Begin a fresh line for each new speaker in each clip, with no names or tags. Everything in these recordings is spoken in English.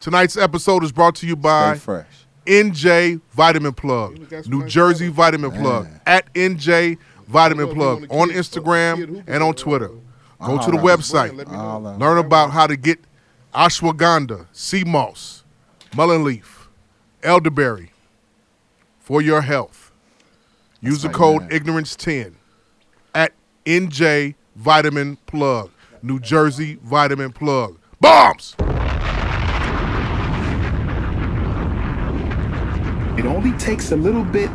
Tonight's episode is brought to you by
Stay fresh.
NJ Vitamin Plug, New Jersey Vitamin Plug, at NJ Vitamin Plug on Instagram and on Twitter. Go to the website, Uh,
All of
learn about how to get ashwagandha, sea moss, mullein leaf, elderberry for your health. Use the
right,
code
man.
ignorance10 at NJ Vitamin Plug, New Jersey Vitamin Plug. Bombs!
It only takes a little bit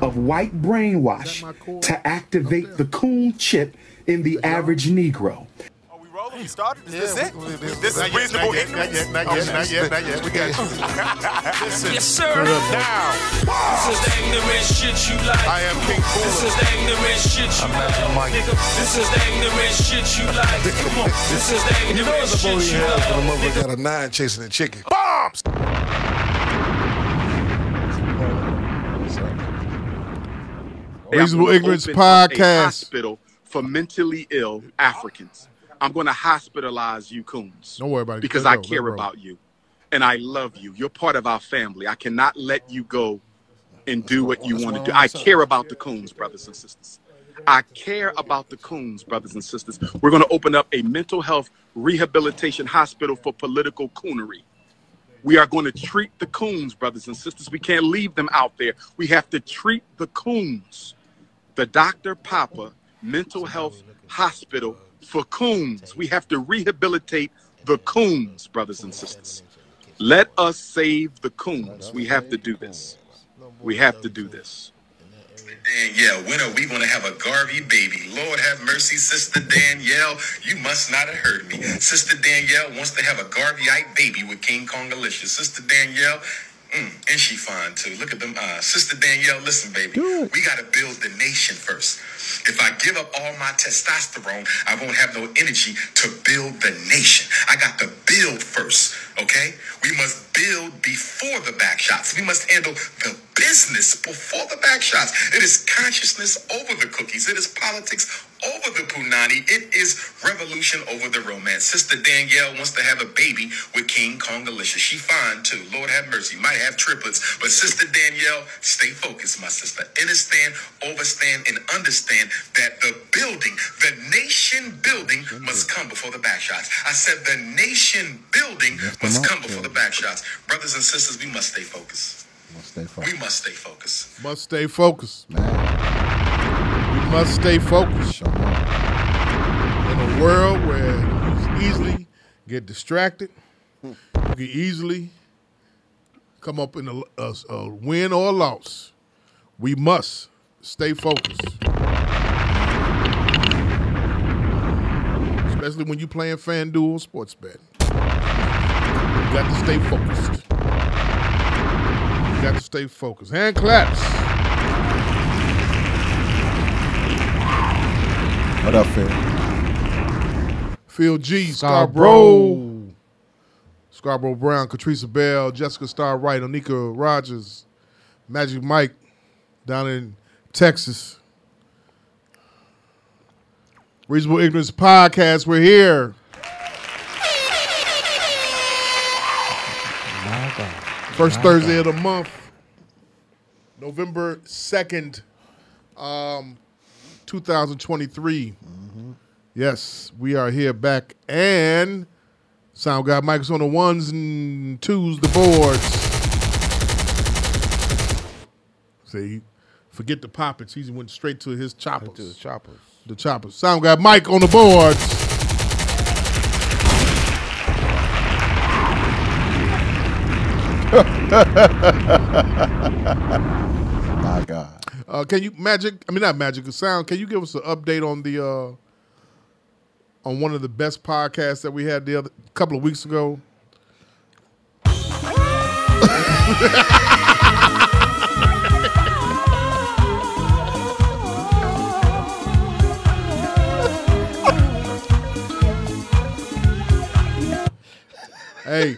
of white brainwash
my cord?
to activate the coon chip in the average Negro.
Are we rolling? We started? Is this it?
we- we-
This is reasonable ignorance?
Not yet, not yet, not yet. We got you.
Yes, sir.
Now,
This is the ignorant shit you like.
I am King
This
Cooler.
is the ignorant shit you like. Nigga, this is the ignorant shit you like. Come on. This is the ignorant shit you
The
like.
motherfucker got a nine chasing a chicken.
Bombs!
They are
Reasonable
gonna
Ignorance
open up a
Podcast.
Hospital for mentally ill Africans. I'm going to hospitalize you coons.
Don't worry about it.
Because
Let
I
it go, let it
care
roll.
about you and I love you. You're part of our family. I cannot let you go and do what you want to do. I care about the coons, brothers and sisters. I care about the coons, brothers and sisters. We're going to open up a mental health rehabilitation hospital for political coonery. We are going to treat the coons, brothers and sisters. We can't leave them out there. We have to treat the coons. The Dr. Papa Mental Health Hospital for coons. We have to rehabilitate the coons, brothers and sisters. Let us save the coons. We have to do this. We have to do this.
Danielle, when are we going to have a Garvey baby? Lord have mercy, Sister Danielle. You must not have heard me. Sister Danielle wants to have a Garveyite baby with King Kong Alicia. Sister Danielle, mm, and she fine too. Look at them eyes. Sister Danielle, listen, baby. We got to build the nation first. If I give up all my testosterone, I won't have no energy to build the nation. I got to build first, okay? We must build before the back shots. We must handle the business before the back shots. It is consciousness over the cookies. It is politics over the punani. It is revolution over the romance. Sister Danielle wants to have a baby with King Kong Alicia. She fine too. Lord have mercy. Might have triplets. But Sister Danielle, stay focused, my sister. Understand, overstand, and understand that the building, the nation building, must come before the back shots. I said the nation building must come before the back shots. Brothers and sisters, we must stay focused.
Stay fresh.
We must stay focused.
Must stay focused.
Man,
We must stay focused.
show up.
in a world where you can easily get distracted, you can easily come up in a, a- a win or a loss. We must stay focused, especially when you playing FanDuel sports bet. You got to stay focused. You got to stay focused. Hand claps.
What up, Phil?
Phil G, Scarborough, Scarborough Brown, Catrice Bell, Jessica Star Wright, Onika Rogers, Magic Mike down in Texas. Reasonable Ignorance Podcast, we're here. First Thursday of the month, November 2nd, um, 2023. Yes, we are here back and sound guy Mike's on the ones and twos, the boards. See, forget the poppets. He went straight to his choppers. To the choppers. The choppers. Sound guy Mike on the boards.
My God.
Uh, can you magic? I mean, not magic. Sound. Can you give us an update on the uh, on one of the best podcasts that we had the other couple of weeks ago? hey,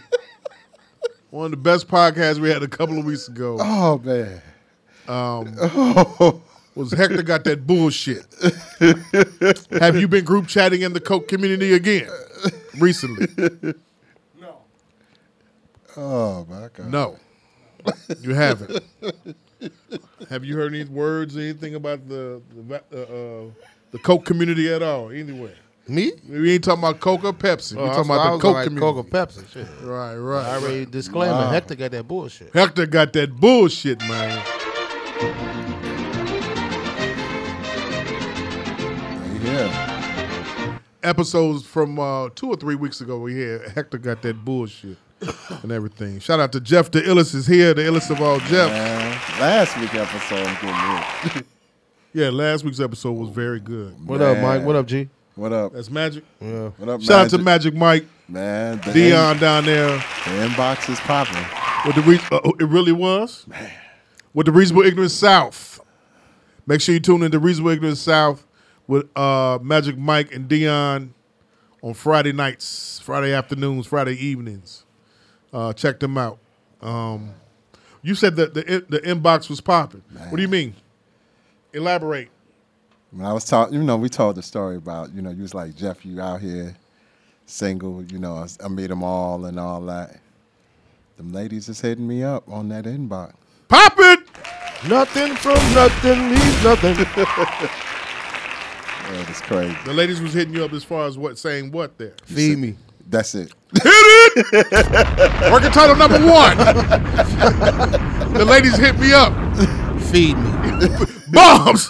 one of the best podcasts we had a couple of weeks ago
Oh man.
was Hector got that bullshit. Have you been group chatting in the Coke community again recently? No.
Oh my God.
No, you haven't. Have you heard any words, anything about the the, va- uh, uh, the Coke community at all? Anywhere?
Me?
We ain't talking about Coke or Pepsi.
Oh,
we
I
talking
was- I
about the
was
Coke
like
community.
Coke or Pepsi. Shit.
Right, right.
I already disclaimer. Hector got that bullshit.
Hector got that bullshit, man.
Yeah.
Episodes from uh, two or three weeks ago, we had Hector got that bullshit and everything. Shout out to Jeff the Illis is here, the Illis of all Jeff.
Man, last week episode was good.
Yeah, last week's episode was very good.
What up, Mike? What up, G?
What up?
That's Magic.
Yeah.
What up,
Shout out to Magic Mike,
Man, the
Dion down there.
in- the inbox is popping.
What the re- uh, oh, it really was. With the Reasonable Ignorance South. Make sure you tune in to Reasonable Ignorance South with uh, Magic Mike and Dion on Friday nights, Friday afternoons, Friday evenings. Uh, check them out. Um, you said that the in- the inbox was popping. What do you mean? Elaborate.
When I was talking, you know, we told the story about, you know, you was like, Jeff, you out here single, you know, I made them all and all that. Them ladies is hitting me up on that inbox.
Pop it.
Nothing from nothing leaves nothing.
Yeah, it's crazy.
The ladies was hitting you up as far as what saying what there.
Feed me.
That's it.
Working title number one. the ladies hit me up.
Feed me.
Bombs.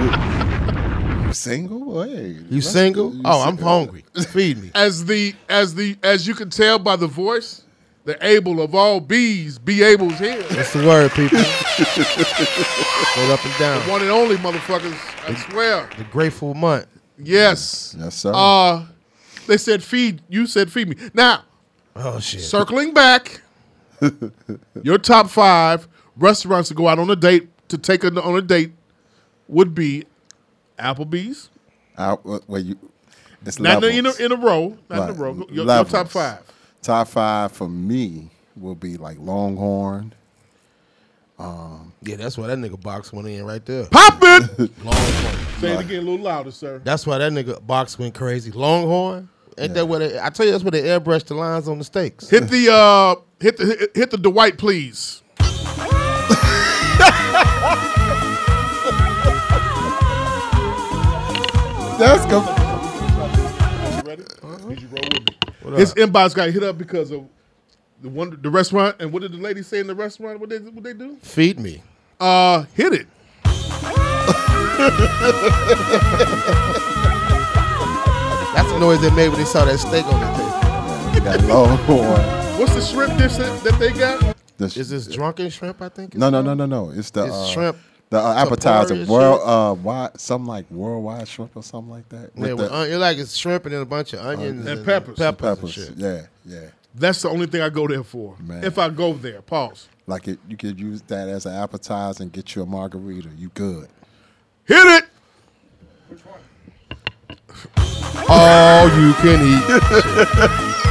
You single? Hey.
You single? Oh, I'm hungry. Feed me.
as the as the as you can tell by the voice, the able of all bees be able's here.
That's the word, people. Straight up and down.
One and only motherfuckers, I swear.
The grateful month.
Yes.
Yes, sir.
Uh they said feed you said feed me. Now,
Oh shit.
circling back, your top five restaurants to go out on a date to take a, on a date would be Applebee's.
Out, where you, it's
Not in a,
levels.
in a row. Not in a
Right.
row. Your- Your,
Levels.
top five.
Top five for me will be like Longhorn.
Yeah, that's why that nigga box went in right there.
Pop it!
Longhorn.
Say it again a little louder, sir.
That's why that nigga box went crazy. Longhorn. Ain't that where they, I tell you that's where they airbrush the lines on the steaks.
Hit the uh, hit the hit- hit the Dwight, please.
That's good.
Ready? Did you roll with me? His inbox got hit up because of the one the restaurant. And what did the lady say in the restaurant? What they what they do?
Feed me.
Uh, hit it.
That's the noise they made when they saw that steak on the table.
That Longhorn.
What's the shrimp dish that, that they got?
Oh, The sh-
Is this drunken shrimp? I think.
no, no, no, no, no. It's the
It's
uh,
shrimp.
The uh, appetizer.
Tapari
World,
shit.
uh, wide, some like worldwide shrimp or something like that.
Yeah,
the
with on- it's like it's shrimp and then a bunch of onions
And peppers.
peppers,
peppers.
and shit.
Yeah, yeah.
That's the only thing I go there for.
Man.
If I go there, pause.
Like it, you could use that as an appetizer and get you a margarita. You good.
Hit it.
All you can eat.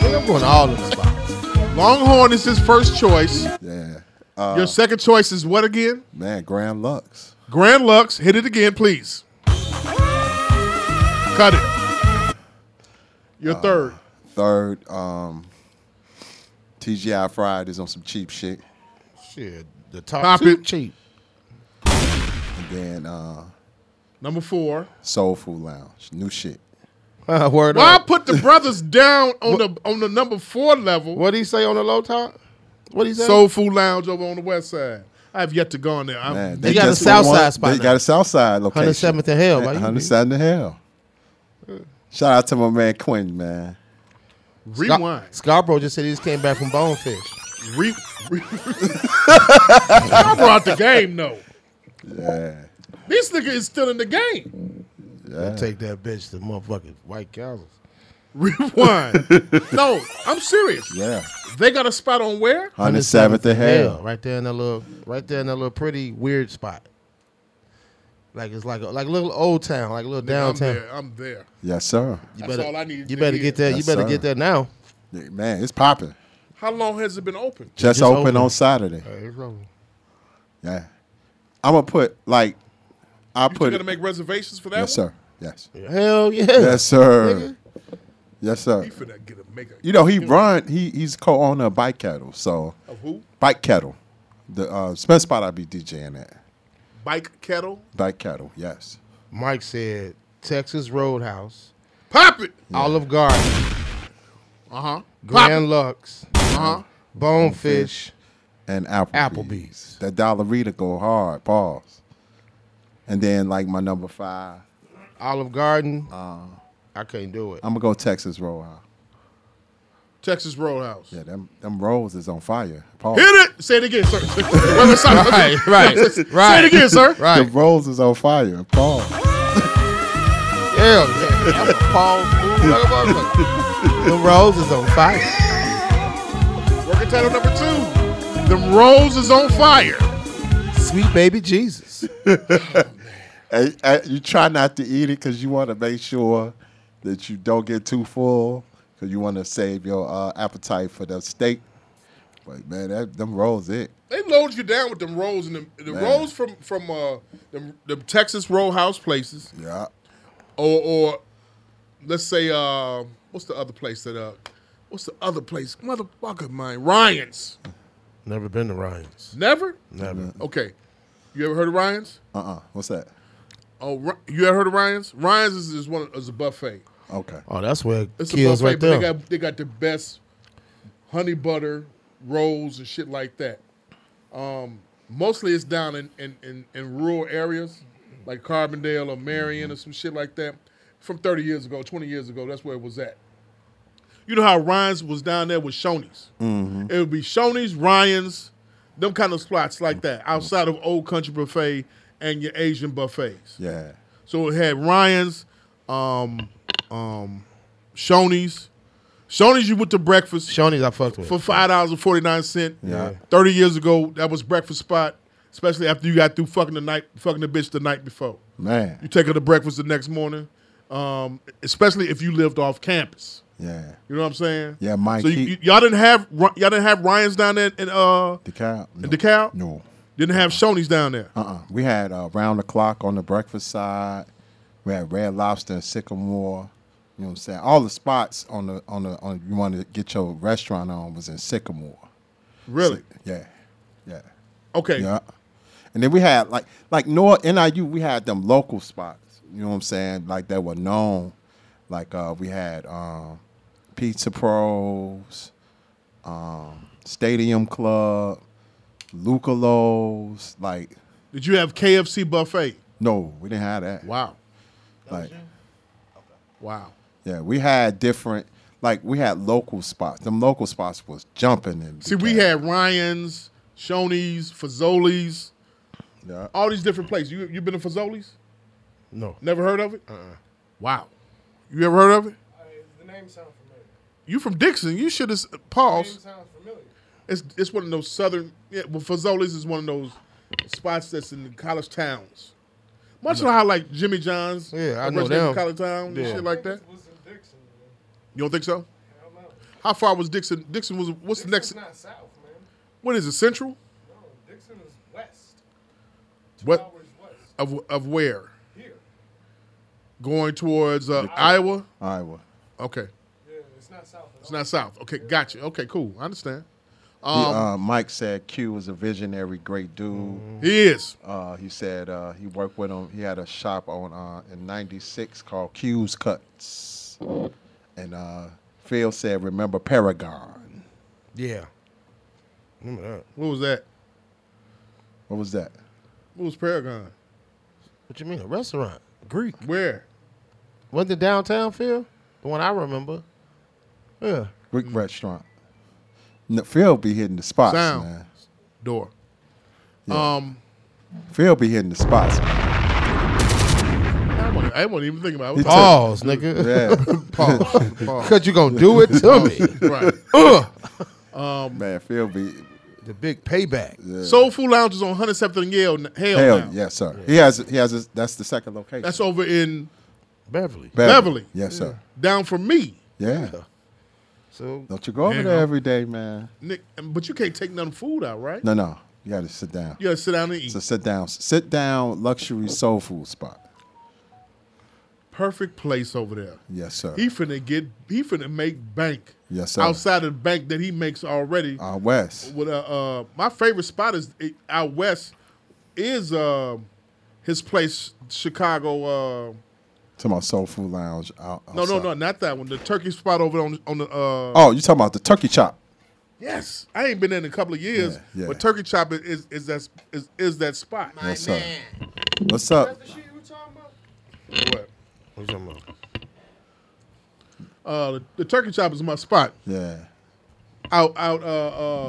Nigga, I'm going all in the spots.
Longhorn is his first choice.
Yeah. Uh,
Your second choice is what again?
man, Grand Lux.
Grand Lux. Hit it again, please. Cut it. Your
Uh.
third.
Third, um, TGI Fridays on some cheap shit.
Shit, the top
Pop
two
it.
cheap.
And then uh,
Number four.
Soul Food Lounge. New shit.
Uh, Word
Why
up.
put the brothers down on the on the number four level?
What do he say on the low top? What do he say?
Soul Food Lounge over on the west side. I've yet to go in there. I'm,
Man,
got a
just
South
want-
Side spot
They
now.
got a South Side location.
107th and Hell, like you
Hundred seventh and Hell. Shout out to my man Quentin, man.
Scar-
rewind.
Scarborough just said he just came back from Bonefish.
Re, re, I brought the game though.
Yeah,
This nigga is still in the game.
yeah.
Take that bitch to motherfucking White Castle.
Rewind. no, I'm serious.
Yeah.
They got a spot on where?
107th and Hell.
right there in that little, right there in that little pretty weird spot. Like it's like a, like a little old town, like a little
I'm
downtown.
there. I'm there.
Yes, sir.
You
That's
better,
all I needed
You
to
better
hear.
get that.
Yes,
you better
sir.
get that now.
Yeah, Man, it's popping.
How long has it been open?
Just,
just
open,
opened.
on Saturday. Yeah. I'm gonna put like I
You
put
got to
it.
make reservations for that
Yes,
one?
sir. Yes.
Hell yeah.
Yes, sir. Yes, sir.
He finna get a make a
You know, he run. He he's co-owner of Bike Kettle. So
Of who?
Bike Kettle, the uh, spend spot I be DJing at.
bike kettle.
Bike Kettle. Yes.
Mike said Texas Roadhouse,
Pop it.
Olive Garden,
Uh huh.
Grand Lux,
Uh huh.
Bonefish.
And Applebee's.
Applebee's.
That Dollarita go hard. Pause. And then like my number five,
Olive Garden. I can't do it.
I'm gonna go Texas Roadhouse.
Texas Roadhouse.
Yeah, them them rolls is on fire. Pause.
Hit it. Say it again, sir. Brother Simon.
Right, right,
Say it
right,
again, sir.
The
right.
rolls is on fire. Pause.
Hell yeah, I'm a Paul fool, like a motherfucker. The rose is on fire.
Working title number two. Them rolls is on fire.
Sweet baby Jesus.
And- and you try not to eat it because you want to make sure that you don't get too full because you want to save your uh, appetite for the steak. But man, that them rolls it.
They load you down with them rolls and them, the
Man.
rolls from from uh them, them Texas roll house places
Yeah,
or or let's say uh what's the other place that uh what's the other place motherfucker mine Ryan's
Never been to Ryan's.
never
Never.
okay you ever heard of Ryan's
Uh uh What's that?
oh Ry- you ever heard of Ryan's Ryan's is, is one is a buffet
Okay.
Oh, that's where it
It's
kills
a buffet,
right
but
there.
they got they got the best honey butter rolls and shit like that. Um, mostly it's down in, in, in, in rural areas like Carbondale or Marion or some shit like that. From 30 years ago, 20 years ago, that's where it was at. You know how Ryan's was down there with Shoney's.
Mm-hmm.
It would be Shoney's, Ryan's, them kind of spots like that outside of Old Country Buffet and your Asian buffets.
Yeah.
So it had Ryan's, um, um, Shoney's. Shoney's you went to breakfast
Shoney's I fucked with.
for five dollars and forty nine cent.
Yeah.
Thirty years ago, that was breakfast spot. Especially after you got through fucking the night, fucking the bitch the night before. You
Man.
take her to breakfast the next morning. Um, especially if you lived off campus.
Yeah.
You know what I'm saying?
Yeah, Mike,
So you,
he-
you- y'all didn't have Ry- y'all didn't have Ryan's down there in uh
The cow. No.
in DeKalb.
No.
Didn't have Shoney's down there.
Uh uh We had uh, round the clock on the breakfast side. We had red lobster and sycamore. You know what I'm saying? All the spots on the on the on you want to get your restaurant on was in sycamore.
Really?
Yeah. Yeah.
Okay.
Yeah. And then we had like like Nor NIU, we had them local spots. You know what I'm saying? Like that were known. Like uh, we had um, Pizza Pros, um, Stadium Club, Lucalo's. Like
Did you have KFC buffet?
no, we didn't have that.
Wow.
Like
Wow.
yeah, we had different. Like we had local spots. Them local spots was jumping in.
See, we had Ryan's, Shoney's, Fazoli's,
Yeah.
all these different places. You you been to Fazoli's?
no.
Never heard of it? Uh-uh. Wow. You ever heard of it?
Uh, The name sounds familiar.
You from Dixon? You should have paused.
Sounds familiar.
It's it's one of those southern. Yeah, well, Fazoli's is one of those spots that's in the college towns. Much like how like Jimmy John's,
Yeah, I
and
know
rest of them
them.
college towns and
Yeah.
shit like that.
It was in Dixon. Man.
You don't think so?
Hell no.
How far was Dixon? Dixon was what's the next?
It's not south, man.
What is it? Central?
No, Dixon is west.
What
Hours west.
of of where?
Here.
Going towards uh, Iowa.
Iowa.
Okay.
Yeah, it's not south at
It's
all.
not south. Okay, gotcha. Okay, cool. I understand. Um,
He, uh, Mike said Q was a visionary, great dude.
He is.
Uh, he said uh, he worked with him. He had a shop on uh, in '96 called Q's Cuts, and uh, Phil said, "Remember Paragon?
Yeah. Remember that.
What was that?
What was that?
What was Paragon?
What you mean? A restaurant? Greek.
Where?
Wasn't it downtown, Phil? The one I remember. Yeah.
Greek
Mm.
restaurant." No, Phil be hitting the spots,
Sound.
man.
Door. Um,
Phil be hitting the spots. man.
I wasn't, I wasn't even thinking about it. I
He
was-
Pause, nigga.
Yeah,
Pause. Pause.
Cause you gonna do it to me.
right.
man. Phil be
The big payback.
Soul Food Lounge is on 107th and Yale. Hell,
hell
now.
yes, sir. He has he has his, that's the second location.
That's over in
Beverly.
Beverly.
Yes, sir.
down from me.
Yeah.
So
Don't you go over
Yeah.
there every day, man?
Nick, but you can't take none food out, right?
No, no. You got to sit down.
You gotta sit down and eat.
It's a sit down, sit down luxury soul food spot.
Perfect place over there.
Yes, sir.
He finna get. He finna make bank.
Yes, sir.
Outside of the bank that he makes already.
Out west.
With uh, uh, my favorite spot is eh, out west is uh, his place Chicago. Uh,
To my soul food lounge. Out,
no, no, no, not that one. The turkey spot over on on the. Uh,
Oh, you talking about the turkey chop?
Yes, I ain't been in a couple of years,
Yeah, yeah.
but Turkey Chop is is, is that is, is that spot.
yes,
Tá.
sir. What's up?
What? Uh, the, the Turkey Chop is my spot
Yeah.
out out uh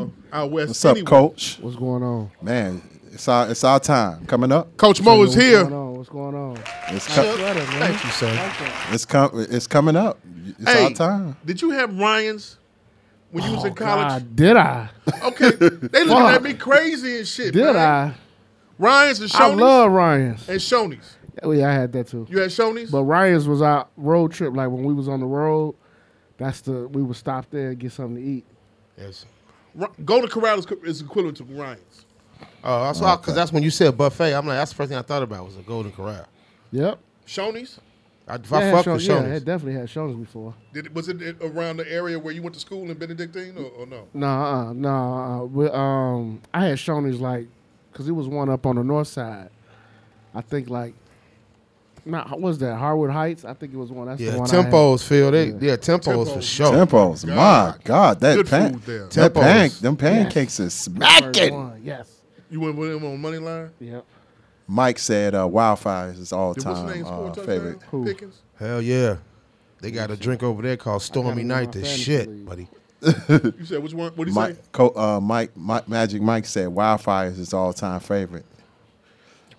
uh out west.
What's up,
anyway.
Coach?
What's going on?
Man, it's our it's our time coming up.
Coach Mo is here.
What's going on?
It's,
Nice
co-
sweater, man.
Thank you, sir.
it's, com- it's coming up. It's
hey,
our time.
did you have Ryan's when you was in college?
Oh, God, did I?
Okay, they looking
Fuck.
at me crazy and shit.
Did
man.
I?
Ryan's and
I
Shoney's
love Ryan's.
and Shoney's.
Oh yeah, I had that too.
You had Shoney's.
But Ryan's was our road trip. Like when we was on the road, that's the we would stop there and get something to eat.
Yes.
Ri- Golden Corral is, co- is equivalent to Ryan's.
Oh, that's why. Because that's when you said buffet. I'm like, that's the first thing I thought about was a Golden Corral.
Yep.
Shoney's.
I, if
Yeah, I
I
had
fuck
Shon-
with
yeah,
Shoney's.
I had definitely had Shoney's before.
Did, was it around the area where you went to school in Benedictine or, or no?
No, uh, no. Uh, we, um, I had Shoney's like, cause it was one up on the north side. I think like, not what was that Harwood Heights? I think it was one. That's
Yeah,
the one. I had.
tempos, Phil. They, yeah. tempos, for
Oh,
sure.
Tempos, my God, that
Good
pan,
food there.
that
Tempos.
pan, them pancakes is
First
smacking.
one, Yes.
You went with him on Moneyline?
Yep.
Mike said, uh, "Wildfires is all
Did what's the name
time
score
uh,
touchdown?
favorite."
Pickens?
Hell yeah. They got a drink over there called Stormy
get
Night.
my
The
fantasy
shit,
league.
buddy.
You said which one? What do you say?
Mike, co- uh, Mike, Mike, Magic Mike said, "Wildfires is all time favorite."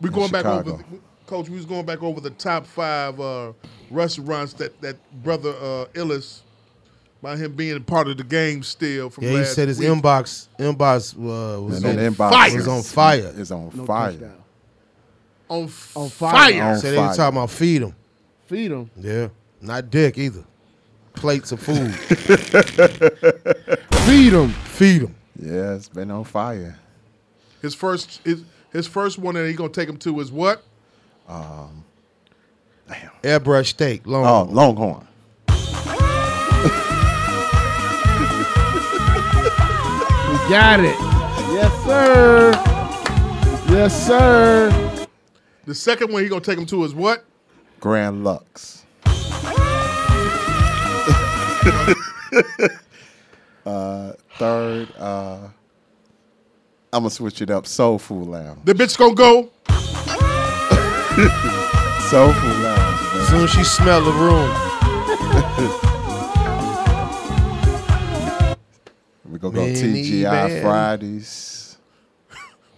We
in
going back over,
Chicago.
the, Coach. We was going back over the top five uh, restaurants that that brother uh, Illis, by him being a part of the game still from
Yeah, he
last
said his
week.
inbox inbox uh, was,
Man,
on,
that inbox
fire.
was on fire.
Is on
No
fire.
touchdown.
on, f-
On
fire.
fire.
On
so they were
fire.
talking about feed him.
Feed them.
Yeah, not dick either. Plates of food.
Feed them.
feed him.
Yeah, it's been on fire.
His first his, his first one that he gonna take him to is what?
Airbrush steak. Long.
Uh,
Oh, Longhorn.
We got it. Yes, sir. Yes, sir.
The second one he gonna take him to is what?
Grand Lux. uh, third, uh, I'm gonna switch it up. Soul Food Lounge.
The bitch gonna go.
Soul Food Lounge. Man.
Soon as she smelled the room.
We gonna go
Many
TGI
bad.
Fridays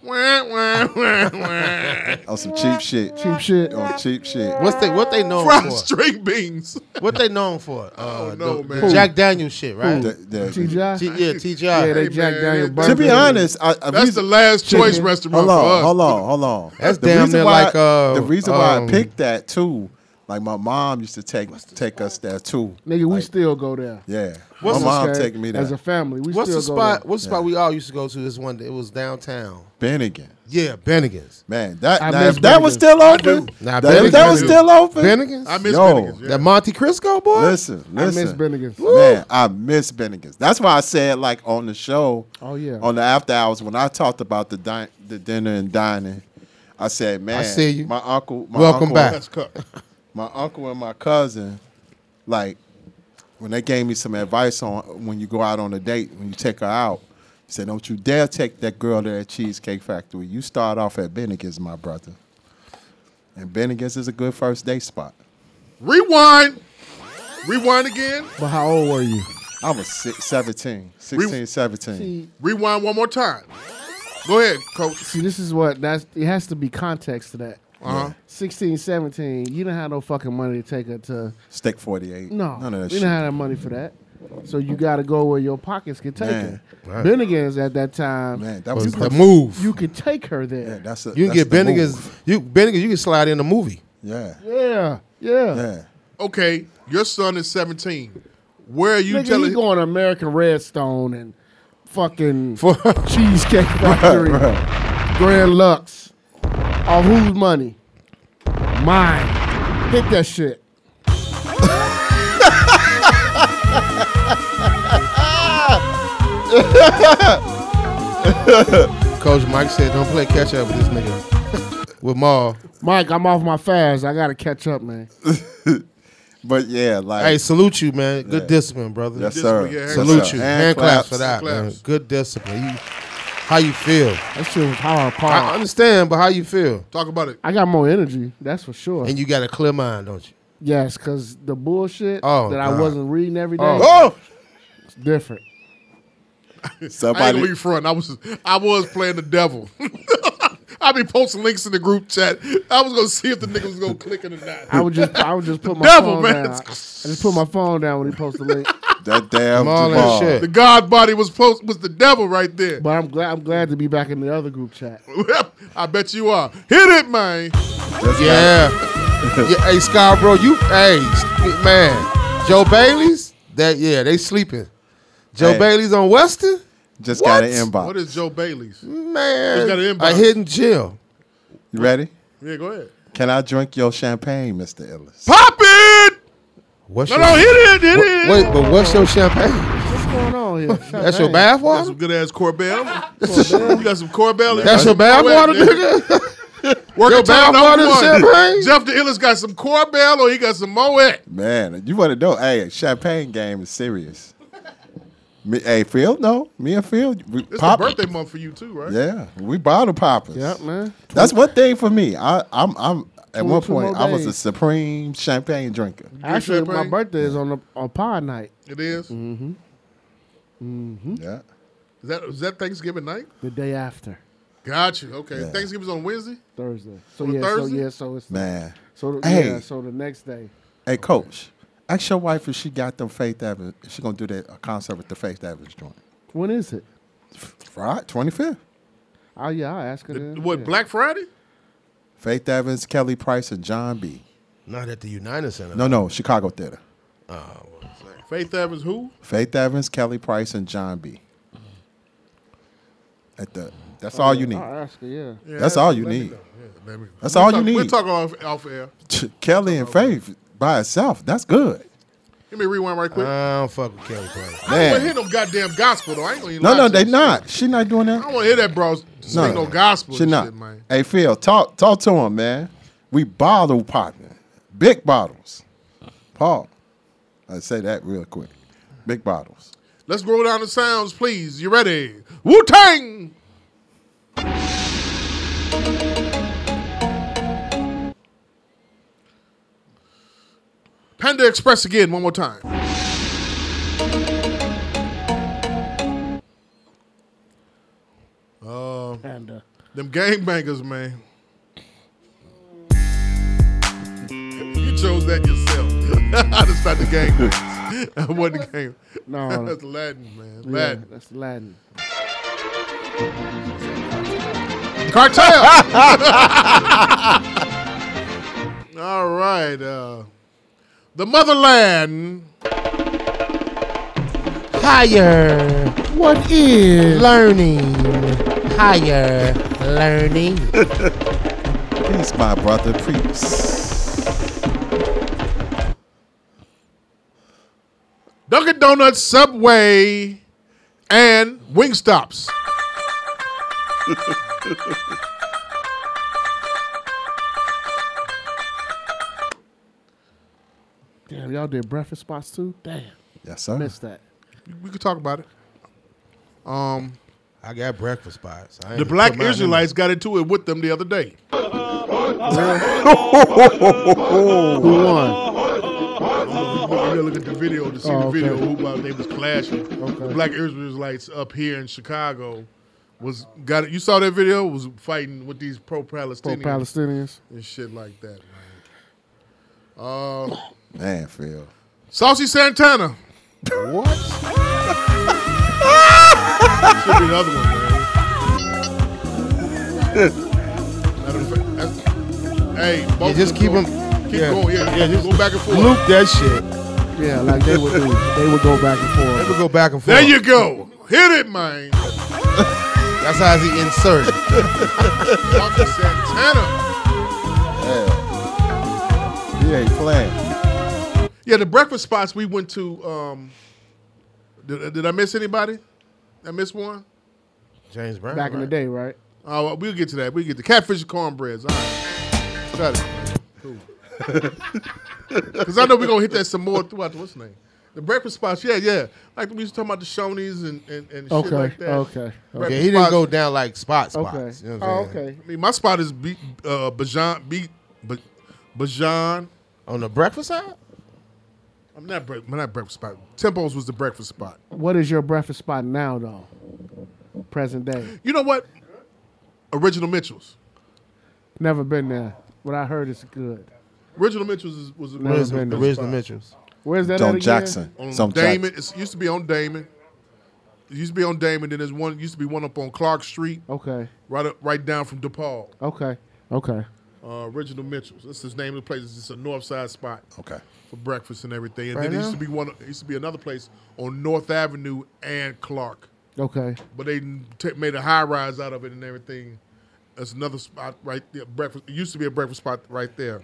Wah, wah, wah, wah.
on some cheap shit.
Cheap shit.
On cheap shit.
What's they what they known
Fried
for?
string beans.
What they known for? Uh,
know,
the, the
man.
Jack Daniel shit, right?
The- the-
TGI.
T- yeah, TGI.
Yeah, they
Hey,
Jack
man,
Daniel
to
Burger.
to be honest, I, I
That's the last
Chicken.
choice restaurant
Hold
for
on,
us.
hold on, hold on.
That's damn
reason
near
why-
like, uh,
the reason why
um,
I picked that too. Like my mom used to take take us there too.
Nigga, we still go there.
Yeah,
What's
my
the-
mom
Okay?
taking me there.
As a family, we
What's
still
the
go
spot?
there.
What's the spot we all used to go to? This one. It was downtown.
Bennigan.
Yeah, Bennigan's.
Man, that
I
now,
miss
if that was
Bennigan's.
still open.
Nah,
That, if that
Bennigan's
was
is-
still open.
Bennigan's.
I miss
Yo,
Bennigan's. yeah.
that Monte Cristo boy.
Listen, listen.
I miss Bennigan's.
Man, I miss Bennigan's. That's why I said like on the show.
Oh, yeah.
On the after hours when I talked about the di- the dinner and dining, I said, man,
see you.
My uncle, my
Welcome
uncle-
back.
That's cut.
my uncle and my cousin, like, when they gave me some advice on when you go out on a date, when you take her out, he said, Don't you dare take that girl there at Cheesecake Factory. You start off at Bennigan's, my brother. And Bennigan's is a good first day spot.
Rewind. Rewind again.
But how old were you?
I was six, 17, 16, 17.
See,
Rewind one more time. Go ahead, coach.
see, this is what that's. It has to be context to that.
Uh-huh.
16, 17, you didn't have no fucking money to take her to.
Stick 48.
No,
None of that
we
shit.
didn't have that money for that. So you got to go where your pockets can take
Man,
her. Bennigan's at that time,
Man, that was
you
the
could-
move.
You could take her there.
Yeah, that's a,
you can
that's
get
the
Bennigan's.
move.
You Bennigan's. You can slide in the movie.
Yeah,
Yeah, yeah.
yeah.
Okay, your son is 17. Where are you
Nigga, he
telling
going to American Redstone and fucking Cheesecake Factory, Grand Lux. On whose money? Mine. Hit that shit.
Coach Mike said, "Don't play catch up with this nigga." with Maul.
Mike, I'm off my fast. I gotta catch up, man.
But yeah, like
Hey, salute you, man. Good
Yeah.
discipline, brother.
Yes, sir. Yes,
Salute
sir.
you.
Hand
Hand, claps,
claps.
for that,
Hand
man.
claps.
Good discipline. You, how you feel?
That shit was hard.
I understand, but how you feel?
Talk about it.
I got more energy, that's for sure.
And you got a clear mind, don't you?
Yes, because the bullshit
Oh,
that
God.
I wasn't reading every day.
Oh.
It's different.
I ain't gonna be front. I was I was playing the devil. I be posting links in the group chat. I was gonna see if the nigga was gonna click it or not.
I would just I would just put my
devil,
phone
man.
down. I just put my phone down when he posted the link.
That damn
All that
Jamal.
shit.
The God body was post was the devil right there.
But I'm glad I'm glad to be back in the other group chat.
I bet you are. Hit it, man.
yeah. yeah. Hey, Sky, bro, you, hey, man, Joe Bailey's, that, yeah, they sleeping. Joe
Hey.
Bailey's on Weston?
Just
What?
got an inbox.
What is Joe Bailey's?
Man,
Just got an inbox.
a hidden gem.
You ready?
Yeah, go ahead.
Can I drink your champagne, Mr. Ellis?
Pop it!
What's
No, no, hit it, hit
Wha-
it.
Wait, but what's your champagne?
What's going on here?
That's your bath
You got
water?
some good ass Corbell. you got some Corbell. in
That's
there?
your bath
Go at
water,
it,
nigga?
Work
Your
your
bath water
number
and
one.
champagne?
Jeff the Illis got some Corbell or he got some Moet.
Man, you want to know? Hey, champagne game is serious. Me, hey, Phil, no, me and Phil, we
It's
pop.
the birthday month for you too, right?
Yeah, we bottle poppers.
Yep, man.
That's one thing for me. I, I'm, I'm. At one
22
point,
more
I was a
days.
supreme champagne drinker.
Actually,
champagne?
my birthday is on the on pod night.
It is.
Mm-hmm. Mm-hmm.
Yeah.
Is that is that Thanksgiving night?
The day after
Got you. Okay.
Yeah.
Thanksgiving's on Wednesday.
Thursday. So
On
yeah,
Thursday?
so yeah, so it's
Man.
So the,
Hey.
yeah, so the next day.
Hey, coach, ask your wife if she got them Faith Evans. if She gonna do that a concert with the Faith Evans joint.
When is it?
Right, twenty fifth.
Oh yeah, I'll ask her. then.
What
Yeah.
Black Friday?
Faith Evans, Kelly Price, and John B.
Not at the United Center.
No, no, Chicago Theater.
Faith Evans who?
Faith Evans, Kelly Price, and John B. At the, that's all you need.
I'll ask her. Yeah.
Yeah,
That's all you
let me
need.
know. Yeah, let me-
That's
we'll
all you
talk- We'll
need.
talk off, off air.
Kelly and Faith by itself, that's good.
Let me rewind right quick.
I don't fuck with Kelly Price.
I don't want to
Man.
hear no goddamn gospel though. I ain't gonna even
No,
lie
no,
to
they
you.
not. She not doing
I
that.
don't want to hear that, bro. Sing no, gospel.
She
and
not.
Shit, man.
Hey, Phil, talk talk to him, man. We bottle popping, big bottles. Paul, I say that real quick. Big bottles.
Let's go down the sounds, please. You ready? Wu Tang. Panda Express again, one more time. Um,
Panda.
them gangbangers, man. You chose that yourself. I just thought the gangbangers. That wasn't the game.
No, no.
that's Latin, man.
Yeah,
Latin.
That's Latin.
Cartel. All right. Uh, the motherland.
Higher.
What is
Learning. Higher. Learning.
Peace, my brother. Peace.
Dunkin' Donuts, Subway, and Wingstops.
Damn, y'all did breakfast spots too. Damn,
Yes, sir.
missed that.
We could talk about it. Um,
I got breakfast spots. I ain't
the
put
Black
mine in.
Israelites got into it with them the other day.
Who won?
You gotta look at the video to see
Oh,
the video
okay.
who about they was clashing. The Black Israelites up here in Chicago was got it. You saw that video was fighting with these pro
Pro
Palestinians
Palestinians.
and shit like that. Man. Uh,
Man, Phil.
Saucy Santana
What?
should be the other one, man. Matter of fact, that's- hey, both of
just
them
keep
going-
'em-
keep
yeah.
going, yeah, yeah, just go back and forth.
Loop that shit.
Yeah, like they would do. They would go back and
They
forth.
would go back and forth.
There you go. Hit it, man.
That's how he inserted.
Dr. Santana.
Yeah. He ain't playing.
Yeah, the breakfast spots we went to. Um, did, did I miss anybody? I missed one.
James Brown.
Back in the day, right?
Oh, well, we'll get to that. We'll get to catfish and cornbreads. All right. Got it. Cool. Because I know we're going to hit that some more throughout the, what's the name? The breakfast spots. Yeah, yeah. Like we was talking about the Shoney's and, and, and shit
Okay,
like that.
okay, okay.
Breakfast
Yeah, he didn't
spots.
go down like spot
Okay.
spots. You know what
Oh,
I'm saying?
okay. I mean, my spot is B, uh, Bajan. B, B, Bajan.
On the breakfast side?
I'm not, break, not breakfast spot. Temples was the breakfast spot.
What is your breakfast spot now, though? Present day.
You know what? Original Mitchell's.
Never been there. What I heard is good.
Original Mitchell's is, was a
Never
was a
been there.
breakfast
Original
spot.
Mitchell's.
Where's that?
Don't
at again?
Jackson.
On
Some
Damon. It used to be on Damon. It used to be on Damon. Then there's one. Used to be one up on Clark Street.
Okay.
Right up, right down from DePaul.
Okay. Okay.
Uh, original Mitchell's. That's his name of the place. It's just a north side spot.
Okay.
For breakfast and everything. And
Right
then there used to
now?
be one. It used to be another place on North Avenue and Clark.
Okay.
But they t- made a high rise out of it and everything. That's another spot right there. Breakfast. It used to be a breakfast spot right there.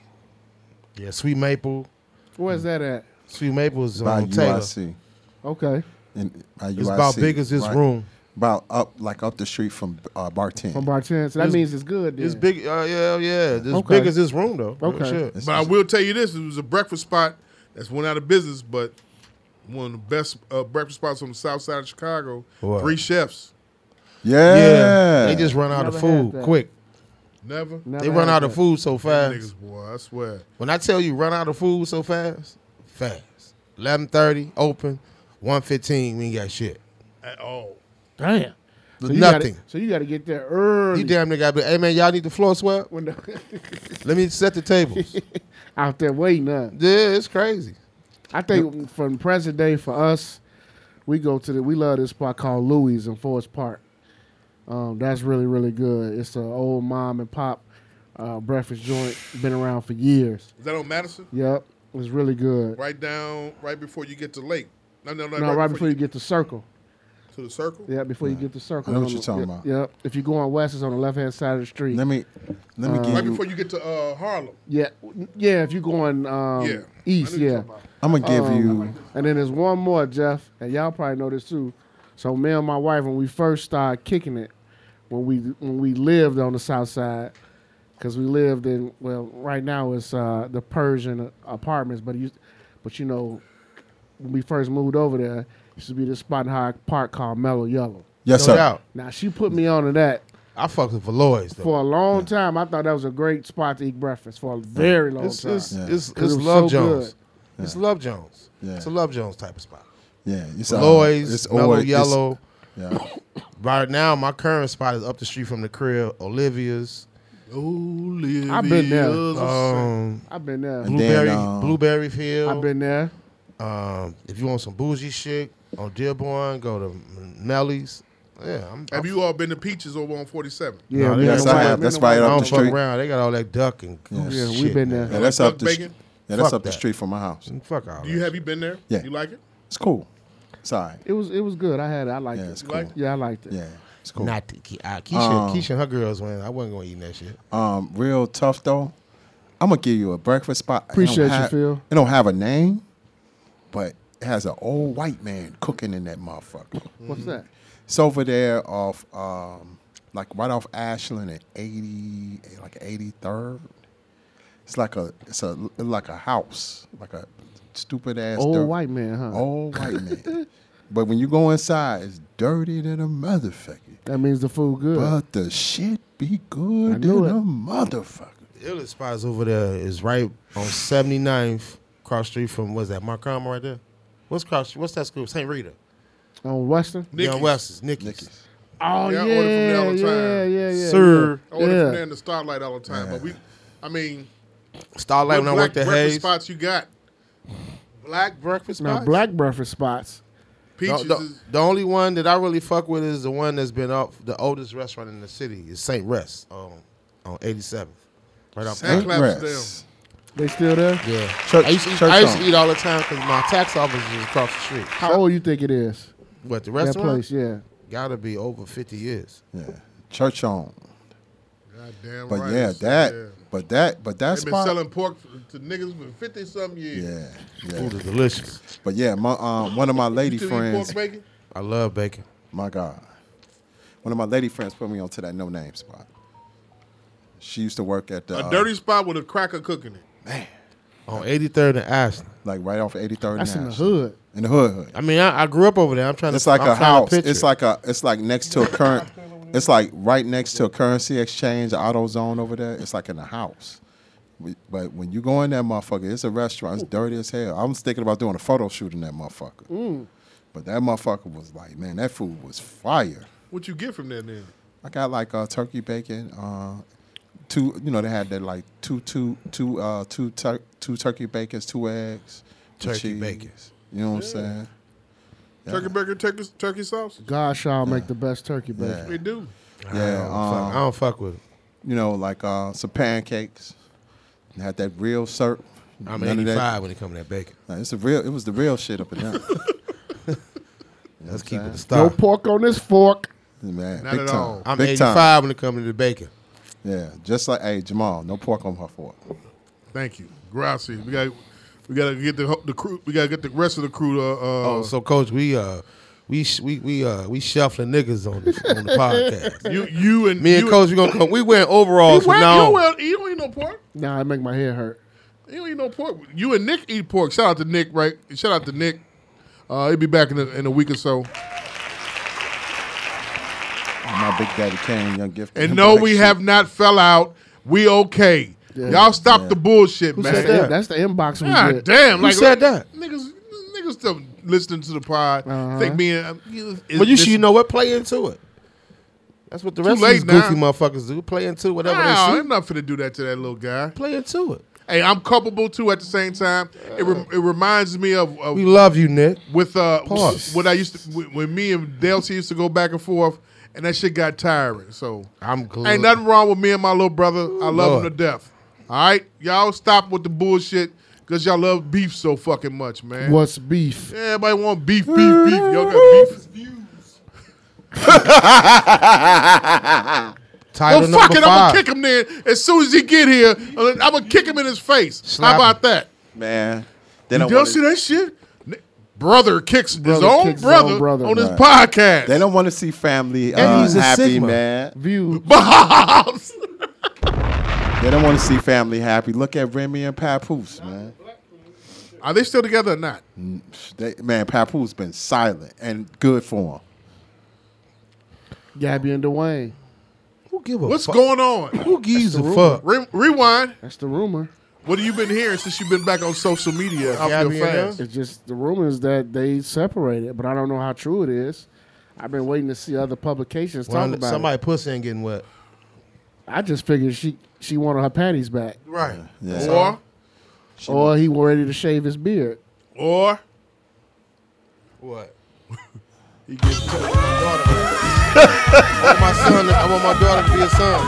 Yeah, Sweet Maple.
Where's that at?
Sweet Maple is
By
on Taylor.
UIC.
Okay.
In, by
It's about big as this room.
About up, like up the street from uh, Bar 10.
From Barton. So that
It's-
means it's good. Then.
It's big. Uh, yeah, yeah. It's
Okay.
big as this room, though. Real
Okay.
shit.
But I will tell you this: it was a breakfast spot that's went out of business, but one of the best uh, breakfast spots on the south side of Chicago.
What?
Three chefs.
Yeah.
They just run out of food quick.
Never.
They run out of food so
Them Niggas,
fast.
boy, I swear.
When I tell you run out of food so fast, fast. Eleven thirty open, one fifteen we ain't got shit.
At all.
Damn.
But
you
nothing.
gotta- so you got to get there early.
You damn near got. Hey man, y'all need the floor swept.
When the
Let me set the tables.
out there waiting up.
yeah, it's crazy.
I think from present day for us, we go to the we love this spot called Louis in Forest Park. Um, that's really really good. It's an old mom and pop uh, breakfast joint, been around for years.
Is that on Madison?
Yep, it's really good.
Right down, right before you get to Lake. No, no, no.
No, right before you get to Circle.
to the circle.
Yeah, before you get to
I
Circle.
know what
on
you're
the-
talking
yeah,
about.
Yep. If you're going west, it's on the left hand side of the street.
Let me, let me
Uh,
give
Right
you.
before you get to uh, Harlem.
Yeah, yeah. If you're going um,
Yeah,
east, yeah.
I'm gonna
Oh
give you-
And then there's one more, Jeff, and y'all probably know this too. So me and my wife, when we first started kicking it, when we when we lived on the south side, because we lived in well, right now it's uh, the Persian apartments, but it used, but you know, when we first moved over there, it used to be this spot in Hyde Park called Mellow Yellow.
Yes,
No
sir.
doubt.
Now she put me on to that.
I fucked with Valois though.
For a long time, I thought that was a great spot to eat breakfast for a very long
It's
time.
it's it's,
'Cause
it's
it was
Love
so good.
Jones. It's Love Jones.
Yeah.
It's a Love Jones type of spot.
Yeah, it's, uh,
Valois,
it's
Mellow
always- it's-
Yellow.
Yeah.
Right now, my current spot is up the street from the crib, Olivia's.
Olivia.
I've been there.
Um,
I've been there.
And then,
Blueberry,
um,
Blueberry Field.
I've been there.
Um, if you want some bougie shit on Dearborn, go to M- Melly's. Yeah, I'm.
Have you all been to Peaches over on 47?
Yeah,
Nah,
we
Yes,
been
I
to-
have. That's
been to-
right
I
up
don't
the
fuck
street.
around. They got all that duck and goose
Yeah, we
shit, man.
been there.
Yeah, that's
Like
up the.
duck
St-
bacon?
yeah, that's
Fuck
up the
that.
street from my house.
Fuck all
Do
that.
you have you been there?
Yeah.
You like it?
It's cool. It's all right.
It was it was good. I had it. I liked
Yeah,
it.
it's
You
cool.
like it?
Yeah, I liked it.
Yeah, it's cool.
Not the, Ke- uh, Keisha,
Um,
Keisha and her girls went. I wasn't gonna eat that shit.
Um, real tough though. I'm gonna give you a breakfast spot. It don't
Appreciate you,
have-
Phil.
It don't have a name, but it has an old white man cooking in that motherfucker.
What's that?
It's over there off, um, like right off Ashland and eighty, eh, like eighty third. It's like a, it's a like a house, like a stupid ass
Old
dirt-
white man, huh?
old white man. But when you go inside, it's dirty than a motherfucker.
That means the food good.
But the shit be
I
good
knew
than
it.
a motherfucker.
The illest spot is over there is right on 79th, cross street from what's that? Markham right there. What's cross? What's that school? Saint Rita.
On Western.
Young
Nicky's.
West's. Nicky's.
Yeah,
Oh yeah,
I order from there all the
yeah, yeah,
time.
yeah, yeah.
Sir.
I order
Yeah.
from there in the Starlight all the time, but we, I mean,
Starlight
what
when I
black
worked at
breakfast
Hayes.
spots you got? Black breakfast
Now
spots.
black breakfast spots.
The,
Peaches
the-
is
the only one that I really fuck with is the one that's been up the oldest restaurant in the city is Saint Rest on on 87th, right off.
Saint-
Pine.
claps
Rest.
to
They still there?
Yeah,
Church-
I used, to eat,
church
I used to
on.
eat all the time because my tax office is across the street.
How old you think it is?
What the
That
restaurant?
place, yeah.
Gotta be over fifty years.
Yeah. Church on.
Goddamn
But
right.
yeah,
It's-
that.
yeah.
But that. But that
They've been
spot.
selling pork to niggas for fifty something years.
yeah, yeah.
Food is delicious.
But yeah, my um, one of my lady
You two eat
friends.
pork bacon?
I love bacon.
My God. One of my lady friends put me onto that no name spot. She used to work at the
A
uh,
dirty spot with a cracker cooking it.
On eighty third and Ashland.
like right off 83rd.
That's
and
in the
Ashland.
hood.
In the hood. hood.
I mean, I, I grew up over there. I'm trying
It's
to.
like
I'm
a
trying to
house.
picture
It's
it.
like a. It's like next to a current. It's like right next to a currency exchange, auto zone over there. It's like in a house. We- But when you go in that motherfucker, it's a restaurant. It's dirty as hell. I was thinking about doing a photo shoot in that motherfucker.
Mm.
But that motherfucker was like, man, that food was fire.
What you get from that then?
I got like uh, turkey bacon. Uh, two, you know, they had that like two, two, two, uh, two, tur- two turkey bacons, two eggs, two
Turkey
cheese.
bacons.
You know what I'm saying? Yeah.
Turkey burger, turkey, turkey sauce?
God shall make the best turkey bacon.
Yeah.
They do.
I
Yeah, um,
don't fuck- I don't fuck with it.
You know, like uh, some pancakes. And had that real syrup.
I'm
None of that-
85 when it comes to that bacon.
Nah, it's a real. It was the real shit up and down.
Let's keep it a
No
star.
pork on this fork.
Man,
Not
big
at
time.
all. I'm
big
85
time.
when it comes to the bacon.
Yeah, just like hey Jamal, no pork on her fork.
Thank you. Gracias. We got we gotta get the the crew we gotta get the rest of the crew to uh
oh, so coach, we uh, we sh- we we uh, we shuffling niggas on this on the podcast.
you you and
me and
you
coach, we gonna come. We wearing overalls
you,
from
wear-
now.
you,
on.
wear- you don't eat no pork.
Nah, it make my head hurt.
You don't eat no pork. You and Nick eat pork. Shout out to Nick, right? Shout out to Nick. Uh he'll be back in a, in a week or so.
My big daddy Kane, young gift.
And no, we have not fell out. We okay.
Yeah.
Y'all stop
Yeah.
the bullshit,
Who
man.
said that? That's the inbox we
God
get.
damn!
Who
like,
said that? Uh-huh.
Niggas, niggas still listening to the pod. Think being, um, is
But you
this-
should, you know what? Play into it. That's what the
Too
rest of
late
these goofy
now.
motherfuckers do. Play into whatever
Nah,
they
I'm
see.
not finna do that to that little guy.
Play into it.
Hey, I'm culpable too. At the same time, it rem it reminds me of, of
We love you, Nick.
with uh
Pause.
what I used to when, when me and Delcy used to go back and forth, and that shit got tiring. So
I'm glad.
ain't nothing wrong with me and my little brother. I love
Lord.
him to death. All right, y'all stop with the bullshit because y'all love beef so fucking much, man.
What's beef?
Yeah, everybody want beef, beef, beef. Y'all got beef.
Title
well, fuck
number
it. I'm gonna
five.
kick him then. As soon as he get here, I'm gonna kick him in his face.
Slap
How about that?
man. They
you
don't
don't
want
see
to,
that shit? N- Brother kicks his
Brother
own
kicks his own
brother,
brother.
on his
Right.
podcast.
they don't want to see family
And
uh,
he's a
happy,
Sigma.
man.
View.
Bobs.
They don't want to see family happy. Look at Remy and Papoose, man.
Are they still together or not?
They, man, Papoose been silent and good for him.
Gabby and Dwayne.
Who give a
What's
fuck?
going on?
Who gives a
the
fuck?
Re- rewind.
That's the rumor.
What have you been hearing since you've been back on social media? Off
Yeah, I
your
mean,
fans?
It's just the rumor is that they separated, but I don't know how true it is. I've been waiting to see other publications
Well,
talk about
somebody pussy ain't getting wet.
it. I just figured she she wanted her panties back,
Right.
Yeah.
Or,
or he was ready to shave his beard.
or
What?
he gets
I want my son. I want my daughter to be a son.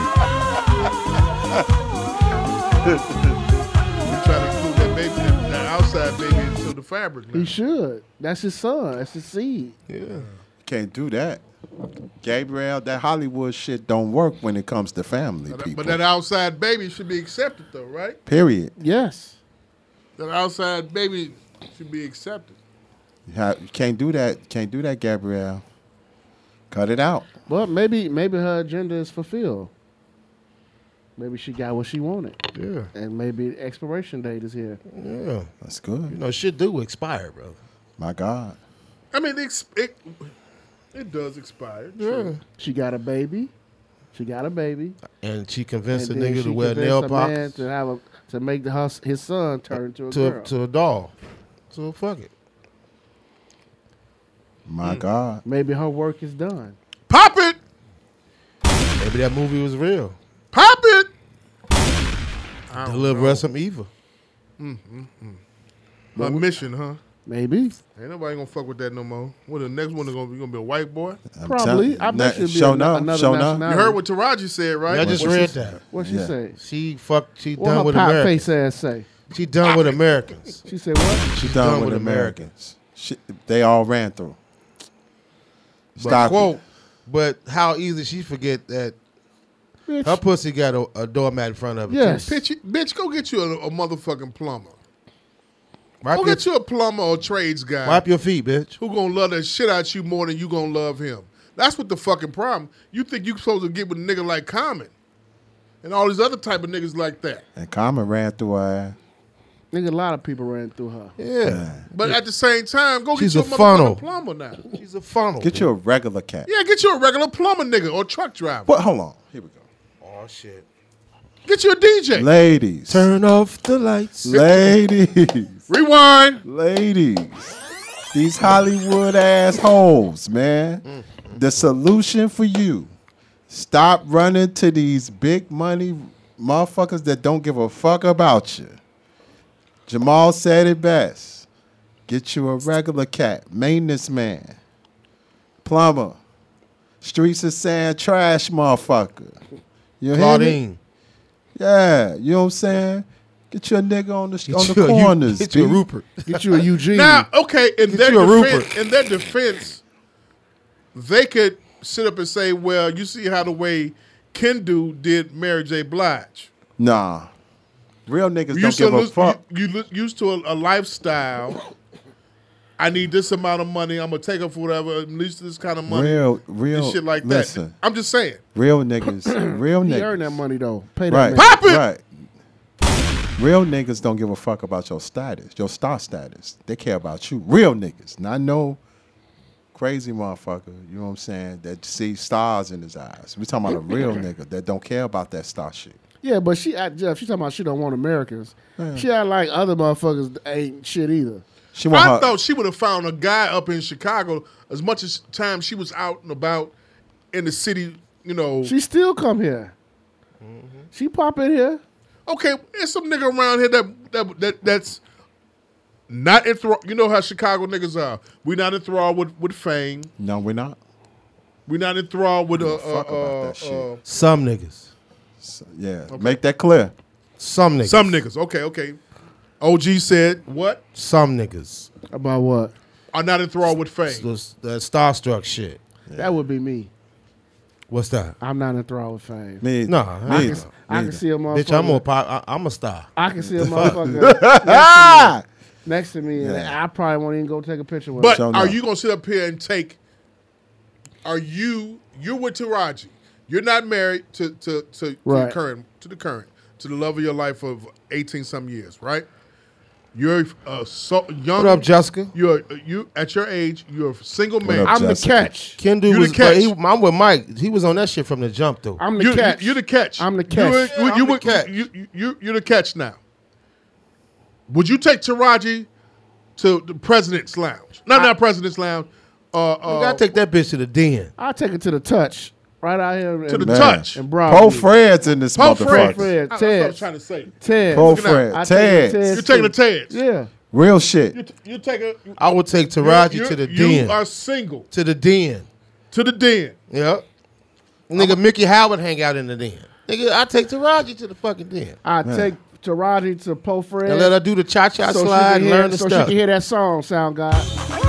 trying to include that baby, that outside baby, into the fabric. Now.
He should. That's his son. That's his seed.
Can't do that. Gabriel, that Hollywood shit don't work when it comes to family
But that-
people.
But that outside baby should be accepted, though, right?
Period.
Yes.
That outside baby should be accepted.
You ha- you can't do that. Can't do that, Gabrielle. Cut it out.
But maybe maybe her agenda is fulfilled. Maybe she got what she wanted,
Yeah,
and maybe the expiration date is here.
yeah.
That's
You
good.
know, shit do expire, bro.
My God.
I mean, it it, it does expire. True.
She got a baby. She got a baby.
And she convinced
and
a
then
nigga
she
to wear
convinced
nail
a man
polish
to have a to make the hus- his son turn into a
to a,
girl.
to a doll. So fuck it. Mm.
My God.
Maybe her work is done.
Pop it,
Maybe that movie was real.
pop it.
Deliver us some evil.
My mission, huh?
Maybe.
Ain't nobody gonna fuck with that no more. Well, the next one is gonna be gonna be a white boy.
I'm
Probably.
telling-
I bet
Nah,
you it'd be
show
an-
no,
another
show no.
nationality.
You heard what Taraji said, right?
I just
What
read
she-
that.
What she
Yeah.
say?
She fuck. She
What
done
her
with
pop
Americans.
face ass say?
She done with Americans.
She said what?
She done with Americans. She, they all ran through.
But
Stop it.
quote, but how easy she forget that her pussy got a, a doormat in front of it. too.
Bitch, you- bitch, go get you a, a motherfucking plumber.
Wipe
go
your-
get you a plumber or trades guy.
Wipe your feet, bitch.
Who gonna love that shit out you more than you gonna love him? That's what the fucking problem. You think you supposed to get with a nigga like Common and all these other type of niggas like that.
And Common ran through her.
Nigga, a lot of people ran through her.
Yeah.
But at the same time, go
She's
get
a
you a,
funnel.
motherfucking plumber now. She's
a funnel.
Get you a regular cat.
Yeah, get you a regular plumber nigga or truck driver.
What? Hold on. Here we go.
Oh shit.
Get you a DJ.
Ladies.
Turn off the lights.
Ladies.
Rewind.
Ladies. These Hollywood assholes, man.
Mm-hmm.
The solution for you. Stop running to these big money motherfuckers that don't give a fuck about you. Jamal said it best. Get you a regular cat, maintenance man, plumber. Streets is saying trash motherfucker. You hear me?
Claudine.
Yeah, you know what I'm saying? Get you a nigga on the on the
you a Eu-
corners.
get you a
B.
Rupert.
Get you a Eugene.
Now, okay, in
Get
their
you a
defense,
Rupert.
in their defense, they could sit up and say, "Well, you see how the way Kendu did Mary J. Blige.
Nah. Real niggas
You
don't
used,
give
to
a
lose-
fuck.
you, you lo- used to a, a lifestyle. I need this amount of money. I'm gonna take up for whatever. At least this kind of money.
Real- real-
and shit like
listen.
that. I'm just saying.
Real niggas. Real
He
niggas.
earned that money though. Pay
Right.
that man.
Right. Real niggas don't give a fuck about your status, your star status. They care about you. Real niggas. Not no crazy motherfucker, you know what I'm saying, that sees stars in his eyes. we talking about a real nigga that don't care about that star shit.
Yeah, but she act Jeff. She talking about she don't want Americans. She act like other motherfuckers ain't shit either.
She
I thought she would have found a guy up in Chicago as much as time she was out and about in the city. You know,
She still come here.
Mm-hmm.
She pop in here.
okay, there's some nigga around here that that, that that's not enthralled. You know how Chicago niggas are. We not enthralled with with fame.
No, we're not.
We not enthralled with uh, uh,
fuck about that
uh,
shit.
uh,
Some niggas.
Yeah. Make that clear.
Some niggas.
some niggas. Okay, okay. OG said what
Some niggas.
About what?
are not enthralled with fame.
The, the starstruck shit.
That would be me.
What's that?
I'm not enthralled with fame.
Me.
Nah,
Me
I can-
either. Me
I can
either.
see a motherfucker.
Bitch, I'm a pop. I, I'm a star.
I can see a
Fuck.
motherfucker next, to me, next to me, and I probably won't even go take a picture with.
But
her.
are you gonna sit up here and take? Are you you're with Taraji? You're not married to to to, to the
Right.
current to the current to the love of your life of eighteen some years, right? You're a so young.
What up, Jessica?
You're you at your age. You're a single man.
I'm the catch.
Kendu
You
was.
the catch.
But he, I'm with Mike. He was on that shit from the jump though.
I'm the
You,
catch.
you, are the catch.
I'm the
You,
catch.
you, you, would- you, you, you, you're the catch now. Would you take Taraji to the President's Lounge? Not not President's Lounge. Uh,
I
uh,
take that bitch to the den.
I'll take it to the touch, right out here
To
in-
the touch.
and Broadway.
Poe Fred's in this
Poe Fred.
motherfucker.
Fred,
That's what I
Ted,
was trying to say.
Ted,
Poe
Look at that.
Fred.
I
Ted.
take the Teds
You're taking the
too.
Teds.
Yeah,
Real shit.
You, t- you take a. you-
I would take
you-
Taraji
you-
to the
you
den.
are single.
to the den.
To the den.
Yep. Nigga, Mickey Howard hang out in the den. Nigga, I take Taraji to the fucking den.
I take Taraji to Poe Fred.
And let her do the cha cha
so she
slide
can
and
hear-
learn the
so
stuff.
she can hear that song, Sound God.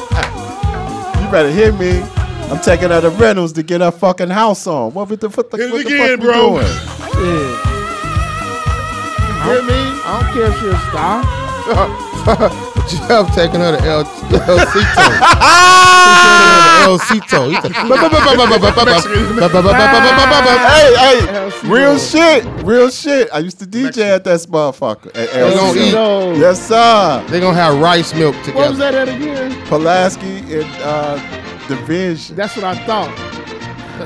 You better hear me. I'm taking her to Reynolds to get her fucking house on. What with the, what the,
Hit it
what the
again,
fuck
bro.
we doing?
Yeah. You hear me? I don't care if she's a star.
Jeff taking her to El, El Cito. El Cito. He said-
Hey, hey,
El Cito.
real shit, real shit. I used to DJ at that motherfucker. At
They
El
gonna
Cito.
eat.
Yes, sir.
They gonna have rice milk together.
What was that at again?
Pulaski and uh, Division.
That's what I thought.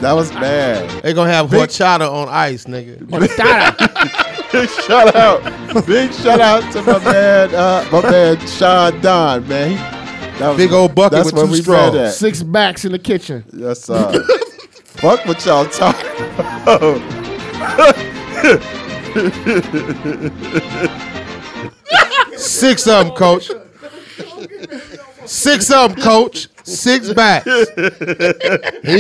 That was bad.
They gonna have horchata on ice, nigga.
Big shout out, big shout out to my man, uh, my man Sean Don, man. He, that was-
Big old bucket
that's
with
where
two
we met
straws.
at.
Six backs in the kitchen.
Yes, sir. Fuck what y'all talking about.
Six of them, coach. Six of them, coach. Six backs. and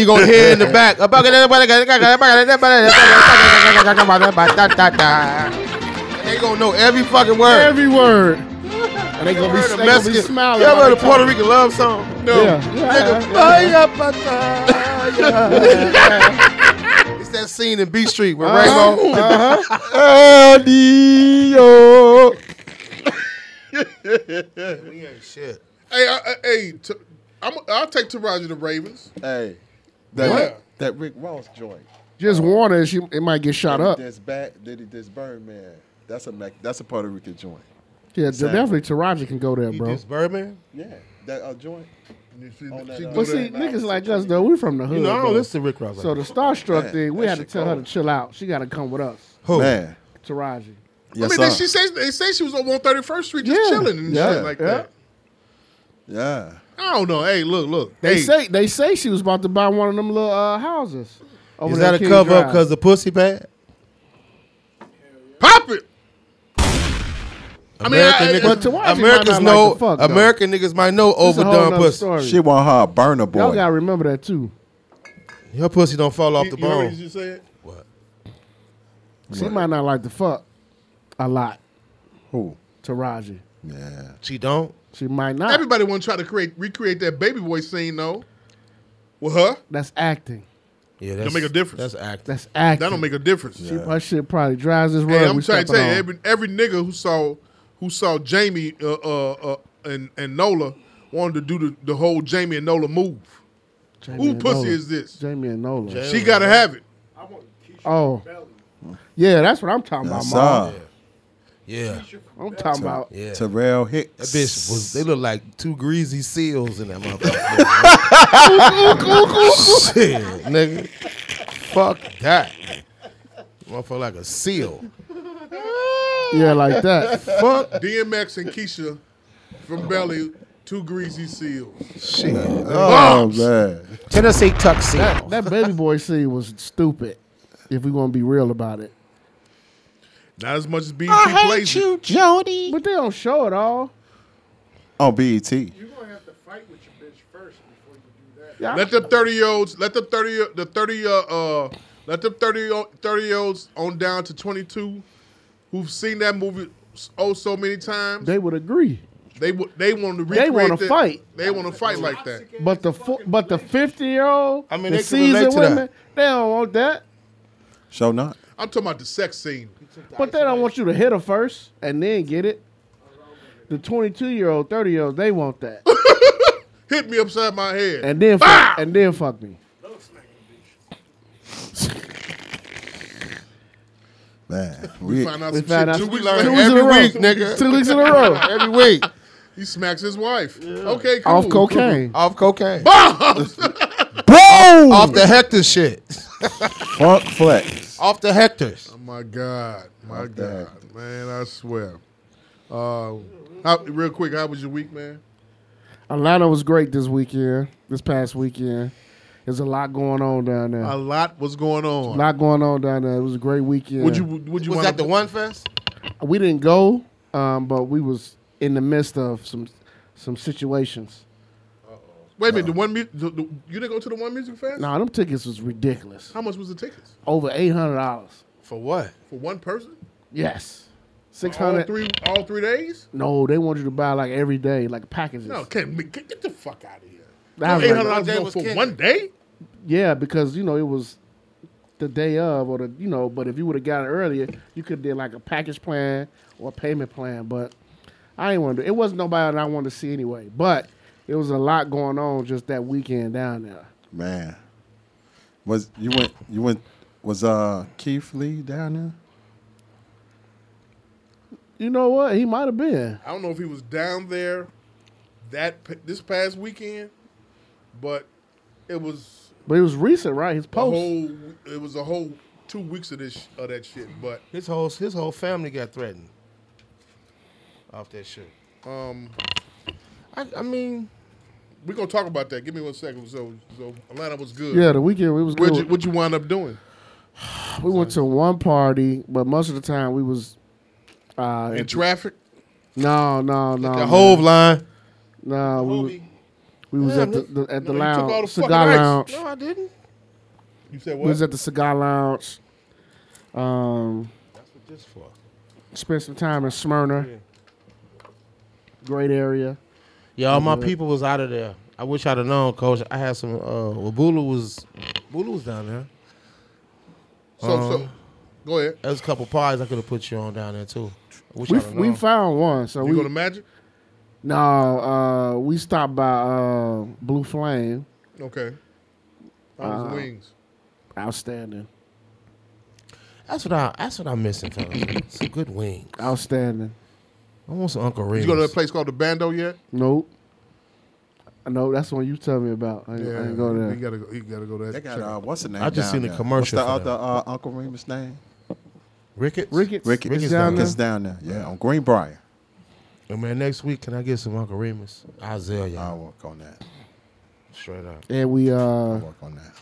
you gonna hear in the back. "A bucket and a bucket and a bucket and a bucket and a bucket and a bucket and a bucket and a bucket and a bucket and a bucket and a bucket." They gonna know every fucking word.
Every word. And they gonna be,
Heard a
they gonna be
Mexican-
smiling.
You ever
while
heard a
they
Puerto
talking.
Rican love song? No.
Yeah.
Nigga,
Yeah.
fire. It's that scene in B Street
Oh.
with Rainbow.
Uh-huh. Adio.
we ain't shit.
Hey, I, I, hey, t- I'm, I'll take Taraji the Ravens.
Hey,
that,
that,
yeah.
that Rick Ross joint.
Just warn her, she it might get shot
Diddy
up.
This back, Diddy this Birdman. That's a Mex- that's a Puerto Rican joint.
Yeah,
Exactly.
definitely Taraji can go there, bro.
Birdman?
Yeah, that uh, joint. On that, uh,
But see, niggas like us though, we from the hood.
know, I don't
bro.
listen to Rick Ross like
So the
that.
starstruck
Man,
thing, we
that
had to
shit
tell her
cold.
to chill out. She got to come with us.
Who?
man.
Taraji.
I
Yes,
mean, they,
sir.
she says they say she was on 131st Street just chilling and
Yeah.
shit like
Yeah.
that.
yeah.
I don't know. Hey, look, look.
They
hey,
say they say she was about to buy one of them little uh, houses. Over
Is
there
that a
King
cover up
Drive.
because the pussy bad?
pop it. I mean,
American
I- I-
But
niggas,
Taraji might
Americans
not
know.
like the fuck, though.
American niggas might know
This a whole
overdone
nother
pussy.
story.
She want her a burner boy.
Y'all gotta remember that too.
Your pussy don't fall off the
You heard what
bone.
you just said?
She might not like the fuck a lot.
Who?
Taraji.
Yeah.
She don't.
She might not.
Everybody want to try to create recreate that baby boy scene though. With her,
That's acting.
Yeah,
that
that's,
don't make a difference.
that's acting.
That's acting.
That don't make a difference.
She, her shit probably drives this rug.
Hey, I'm
we
trying to
stepping
tell you,
on.
every, every nigga who saw who saw Jamie uh, uh, uh, and and Nola wanted to do the, the whole Jamie and Nola move.
Jamie
Who
and
pussy
Nola.
is this?
Jamie and Nola.
She gotta have it.
I want Keisha
oh,
Belly.
yeah, that's what I'm talking
That's
about,
all.
Mom.
Yeah,
I'm talking about.
yeah.
Terrell Hicks.
That bitch was. They look like two greasy seals in that motherfucker. Shit, nigga. Fuck that. Motherfucker like a seal.
Yeah, like that.
Fuck
DMX and Keisha from Belly, two greasy seals.
shit.
Oh man.
Tennessee tuxedo.
that, that baby boy scene was stupid. If we're gonna be real about it,
Not as much as BT plays. it.
Jody.
but they don't show it all.
On BET.
You're going to have to fight with your bitch first before you do that.
Yeah,
Let them thirty year olds. Let them thirty. The thirty. Uh, uh let them 30, o- 30 year olds on down to twenty two, who've seen that movie s- oh so many times.
they would agree.
They wa- they want to
They
recreate
wanna
that-
fight.
They want to fight like that.
But the fo- but the fifty year old,
I mean,
the
they can relate
seasoned
to that.
women, they don't want that.
Show not.
I'm talking about the sex scene.
But they don't want you to hit her first and then get it. The twenty two year old, thirty year olds, they want that,
Hit me upside my head.
and then fuck, and then fuck me.
Man. We,
Find out
We
some
found
shit
out
two
some
weeks
shit.
later.
Two weeks in
Every
a row.
week, nigga.
Two weeks in a row,
Every week.
He smacks his wife. Okay, cool.
off cocaine.
Off cocaine.
Bro!
Off the Hector shit.
Funk flex.
Off the Hectors.
Oh my God, my
the
God, man! I swear. Uh, how, real quick, how was your week, man?
Atlanta was great this weekend. This past weekend, there's a lot going on down there.
A
A
lot was going on.
lot going on down there. It was a great weekend.
Would you? Would you
Was
want
that the one fest?
we didn't go, um, but we was in the midst of some some situations.
Wait a minute. The one mu- the, the, you didn't go to the one music fest?
Now nah, them tickets was ridiculous.
How much was the tickets
Over eight hundred dollars.
For what?
for one person?
Yes, six
All
hundred.
three, all three days?
No, they want you to buy like every day, like packages.
No, can't be- get, get the fuck out of here.
That was
Eight
like-
hundred
Day was
dollars for
Kendrick.
one day?
yeah, because you know it was the day of, or the you know. But if you would have got it earlier, you could have did like a package plan or a payment plan. But I ain't want to. It wasn't nobody that I wanted to see anyway. But it was a lot going on just that weekend down there.
Man. Was you went you went was uh Keith Lee down there?
You know what? He might have been.
I don't know if he was down there that p- this past weekend, but it was
But it was recent, right? His
a
post.
whole. It was a whole two weeks of this of that shit. But
His whole his whole family got threatened. Off that shit.
um,
I, I mean,
we're gonna talk about that. Give me one second. So, so Atlanta was good.
yeah, the weekend it was
What'd you,
good.
what'd you wind up doing?
we went to one party, but most of the time we was uh,
In traffic?
no, no, no,
the
man.
Hove line.
no. We, was- we was
Yeah,
at the, the at the
no, you took all the
lounge,
fucking
cigar
ice.
lounge.
No, I didn't.
You said
We
what?
was at the cigar lounge. Um,
That's what this for.
spent some time in Smyrna. Great area.
Yeah, all my
Mhm.
people was out of there. I wish I'd have known, Coach. I had some. Uh, well, Bulu was, Bulu was down there.
So- so,
go ahead.
There's a couple parties I could have put you on down there too. I wish
We,
I'd have
we
known.
found one. So
You
we
go to
Magic?
No, uh, we stopped by uh, Blue Flame.
Okay. I was
Uh,
wings.
Outstanding.
That's what I. That's what I'm missing, fellas. Some good wings.
Outstanding.
I want some Uncle
Did
Remus.
you go to that place called the Bando yet?
Nope. No, that's the one you tell me about. I, yeah, I didn't go there.
You gotta go. You gotta go to that.
They got, uh, what's the name?
I just
down
seen the
there?
commercial
What's
for
the
that.
other uh, Uncle Remus name?
Ricketts.
Ricketts.
Ricketts.
Ricketts down
Ricketts
there?
down there. Yeah, on Greenbrier.
And Oh, man, next week can I get some Uncle Remus? Azalea. I'll
work on that.
Straight up.
And we uh,
work on that.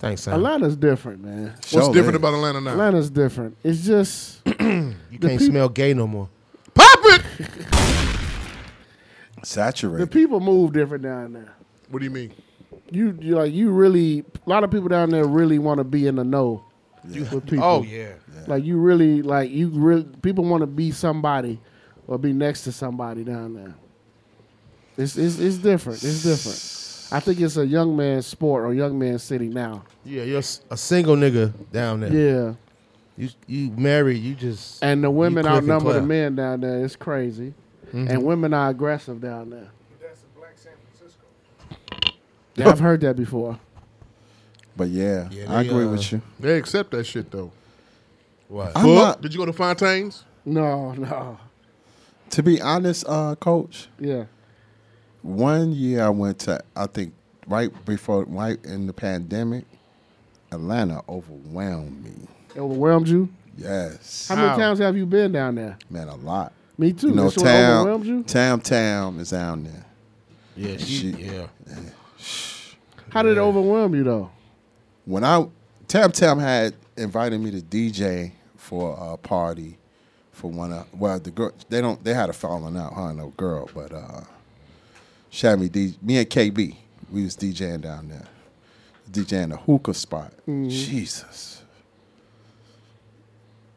Thanks, Sam.
Atlanta's different, man.
What's Sure different is. about Atlanta now?
Atlanta's different. It's just you
You can't smell gay no more.
Pop it. The
Saturated.
people move different down there.
What do you mean?
You, you like you really a lot of people down there really want to be in the know with people.
Oh, yeah.
Like you really like you really people want to be somebody or be next to somebody down there. It's it's, it's different. It's different. I think it's a young man's sport or young man's city now.
Yeah, you're s- a single nigga down there.
Yeah.
You you married, you just
And the women
you Cliff and
outnumber the
Claire.
men down there. It's crazy.
Mhm.
And women are aggressive down there.
That's the black San Francisco.
Yeah, I've heard that before.
But yeah,
Yeah,
I
they,
agree
uh,
with you.
They accept that shit though.
What?
I'm not-
Did you go to Fontaine's?
No, no.
To be honest, uh, coach,
Yeah.
one year I went to, I think right before, right in the pandemic, Atlanta overwhelmed me.
It overwhelmed you?
Yes.
How, many times have you been down there?
Man, a lot.
Me too.
You know,
That's what
town,
overwhelmed you?
town, town is down there.
Yeah, she, yeah.
How did it overwhelm you though?
when I Tam Tam had invited me to DJ for a party for one of well the girl they don't they had a falling out, huh? No girl, but uh she had me D, me and KB. We was DJing down there. DJing the hookah spot.
Mm-hmm.
Jesus.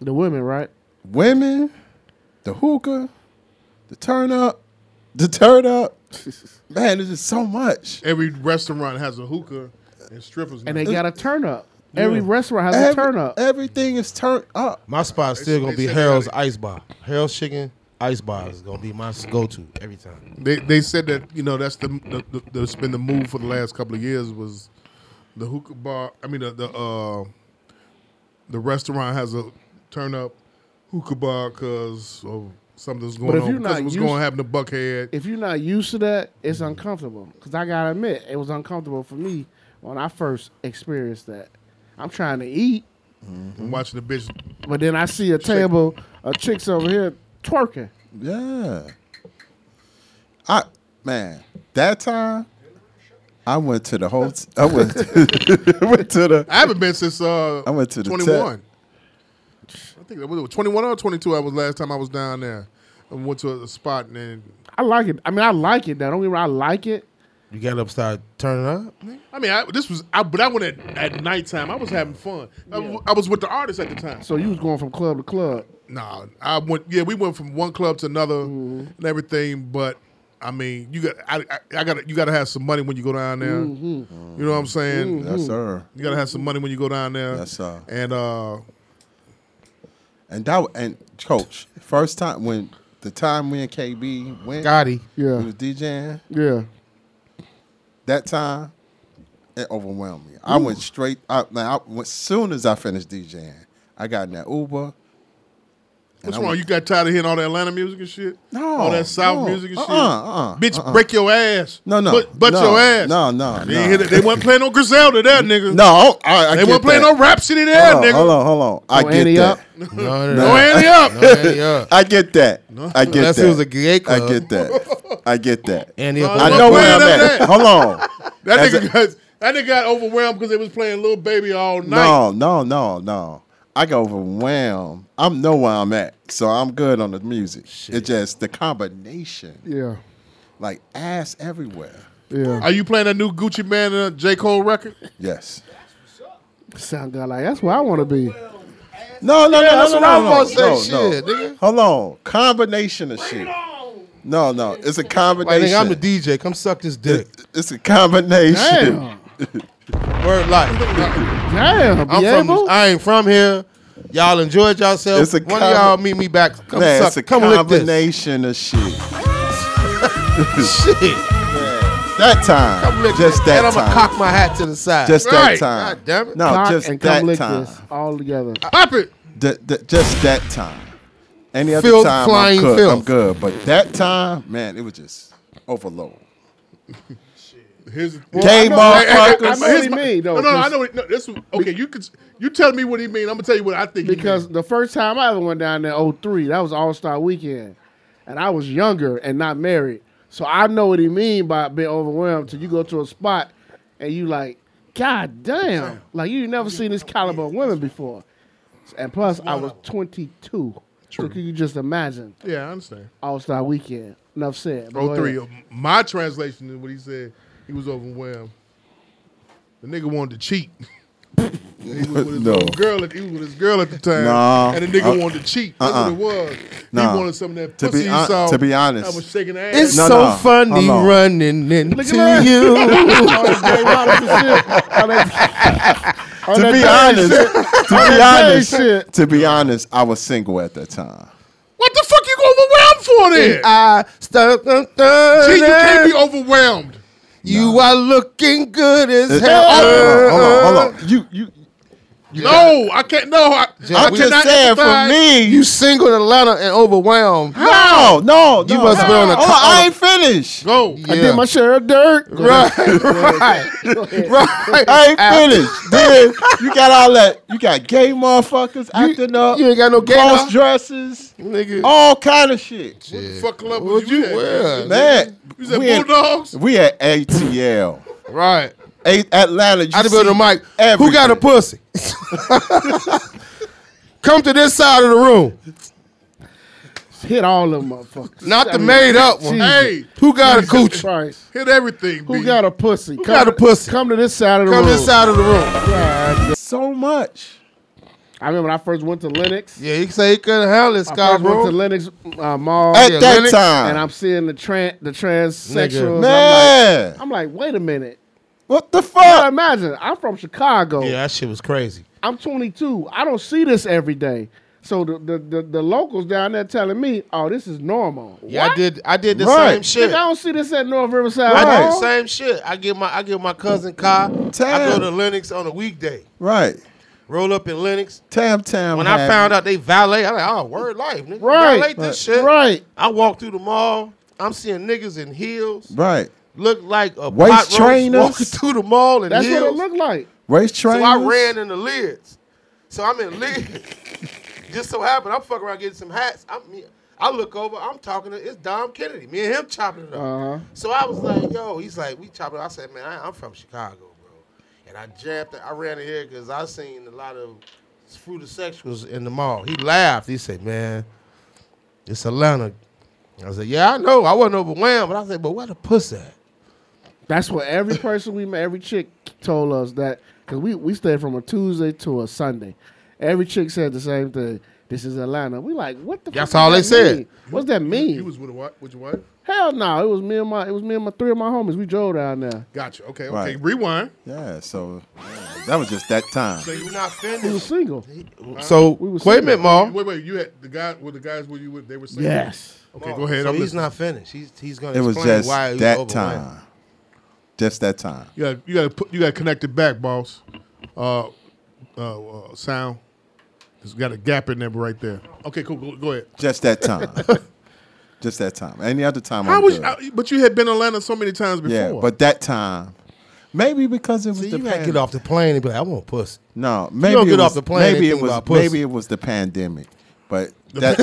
The women, right?
Women, the hookah, the turn up, the turn up. Man, there's just so much.
Every restaurant has a hookah and strippers.
And
now.
they got a turn up.
Uh, Yeah.
Every restaurant has a
Every-
turn up.
Everything is turned up.
My spot's still gonna
they
be
said they
Harold's Ice Bar. Harold's Chicken Ice Bar is gonna be my go to every time.
They they said that you know that's the, the, the that's been the move for the last couple of years was the hookah bar. I mean the the uh, the restaurant has a turn up hookah bar because of something's going
But if
on
you're
because
not
it was
used-
going to happen to Buckhead.
If you're not used to that, it's uncomfortable. Cause I gotta admit, it was uncomfortable for me when I first experienced that. I'm trying to eat,
I'm watching the bitch.
but then I see a table of chicks over here twerking.
Yeah. I man, that time I went to the whole. I went. I went to the.
I haven't been since uh
I went to the tech.
21. I think that was 21 or 22. I was last time I was down there and went to a spot and then
I like it. I mean, I like it. Now, don't get me wrong. I like it.
You gotta start turning up.
I mean, I, this was, I, but I went at, at nighttime. I was having fun. I, w- I was with the artists at the time.
So you was going from club to club.
Nah, I went. Yeah, we went from one club to another and everything. But I mean, you got, I, I, I got, you got to have some money when you go down there. You know what I'm saying?
Yes, sir.
You got to have some money when you go down there.
Yes, sir.
And uh,
And that wa- and coach first time when the time we and KB went.
Scotty.
Yeah.
We was DJing
Yeah.
that time. It overwhelmed me. I went straight. I, now, I, as soon as I finished DJing, I got in that Uber.
Oh,
and
what's
I
wrong?
went-
You got tired of hearing all that Atlanta music and shit?
No,
all that South
Oh, no,
music and shit.
uh-uh, uh-uh,
Bitch,
uh-uh.
break your ass.
No, no,
but, but
no,
your ass.
No, no,
They,
no.
ain't hear that- they weren't playing no Griselda there, nigga.
No, I, I
they
get
weren't playing
that.
no Rhapsody there,
hold on,
nigga.
Hold on, hold on. I
No
get
Annie
that.
Up. No, no. No Annie Up. No Annie Up.
I get that. I get
Unless
that.
it was a gay club.
I get that. I get that.
Annie Up
I
was
know
a
where I'm
club.
at. Hold on.
That
As
nigga,
a-
got, that nigga got overwhelmed because they was playing Little Baby all night.
no, no, no, no. I got overwhelmed. I know where I'm at, so I'm good on the music. It's just the combination,
Yeah.
like ass everywhere.
Yeah.
Are you playing that new Gucci Man and uh, J. Cole record?
Yes.
Sound guy like that's where I want to be.
No, no,
Yeah,
no,
that's
no,
what I
no,
was
no,
about to say.
no, no.
Shit, nigga.
Hold on. Combination of shit. No, no, it's a combination.
Like, nigga, I'm the DJ. Come suck this dick.
it's a combination.
Word life.
Damn,
I'm
be
from,
able?
I ain't from here. Y'all enjoyed
It's
yourselves.
a
One
com-
of y'all meet me back. Come
Man,
suck.
it's a
Come lick this.
combination of shit.
shit.
That time,
Come lick
just
this.
that
and I'm
time.
gonna cock my hat to the side.
Just that Right. time.
God damn it.
No,
Cock
Oh, just
and come
that
lick
time.
this all together.
Pop it.
Th- th- just that time. Any other
Filth,
time,
flying
I'm good.
filth.
I'm good. But that time, man, it was just overload.
Well,
Gay
I know- I- I- I-
motherfuckers.
I-
I know what he
his-
mean, though,
No, no, I
because-
know. What, no, this was, okay, you could. You tell me what he mean. I'm gonna tell you what I think.
Because the first time I ever went down there, 03, that was All Star Weekend, and I was younger and not married, so I know what he mean by being overwhelmed. Till you go to a spot and you like, God damn, like you never seen this caliber of women before. And plus, I was 22, so can you just imagine
he mean. yeah, I understand.
All Star Weekend? Enough said. But go
Oh three.
ahead.
My translation is what he said. He was overwhelmed. The nigga wanted to cheat. he was with his
No.
little girl. At, he was with his girl at the time.
Nah.
and the nigga
Uh,
wanted to cheat. That's
uh-uh.
what it was.
Nah.
He wanted some of that
To be
pussy. he
hon-
saw.
to be honest.
I was shaking ass.
It's
No,
so
no.
funny
Hold on.
running into
that.
you.
to be honest, to
that
be
gay
honest, to be honest, I was single at that time.
What the fuck you overwhelmed for then?
I start,
Gee, you can't be overwhelmed.
You are looking good as
It-
hell.
hold on, hold on, hold on. You, you,
no, I can't. No, I, I
I'm
cannot
just saying, for
empathize.
me, you single in Atlanta and overwhelmed.
no, no,
You
no,
must have been on a.
Hold on, I ain't finished.
Go.
I did my share of dirt.
Right, right, right.
I ain't finished. Then you got all that. You got gay motherfuckers acting up.
You ain't got no gay
cross
now?
dresses,
nigga.
all kind of shit.
What the fuck club was you, at?
Man,
You said
we had-
Bulldogs?
we had ATL,
Right.
A- Atlanta. you
I'd have been
see
on the mic. Who got a
everything.
pussy? Come to this side of the room.
Hit all of them motherfuckers.
Not the
I mean,
made up one.
Jesus
Hey,
Who got a cooch?
Christ.
hit everything.
Who
B.
got a pussy? Who
got a pussy?
Come to this side of the
Come
room.
this side of the room.
so much.
I remember when I first went to Lennox.
Yeah, you say he couldn't handle it,
I first went to
Scarborough.
Lennox uh, Mall.
At
yeah,
that
Lennox
time,
And I'm seeing the tran the transsexuals.
man,
I'm like, I'm like, wait a minute.
what the
Now
fuck?
imagine, I'm from Chicago.
Yeah, that shit was crazy.
I'm 22. I don't see this every day. So the the, the, the locals down there telling me, oh, this is normal.
Yeah, I did. I did the
Right.
same shit.
Nigga, I don't see this at North Riverside.
I do
Right.
the same shit. I give my I give my cousin car. I go
Damn.
to Lennox on a weekday.
Right,
Roll up in Lennox.
Tam Tam.
When
had
I found out they valet, I'm like, oh, word life, nigga.
Right.
Valet this shit.
Right.
I walk through the mall. I'm seeing niggas in heels.
right
Look like a
Waist
pot roast
trainers.
walking through the mall in
That's
heels.
what it looked like.
race train.
So I ran in the lids. So I'm in lids. Just so happened, I'm fucking around getting some hats. I'm, I look over, I'm talking to, it's Dom Kennedy. Me and him chopping it up.
Uh-huh.
So I was like, yo, he's like, we chopping it up. I said, man, I, I'm from Chicago, bro. And I jammed it. I ran in here because I seen a lot of fruit of sexuals in the mall. He laughed. He said, man, it's Atlanta. I said, yeah, I know. I wasn't overwhelmed, but I said, but where the pussy at?
That's what every person we met, every chick told us that because we, we stayed from a Tuesday to a Sunday. Every chick said the same thing. This is Atlanta. We like what the?
That's
fuck
all
does
they
that
said.
mean? What's that
You
mean?
was with a wife? With your wife?
Hell no! It was me and my it was me and my three of my homies. We drove down there.
Gotcha. Okay. Okay.
Right.
Rewind.
Yeah, so yeah, that was just that time.
You not
We were
finished.
single.
So,
We was
wait a minute,
single.
Maul.
Wait, wait. You had the guy. Were the guys were you with? They were single.
Yes.
Okay. Go ahead.
So
I'm
he's
listening.
not finished. He's he's gonna
It was
explain
just
why he's
that
overwhelmed.
time. Just that time.
You got. You got to put. You got to connect it back, boss. Uh, uh, uh sound. It's got a gap in there right there. Okay. Cool. Go, go ahead.
Just that time. just that time. Any other time?
How
I'm
was?
good.
I- but you had been in Atlanta so many times before.
yeah, but that time, maybe because it was
See,
the
you gotta
pandemic.
get off the plane and be like, I want pussy.
No, maybe
don't
it
get
was,
off the plane and
Maybe it
think
was
about pussy.
maybe it was the pandemic, but that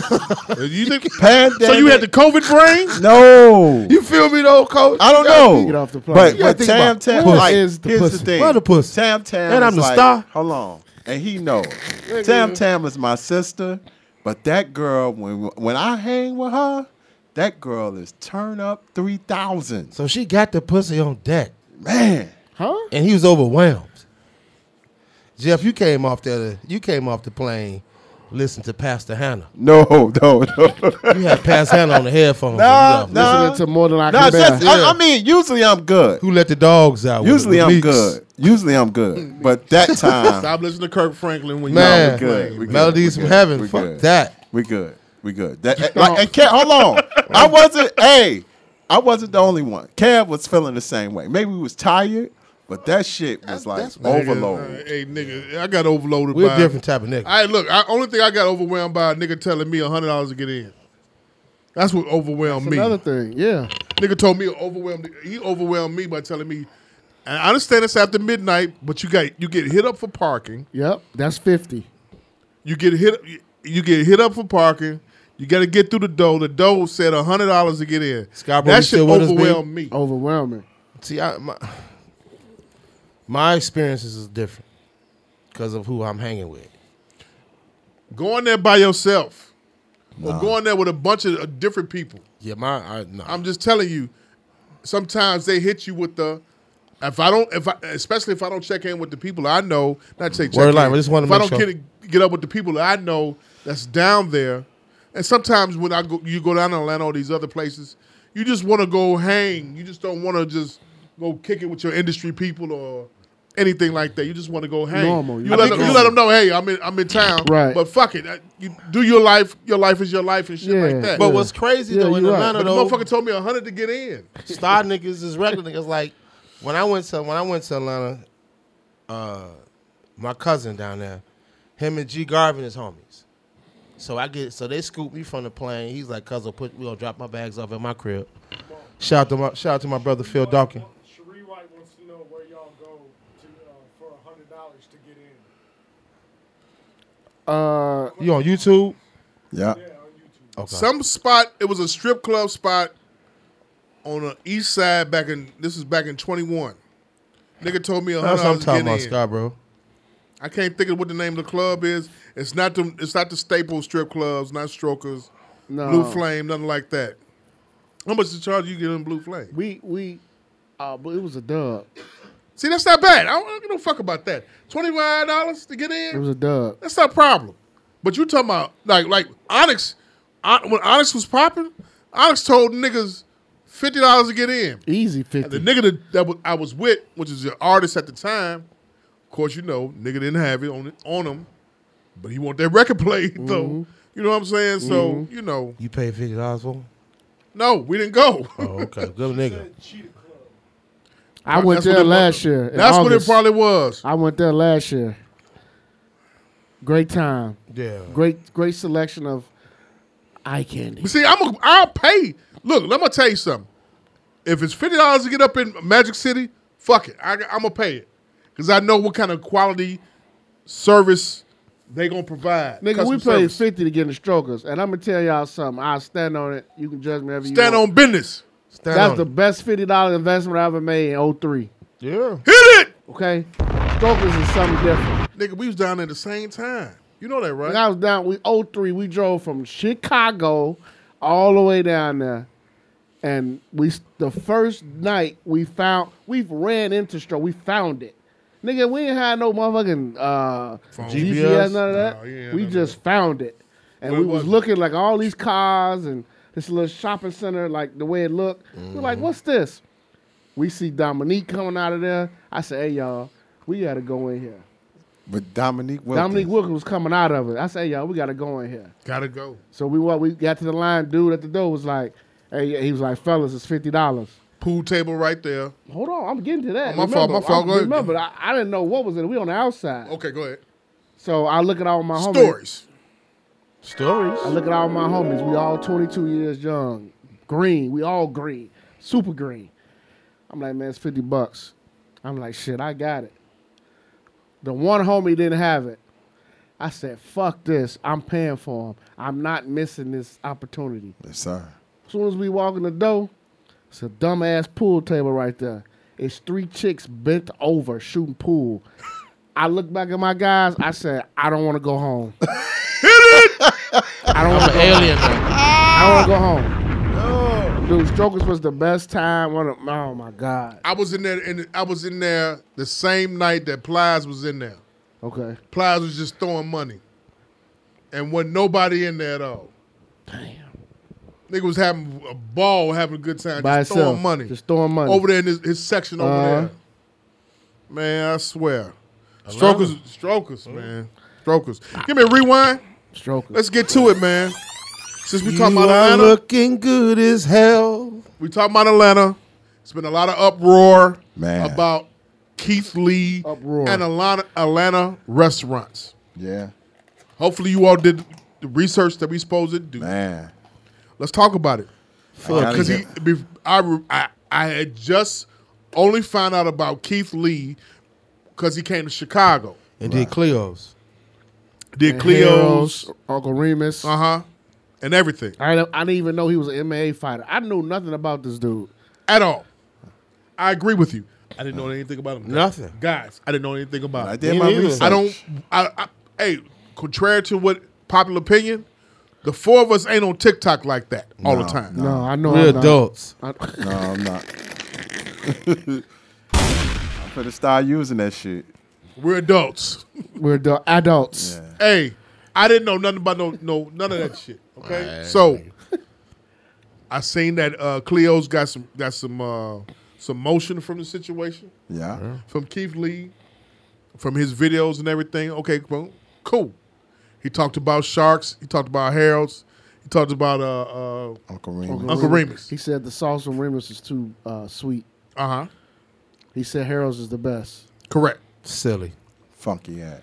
you think?
pandemic.
so you had the COVID brain?
no.
You feel me though, coach?
I don't
You gotta
know.
think-
get off the plane.
But,
You
but
gotta think
Tam
about
Tam,
pussy.
like,
Is the
here's
pussy.
the thing.
Where the pussy?
Tam Tam
And I'm
is
the
like,
star.
Hold on. And he knows. Tam Tam is my sister, but that girl, when when I hang with her, that girl is turn up 3,000.
So she got the pussy on deck,
Man.
Huh?
and he was overwhelmed. Jeff, you came off the you came off the plane listen to Pastor Hannah.
No, no, no.
You had Pastor Hannah on the headphones.
Nah,
when you left.
nah. Nah, just- I, I mean, usually I'm good.
Who let the dogs out?
Usually
with
I'm
the leaks?
good. Usually I'm good. But that time,
Stop listening to Kirk Franklin when
man,
you
we good. We good.
Melodies
We
from
good.
Heaven.
We
Fuck
good.
that.
We good. We good. That like, and Kev, hold on. I wasn't. hey, I wasn't the only one. Kev was feeling the same way. Maybe we was tired, but that shit was like overload.
Nigga, uh, hey, nigga, I got overloaded.
We're
by,
a different type of nigga.
I look. I only thing I got overwhelmed by a nigga telling me hundred dollars to get in. That's what overwhelmed me.
Another thing, yeah.
Nigga told me overwhelmed. He overwhelmed me by telling me. And I understand it's after midnight, but you got you get hit up for parking.
Yep, that's fifty.
You get hit. You get hit up for parking. You got to get through the door. The door said hundred dollars to get in.
Scarborough, you
that shit
still with us, B?
overwhelmed me.
Overwhelming.
See, I, my, my experiences is different because of who I'm hanging with.
Going there by yourself,
Nah.
or going there with a bunch of uh, different people.
Yeah, my I, no.
I'm just telling you. Sometimes they hit you with the. If I don't, if I, especially if I don't check in with the people I know, not say check
Word
in.
line, I just wanna
if I
make
don't
sure.
get get up with the people I know that's down there, and sometimes when I go, you go down to Atlanta or these other places, you just want to go hang. You just don't want to just go kick it with your industry people or anything like that. You just want to go hang.
Normal,
You
yeah.
let
I think
them, you
it's-
let them know, hey, I'm in I'm in town,
Right.
But fuck it, I- you do your life. Your life is your life and shit like that.
But what's crazy though in Atlanta
But the
though,
motherfucker told me a hundred to get in.
star niggas is regular niggas. Like when I went to when I went to Atlanta, uh, my cousin down there, him and G Garvin is homies. So I get so they scoop me from the plane. He's like, "Cuz, I'll put we gonna drop my bags off at my crib." Shout out to my shout out to my brother Phil Dawkins.
Sheree White wants to know where y'all go to uh, for a hundred dollars to get in.
Uh,
you on YouTube?
Yeah.
Okay.
Some spot. It was a strip club spot on the east side back in. This is back in twenty one. Nigga told me a hundred
That's what I'm
dollars to get
talking about,
in.
Scarborough.
I can't think of what the name of the club is. It's not the. It's not the staple strip clubs. Not Strokers.
No.
Blue Flame. Nothing like that. How much the charge you get in Blue Flame?
We we. Uh, but it was a dub.
See, that's not bad. I don't, I don't give no fuck about that. Twenty five dollars to get in.
It was a dub.
That's not a problem. But you talking about like like Onyx Hon- when Onyx was popping, Onyx told niggas fifty dollars to get in.
Easy fifty.
And the nigga that, that wa- I was with, which is an artist at the time, of course you know, nigga didn't have it on it- on him, but he want that record played though.
Mm-hmm.
Mhm.
You know what I'm saying? So
Mhm.
you know,
You paid fifty dollars for? 'em?
no, we didn't go.
Oh, okay, good nigga.
I went
That's what
there
it was.
last year. in
That's what it
August.
probably was.
I went there last year. Great time.
Yeah.
Great great selection of eye candy.
But see, I'm a, I'll pay. Look, let me tell you something. If it's fifty dollars to get up in Magic City, fuck it. I, am gonna pay it because I know what kind of quality service they gonna provide.
Nigga,
Custom
we paid
service.
fifty to get in the strokers, and I'm gonna tell y'all something. I stand on it. You can judge me whatever you
Stand
want.
on business.
Stand
That's
on
the best fifty dollar investment I ever made in 03.
Yeah.
Hit it.
Okay, strokers is something different.
Nigga, we was down there at the same time. You know that, right?
When I was down, we 03, we drove from Chicago all the way down there. And we the first night we found we ran into Stro, we found it. Nigga, we ain't had no motherfucking uh, GPS,
GPS?
none of that.
No, you ain't had
we
none of
just found it. And
Where
we was,
was it?
looking like all these cars and this little shopping center, like the way it looked. We're
Mm-hmm.
like, what's this? We see Dominique coming out of there. I said, hey y'all, we gotta go in here.
But Dominique Wilkins.
Dominique Wilkins was coming out of it. I said, y'all, we got to go in here.
Gotta go.
So we what we got to the line. Dude at the door was like, hey, he was like, fellas, it's fifty dollars.
Pool table right there.
Hold on, I'm getting to that.
Oh, my fault, my fault.
I-
Go ahead.
Remember, I, I didn't know what was in it. We on the outside.
Okay, go ahead.
So I look at all my homies.
Stories.
Stories.
I look at all my homies. We all 22 years young, green. We all green, super green. I'm like, man, it's 50 bucks. I'm like, shit, I got it. The one homie didn't have it. I said, fuck this. I'm paying for him. I'm not missing this opportunity.
Yes, sir.
As soon as we walk in the door, it's a dumbass pool table right there. It's three chicks bent over shooting pool. I look back at my guys. I said, I don't want to go home. Hit it! I don't want to go alien. I don't want to go home. Dude, Strokers was the best time. One of, oh my god.
I was in there, and I was in there the same night that Plies was in there.
Okay.
Plies was just throwing money. and wasn't nobody in there at all. Damn. Nigga was having a ball, having a good time,
By
just
itself.
throwing money.
Just throwing money.
Over there in his, his section over
Uh-huh.
there. Man, I swear.
love
Strokers, strokers, man. Strokers. Give me a rewind.
Strokers.
Let's get to it, man. Since we
You
talking about
are
Atlanta.
looking good as hell.
We talking about Atlanta. It's been a lot of uproar
Man.
about Keith Lee and Atlanta, Atlanta restaurants.
Yeah.
Hopefully, you all did the research that we supposed to do.
Man.
Let's talk about it.
I gotta
Because he,
get-
bef- I, re- I, I had just only found out about Keith Lee because he came to Chicago.
And did Cleo's.
Did
And
Cleo's,
Harold's, Uncle Remus.
Uh huh. And everything.
I didn't, I didn't even know he was an MMA fighter. I knew nothing about this dude
at all. I agree with you. I didn't know anything about him.
Nothing.
guys. I didn't know anything about.
I
him.
did Me my neither. research.
I don't. I, I hey, contrary to what popular opinion, the four of us ain't on TikTok like that all the
No,
time.
No, I know.
We're
I'm not.
adults.
I-
No, I'm not. I'm gonna start using that shit.
We're adults.
We're adu- adults.
Hey, I didn't know nothing about no no none of that shit. Okay,
Right.
so I seen that uh, Cleo's got some got some uh, some motion from the situation.
Yeah. Yeah.
from Keith Lee, from his videos and everything. Okay, cool. cool. He talked about sharks. He talked about heralds. He talked about uh, uh,
Uncle
Uncle Remus.
He said the sauce from Remus is too uh, sweet.
Uh huh.
He said Harold's is the best.
Correct.
Silly.
Funky ass.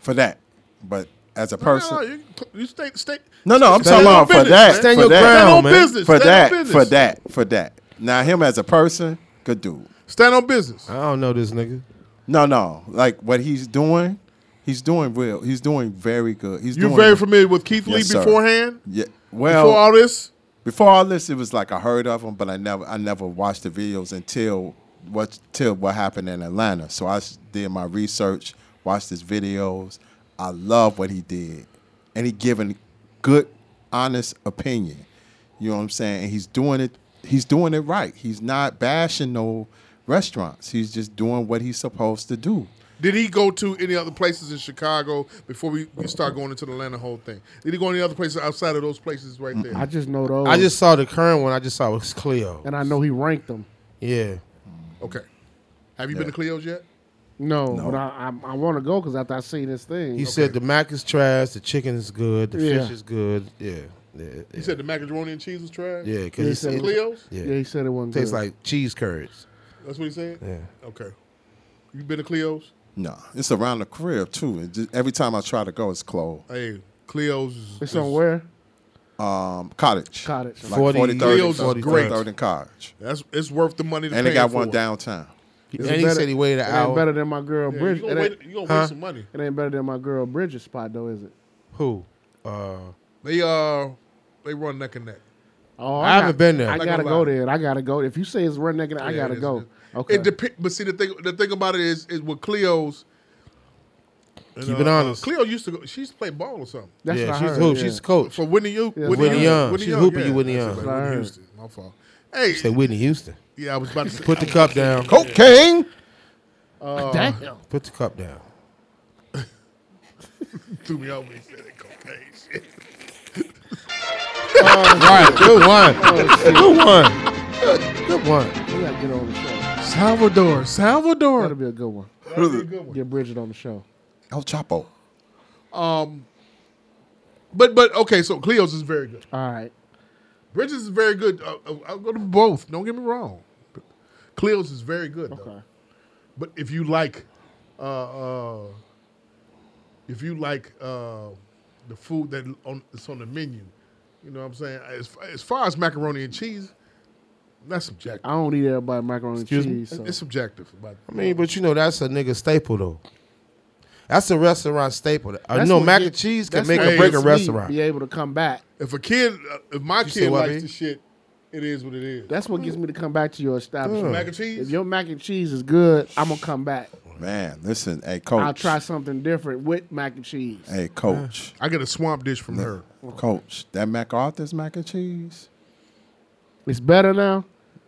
For that. But as a person.
No, you, you stay, stay.
No, no, I'm
stay
talking
on
about for
business.
that.
Stand
for
your
that,
ground, Stand on man. business.
For
Stand on
that,
business.
for that, for that. Now him as a person, good dude.
Stand on business.
I don't know this nigga.
No, no, like what he's doing, he's doing real. He's doing very good. He's
You
doing
very familiar with Keith Lee
sir.
beforehand?
Yeah. Well,
Before all this,
before all this, it was like I heard of him, but I never, I never watched the videos until what till what happened in Atlanta. So I s- did my research, watched his videos. I love what he did, and he giving good, honest opinion. You know what I'm saying? And he's doing it. He's doing it right. He's not bashing no restaurants. He's just doing what he's supposed to do.
did he go to any other places in Chicago before we, we start going into the Atlanta whole thing? Did he go any other places outside of those places
Mm,
right there?
I just know those.
I just saw the current one. I just saw it was Cleo.
and I know he ranked them.
Yeah.
Okay. Have you been to Cleo's yet?
No,
No.
but I I, I want to go because after I seen this thing,
He said the mac is trash, the chicken is good, the
Yeah.
fish is good. Yeah. Yeah.
You said the macaroni and cheese was trash.
Yeah,
Yeah, he
because
said it was-
Cleo's?
Yeah. he said it wasn't
Tastes
good.
like cheese curds.
That's what he said.
Yeah.
Okay. You been to Cleo's?
No, it's around the crib too. It just, every time I try to go, it's closed.
Hey, Cleo's. is-
It's
is-
on where?
Um, cottage.
Cottage.
Like 40, 40
Cleo's is great.
in cottage.
That's it's worth the money. To
And they
pay
got
for
one
it.
downtown.
It's
And he
better-
said he waited an
it ain't
hour.
better than my girl
Yeah, you
Bridget.
gonna
It
wait-
ain't-
you gonna
Huh?
waste some money.
It ain't better than my girl Bridget's spot though, is it?
Who? Uh,
They uh they run neck and neck.
Oh,
I haven't
got-
been there.
I
Not
gotta
gonna
go
lie.
there. I gotta go. If you say it's redneck, then I
Yeah,
gotta
it is.
go. Okay.
It depends, but see the thing the thing about it is is with Cleo's. and, uh,
Keep it honest.
Cleo used to go. She used to play ball or something.
That's Yeah, what I she's heard, who? yeah. She's a coach.
for Whitney Young.
Yeah, Whitney Young. She's hooping you,
yeah.
Whitney
That's
Young.
right,
That's what I heard.
Houston. My fault. Hey,
Say Whitney Houston.
Yeah, I was about to say-
Put
I
the
was
cup
about
down.
to say- Cocaine?
Oh.
Uh,
Damn. Put the cup down.
threw me out when he said that cocaine shit.
right. Good one. Good one.
Good one. We gotta get her on the show.
Salvador, Salvador.
That'll be a good one.
That'll be a good one.
Get Bridget on the show.
El Oh, Chapo.
Um, but but okay, so Cleo's is very good.
All right,
Bridges is very good. Uh, uh, I'll go to both. Don't get me wrong. Cleo's is very good. Though. But if you like, uh, uh, if you like uh, the food that on it's on the menu, you know what I'm saying. As as far as macaroni and cheese, that's subjective.
I don't eat everybody macaroni
Excuse me?
and cheese. So.
It's subjective. But
I mean, but you know, that's a nigga staple, though. That's a restaurant staple. I
That's
know
what
mac
get-
and cheese can
that's
make
what
or break a
gets me
restaurant.
Be able to come back.
if a kid, uh, if my
You see
kid
what I
likes
mean?
the shit, it is what it is.
That's what gets me to come back to your establishment.
Mac and cheese?
If your mac and cheese is good, I'm gonna come back.
Man, listen, hey coach.
I'll try something different with mac and cheese.
Hey coach.
I get a swamp dish from her.
Coach, that MacArthur's mac and cheese.
It's better now.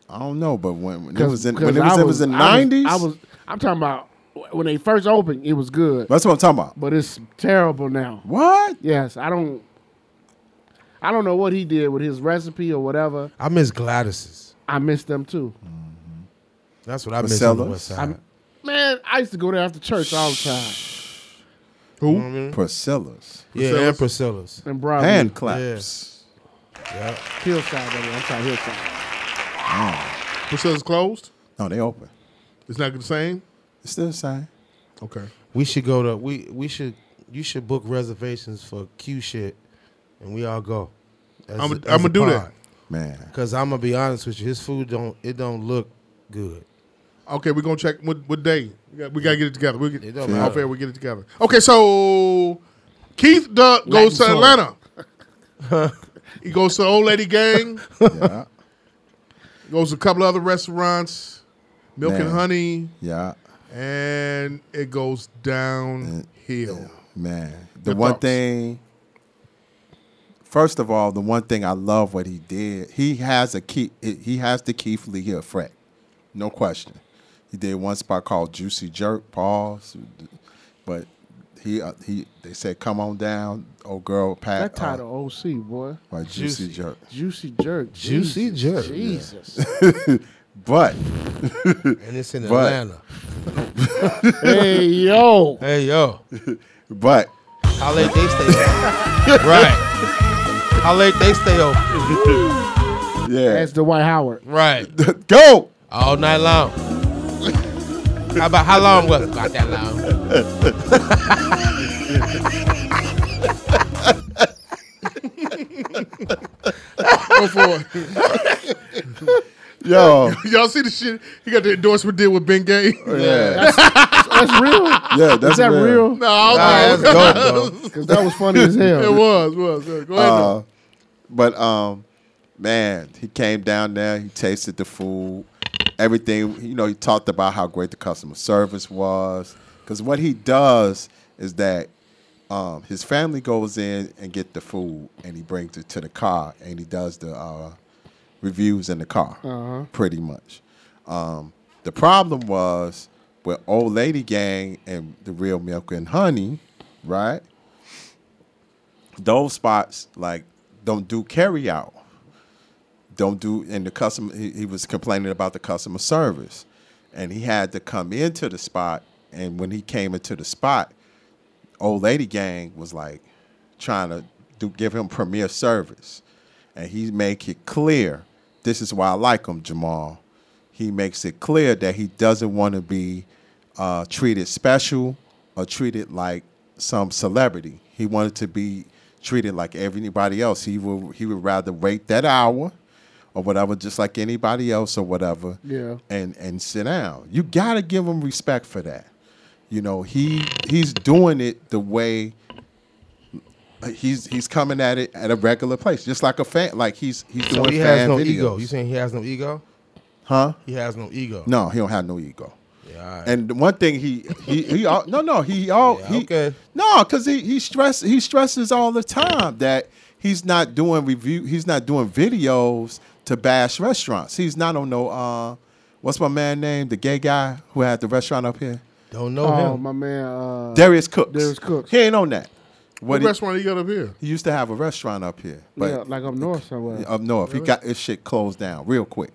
I don't know, but when, when it
Cause-
was in
cause
when it
I
was, it was in
I
nineties.
I was. I'm talking about when they first opened, it was good.
That's what I'm talking about.
But it's terrible now.
What?
Yes, I don't. I don't know what he did with his recipe or whatever.
I miss Gladys's.
I miss them too.
That's what I miss on the
Marcellus?
West Side.
I'm- man, I used to go there after church all the time.
Who?
Priscilla's.
Yeah, and Priscilla's.
And Broadway.
Hand claps.
Yeah.
Hillside, by the way. I'm sorry, Hillside.
Priscilla's closed?
No, they open.
It's not the same?
It's still the same.
Okay.
We should go to we we should you should book reservations for Q shit, and we all go.
I'ma- I'ma do that.
man.
Cause I'm gonna be honest with you, his food don't it don't look good.
Okay, we're gonna check what, what day. We got, we gotta get it together. We'll get
don't
off
matter.
air, we get it together. Okay, so Keith Duck goes to
Latin soul.
Atlanta. he goes to the old lady gang.
Yeah.
goes to a couple other restaurants, Milk and
Man.
Honey,
Yeah.
and it goes downhill.
Man, the
Your
one
thoughts?
thing. First of all, the one thing I love what he did. He has a key. He has the Keith Lee effect, no question. He did one spot called Juicy Jerk. Pause. But he uh, he they said come on down, old girl. Pat
That
uh,
title OC, boy.
right, Juicy Jerk.
Juicy jerk.
Juicy
Jesus,
jerk.
Jesus.
but
And it's in
but-
Atlanta.
hey yo.
Hey yo.
But
How late they stay open. right. How late they stay open.
yeah,
That's Dwight Howard.
right.
go.
All night long. How about how long was it? About that long.
Go for it.
Yo.
Y'all see the shit? He got the endorsement deal with Ben Gay.
Yeah.
That's real.
Yeah, that's
Is that
real.
real?
No, I don't
Nah,
know.
that's dope,
Because that was funny as hell.
It was, was. Go ahead. though.
Uh, but um, man, he came down there. He tasted the food, everything. You know, he talked about how great the customer service was. Because what he does is that um, his family goes in and get the food, and he brings it to the car, and he does the uh, reviews in the car,
Uh-huh.
pretty much. Um, the problem was with Old Lady Gang and the Real Milk and Honey, right? those spots like don't do carry out don't do and the customer he, he was complaining about the customer service and he had to come into the spot and when he came into the spot old lady gang was like trying to do, give him premier service and he make it clear this is why i like him jamal he makes it clear that he doesn't want to be uh, treated special or treated like some celebrity. He wanted to be treated like everybody else. He would he would rather wait that hour or whatever, just like anybody else or whatever
Yeah.
and and sit down. You gotta give him respect for that. You know, he he's doing it the way he's he's coming at it at a regular place, just like a fan. Like he's he's
So
doing
he
fan
has no
videos.
ego. You saying he has no ego?
huh?
He has no ego.
No, he don't have no ego.
Yeah, all right.
And the one thing he he he all, no no he all he
okay.
no because he he stress he stresses all the time that he's not doing review he's not doing videos to bash restaurants he's not on no uh what's my man name the gay guy who had the restaurant up here
Don't know
Oh,
him.
my man. Uh,
Darius Cooks
Darius Cooks.
he ain't on that
What
what he,
restaurant he got up here?
he used to have a restaurant up here but
yeah, like up north somewhere.
up north he got his shit closed down real quick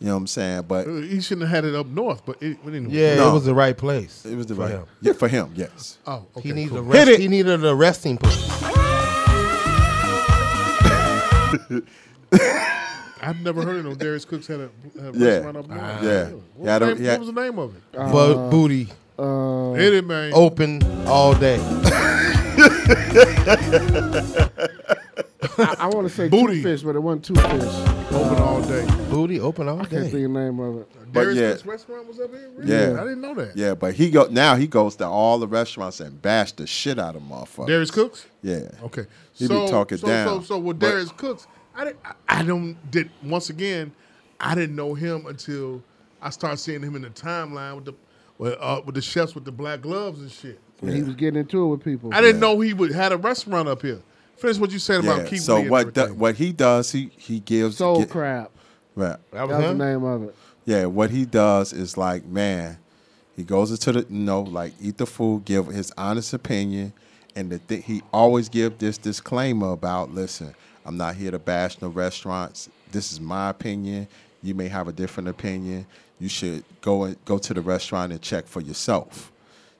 you know what I'm saying but
He shouldn't have had it up north, but it, but anyway.
Yeah,
No.
it was the right place.
it was the
for
right
him.
yeah for him yes
Oh, okay.
He needed
cool.
a rest.
it.
He needed a resting place.
I've never heard of no Darius Cooks had a, had a
Yeah.
restaurant up north.
Ah.
yeah.
What,
Yeah,
was the
I don't-
name,
yeah.
what was the name of it?
but booty
Uh,
Hit it, man.
Oh.
open all day.
I, I want to say
Booty.
two fish, but it wasn't two fish. I
Open all day.
booty open all
can't
day.
think of the name of it.
but
Darius
yeah
Cooks restaurant was up here? Really?
Yeah.
I didn't know that.
Yeah, but he go now. He goes to all the restaurants and bash the shit out of motherfuckers.
Darius Cooks?
yeah.
Okay.
He be talking
so, So,
down,
so with
but-
Darius Cooks, I, didn't, I, I don't did once again. I didn't know him until I started seeing him in the timeline with the with, uh, with the chefs with the black gloves and shit.
When he was getting into it with people.
I didn't know he would had a restaurant up here. Finish what you said
Yeah.
about Keith Lee
So
and
what? do-
everything.
what he does, he he gives.
Soul
get-
Crab.
right.
That
That
was
was the
him.
name of it.
Yeah. What he does is like man. He goes into the you know, like eat the food, give his honest opinion, and the thing he always give this disclaimer about. Listen, I'm not here to bash no restaurants. This is my opinion. You may have a different opinion. You should go and go to the restaurant and check for yourself.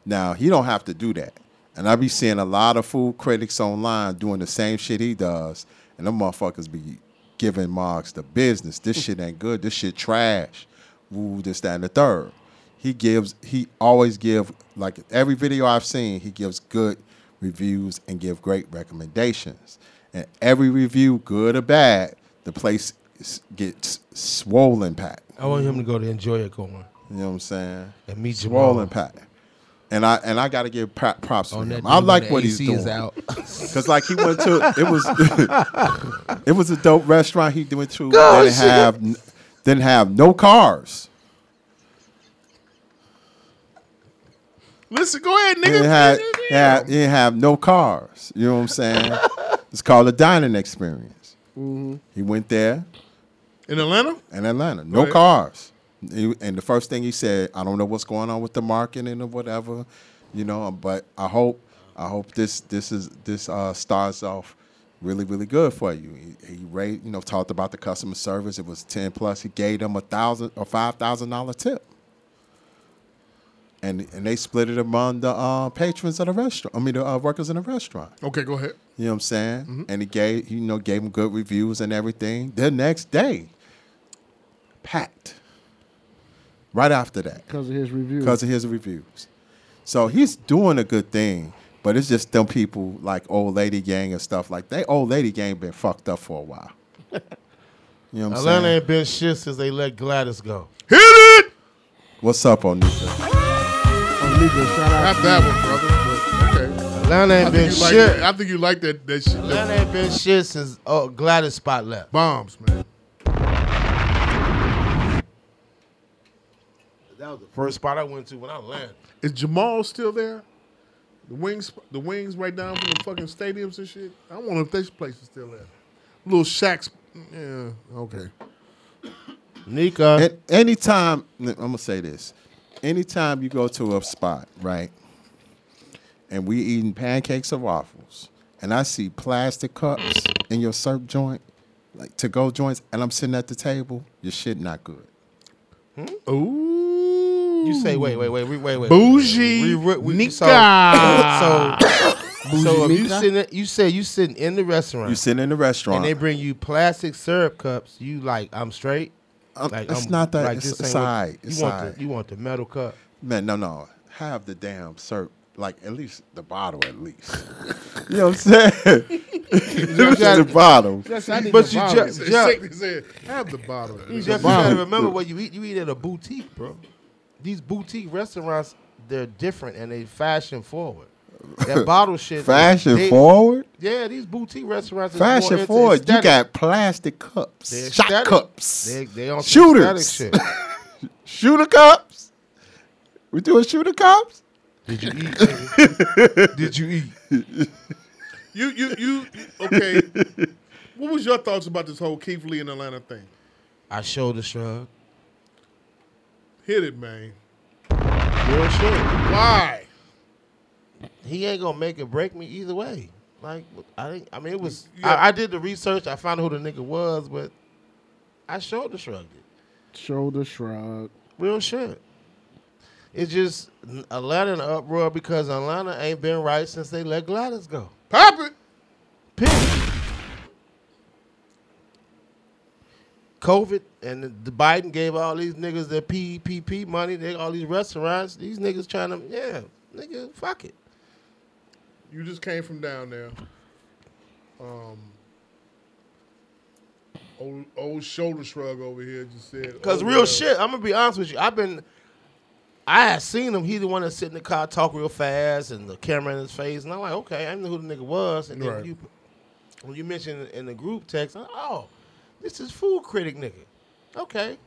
Now he don't have to do that, and I be seeing a lot of food critics online doing the same shit he does, and them motherfuckers be giving Marks the business. This shit ain't good. This shit trash. Woo, this, that, and the third. He gives. He always give like every video I've seen. He gives good reviews and give great recommendations. And every review, good or bad, the place s- gets swollen packed.
I want him to go to enjoy it corn.
You know what I'm saying?
And meet
swollen pack. And I and I got to give pro- props to
On that
him.
day
I
when
like
the
what he's
AC
doing.
is out.
Cause like he went to it was it was a dope restaurant he went to.
Oh,
didn't
shit.
have n- didn't have no cars.
Listen, go ahead,
It
nigga.
had, had, it have no cars. You know what I'm saying? it's called a dining experience.
Mhm.
He went there
In Atlanta?
in Atlanta, no
Right.
cars. He- and the first thing he said, I don't know what's going on with the marketing or whatever, you know. But I hope, I hope this this is this uh, starts off really really good for you. He, he rate, you know, talked about the customer service. It was ten plus. He gave them a thousand or five thousand dollar tip and and they split it among the uh, patrons of the restaurant. I mean, the uh, workers in the restaurant.
Okay, go ahead.
You know what I'm saying? And he gave you know gave them good reviews and everything. The next day, packed. Right after that,
because of his review.
because of his reviews. So he's doing a good thing, but it's just them people like old lady gang and stuff like that. Old lady gang been fucked up for a while. You know what I'm
Atlanta
saying?
ain't been shit since they let Gladys go.
What's up, Onika?
Not that one, brother. but okay.
Atlanta ain't
I think
been
you like
shit.
that- I think you like that. That shit.
Atlanta ain't been shit since oh, Gladys spot left.
Bombs, man.
That was the first spot I went to when I landed.
Is Jamal still there? The wings, the wings right down from the fucking stadiums and shit. I wonder if this place is still there. Little shacks. Yeah. Okay.
Nika.
At anytime, I'm gonna say this. Anytime you go to a spot, right, and we eating pancakes or waffles, and I see plastic cups in your serp joint, like to go joints, and I'm sitting at the table, your shit not good.
Ooh.
You say wait, wait, wait, wait, wait, wait.
Bougie
We, we, we, so,
Nika.
so, so if
Bougie
you
Nika?
sitting, you say you sitting in the restaurant.
You sitting in the restaurant.
and they bring you plastic syrup cups. You like I'm straight.
Um,
like,
it's not that- it's
this ain't
side,
What, you
it's
want
side.
the you want the metal cup.
Man, no, no. Have the damn syrup, like at least the bottle, at least. you know what I'm saying? Just the bottle.
but you
bottle.
just,
He
just,
said- he said, have the bottle.
you just gotta remember what you eat. You eat at a boutique, bro. These boutique restaurants, they're different and they fashion forward. That bottle shit.
Fashion
they-
forward?
Yeah, these boutique restaurants. is more
Fashion
into
forward, you
aesthetic.
got plastic cups,
They're
shot
aesthetic.
cups,
They- they on some
shooters,
aesthetic
shooter cups. We doing shooter cups?
Did you eat?
nigga?
Did you eat?
You, you, you. Okay. what was your thoughts about this whole Keith Lee and Atlanta thing?
I shoulder shrug.
Hit it, man.
Real shit.
Why?
He ain't gonna make it break me either way. Like I, think- I mean, it was.
Yeah.
I, I did the research. I found who the nigga was, but I shoulder shrugged it.
Shoulder shrug.
Real shit. It's just Atlanta in an uproar because Atlanta ain't been right since they let Gladys go.
Pop it.
COVID and the Biden gave all these niggas their PPP money. They all these restaurants. These niggas trying to yeah, nigga, fuck it.
You just came from down there. Um, old, old shoulder shrug over here just said.
Cause
oh,
real
yeah.
shit, I'm gonna be honest with you. I've been, I had seen him. He the one that sit in the car, talk real fast, and the camera in his face. And I'm like, okay, I knew who the nigga was. And then
Right.
you, when you mentioned in the group text, I'm, oh, this is food critic nigga. Okay,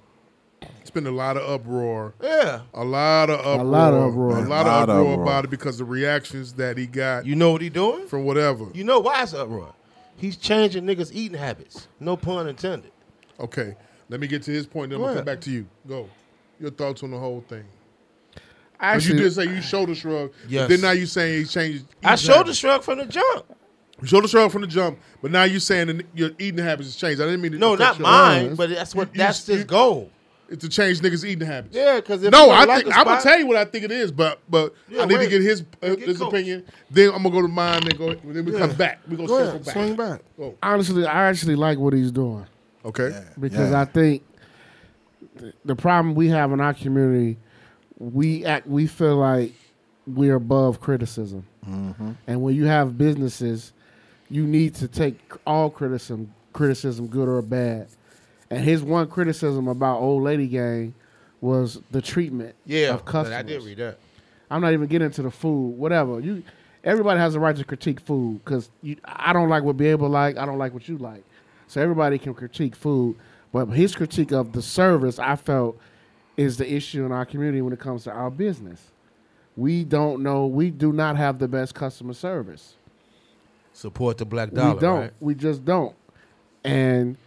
It's been a lot of uproar.
yeah.
A lot of uproar.
A lot of uproar.
A lot, of
Lot of
uproar,
uproar.
about it because the reactions that he got.
You know what he doing?
From whatever.
You know why it's uproar? He's changing niggas' eating habits. No pun intended.
Okay, let me get to his point. Then
Go
we'll come
ahead.
back to you. Go. Your thoughts on the whole thing? But you
actually-
did say you shoulder shrug. Yes.
Yes.
Then now you saying he changed.
I shoulder shrug from the jump.
You shoulder shrug from the jump, but now you're saying that your eating habits has changed. I didn't mean to
No,
cut
not
you off.
mine, but that's what that's his goal.
It's to change niggas' eating habits.
Yeah, 'cause if you
no,
don't
I
like
think
a
I'm gonna
spot-
tell you what I think it is, but but
Yeah,
I need
wait.
to get his uh,
Get
his
coached.
opinion. Then I'm gonna go to mine and go. Then we
Yeah.
come back. We gonna
Go
circle
ahead,
back.
swing back.
Oh,
Honestly, I actually like what he's doing.
okay.
because I think th- the problem we have in our community, we act, we feel like we're above criticism,
Mm-hmm.
Mhm.
and when you have businesses, you need to take all criticism, criticism, good or bad. And his one criticism about old lady gang was the treatment
Yeah,
of
but
customers.
I did read that.
I'm not even getting into the food, whatever. You, everybody has a right to critique food because I don't like what be able like. I don't like what you like. So everybody can critique food, but his critique of the service, I felt, is the issue in our community when it comes to our business. We don't know. We do not have the best customer service.
Support the black dollar.
we don't.
right?
We just don't. And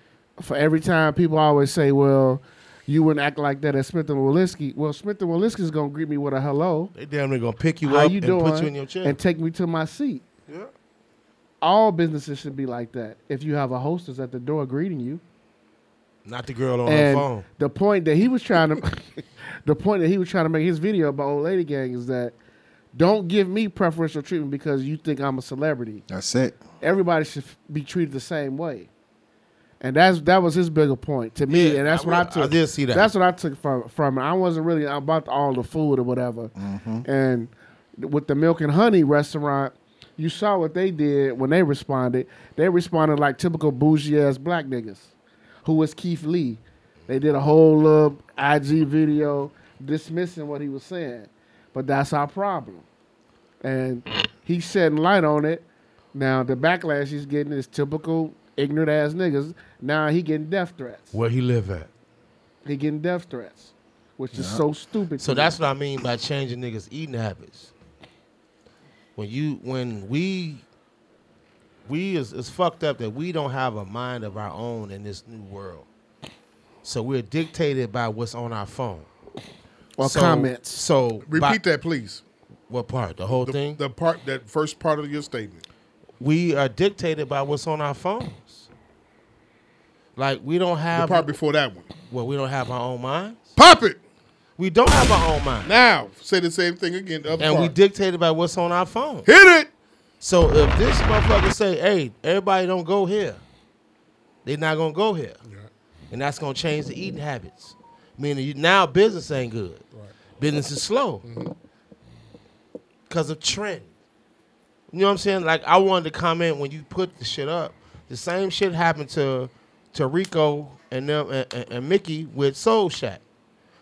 for every time people always say, "Well, you wouldn't act like that at Smith and Willisky." Well, Smith and Willisky is gonna greet me with a hello.
They damn near gonna pick you
How
up
you
and
doing?
put you in your chair.
and take me to my seat.
Yeah.
All businesses should be like that. If you have a hostess at the door greeting you,
Not the girl on her
and
phone.
the point that he was trying to, the point that he was trying to make his video about old lady gang is that don't give me preferential treatment because you think I'm a celebrity.
That's it.
Everybody should f- be treated the same way. And that's that was his bigger point to me,
Yeah,
and that's
I
what I
will-
took.
I did see that.
That's what I took from from it. I wasn't really about all the food or whatever. And with the Milk and Honey restaurant, you saw what they did when they responded. They responded like typical bougie ass black niggas. Who was Keith Lee? They did a whole little IG video dismissing what he was saying. But that's our problem. And he's shedding light on it. Now the backlash he's getting is typical ignorant ass niggas. Now he getting death threats.
Where he live at.
He getting death threats, which is
Yeah.
so stupid.
So
to me.
that's what I mean by changing niggas' eating habits. When you when we we is it's fucked up that we don't have a mind of our own in this new world. So we're dictated by what's on our phone.
Or
So-
comments.
So
Repeat
by-
that, please.
What part? The whole
the,
thing?
The part that first part of your statement.
We are dictated by what's on our phones. Like we don't have
part before that one.
Well, we don't have our own minds.
Pop it.
We don't have our own minds.
Now say the same thing again. The other
and we
part.
dictated by what's on our phone.
Hit it.
So if this motherfucker say, "Hey, everybody don't go here," they're not gonna go here, and that's gonna change the eating habits. Meaning you, now business ain't good. Business is slow because of trend. You know what I'm saying? Like I wanted to comment when you put the shit up. The same shit happened to to Rico and them and, and- and Mickey with Soul Shack.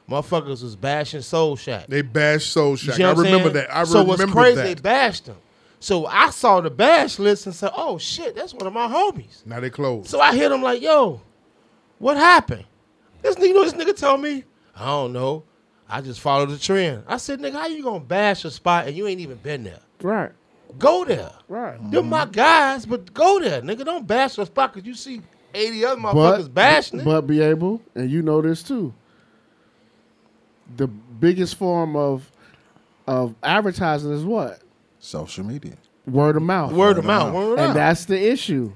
Motherfuckers was bashing Soul Shack.
They bashed Soul Shack.
You see
I
what I'm
remember
saying?
that. I
so
remember
what's crazy? They
that.
bashed them. So I saw the bash list and said, "Oh shit, that's one of my homies."
Now they closed.
So I hit him like, "Yo, what happened?" This nigga, you know, this nigga told me, "I don't know. I just followed the trend." I said, "Nigga, how you gonna bash a spot and you ain't even been there?
Right.
Go there.
Right.
They're my guys, but go there, nigga. Don't bash a spot because you see eighty other motherfuckers bashing it.
But be able, and you know this too. The biggest form of of advertising is what
Social media.
word of mouth.
Word of mouth. Word of mouth.
And that's the issue.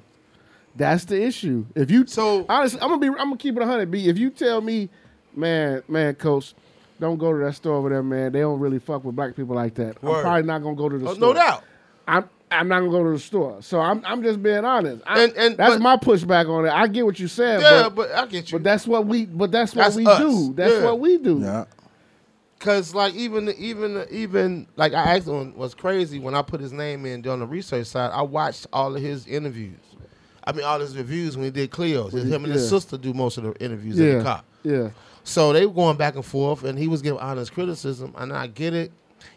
That's the issue. If you so honestly, I'm gonna be, I'm gonna keep it hundred. B. If you tell me, man, man, coach, don't go to that store over there, man. They don't really fuck with black people like that. I'm
Word.
probably not gonna go to the
Oh, no
store.
doubt.
I'm I'm not gonna go to the store. So I'm I'm just being honest. I-
And- and-
that's
but-
my pushback on it. I get what you said.
Yeah, but I get you.
But that's what we. But that's what
That's
we
us.
do. That's
Yeah.
what we do.
Yeah.
Cause like even even even like I asked him was crazy when I put his name in on the research side. I watched all of his interviews. I mean all his reviews when he did Cleo's. It's him and his
Yeah.
sister do most of the interviews at
Yeah.
the cop.
Yeah.
So they were going back and forth, and he was giving honest criticism, and I get it,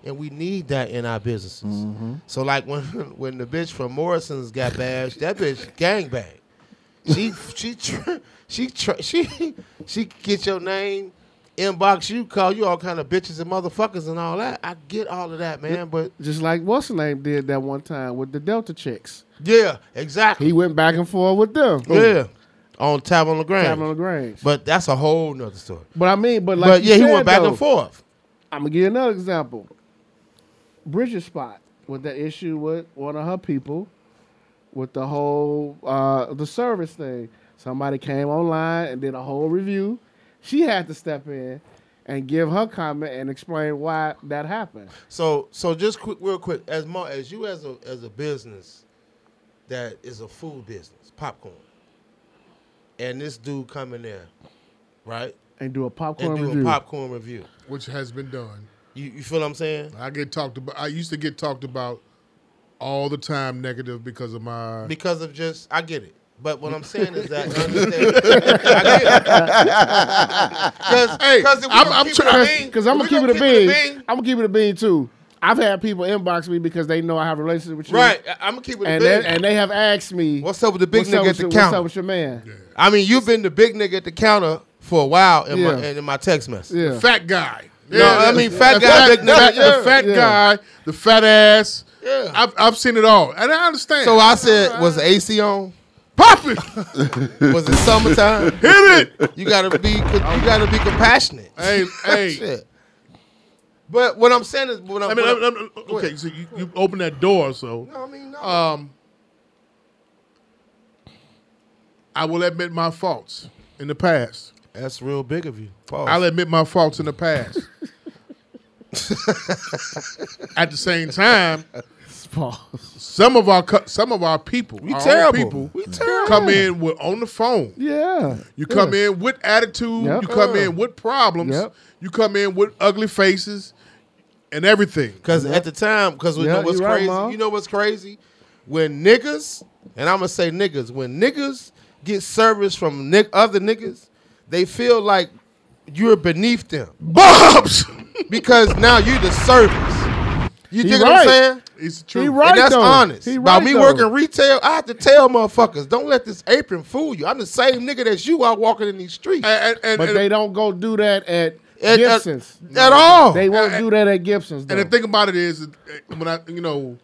and we need that in our businesses.
Mm-hmm.
So like when when the bitch from Morrison's got bashed, that bitch gang bang. She she tr- she tr- she she get your name, inbox you, call you all kind of bitches and motherfuckers and all that. I get all of that, man. But
Just like what's the name did that one time with the Delta chicks.
yeah, exactly.
He went back and forth with them.
Yeah, on Tab on the Grange.
Tavon LaGrange.
But that's a whole nother story.
But I mean, but like
But
you
yeah, he
said,
went back
though,
and forth.
I'm gonna give you another example. Bridget Spot with the issue with one of her people with the whole uh, the service thing. Somebody came online and did a whole review. She had to step in and give her comment and explain why that happened.
So so just quick, real quick, as mo as you as a as a business that is a food business, popcorn, and this dude come in there, right?
And do a popcorn
and do
review.
a popcorn review.
which has been done.
You, you feel what I'm saying?
I get talked about. I used to get talked about all the time negative because of my
because of just I get it. But what I'm saying is that because
Hey, because I'm gonna keep it a bean. I'm gonna keep it a bean too. I've had people inbox me because they know I have a relationship with you.
Right, I- I'ma keep it a
and
bean.
They, and they have asked me,
"What's up with the big nigga at the
your- What's
counter?"
up with your man?
I mean, you've been the big nigga at the counter for a while in my
Yeah.
in my text message.
The fat guy.
No, I mean, fat
the
guy, big nigga,
fat-
yeah.
The fat
Yeah.
guy, the fat ass.
Yeah.
I've, I've seen it all, and I understand.
So I said, was the AC on?
Pop it.
Was it summertime?
Hit
it. You gotta be. You gotta be compassionate.
Hey, hey.
Shit. But what I'm saying is, what I'm,
I mean,
what
I'm- I'm-
Go
okay,
ahead.
so you, you open that door, so.
No, I mean, no.
Um, I will admit my faults in the past.
That's real big of you. Pause.
I'll admit my faults in the past. At the same time, some of our cu- some of our people,
We
our own
terrible.
people,
We terrible.
come in with on the phone.
Yeah,
you come in with attitude.
Yep.
You come
Yeah.
in with problems.
Yep.
You come in with ugly faces and everything.
Because at the time, because we know what's crazy. you know what's crazy? When niggas, and I'm gonna say niggas, when niggas get service from nick other niggas, they feel like you're beneath them.
Bobs!
because now you're the service. You
He
dig what I'm
right.
saying?
It's true.
true.
He right,
and that's
though.
honest.
He
About
right,
me
though.
working retail, I have to tell motherfuckers, don't let this apron fool you. I'm the same nigga that you are walking in these streets.
but they don't go do that at,
At- at-
Gibson's
at all.
They won't do that at Gibson's.
And the thing about it is, is, uh, when I you know,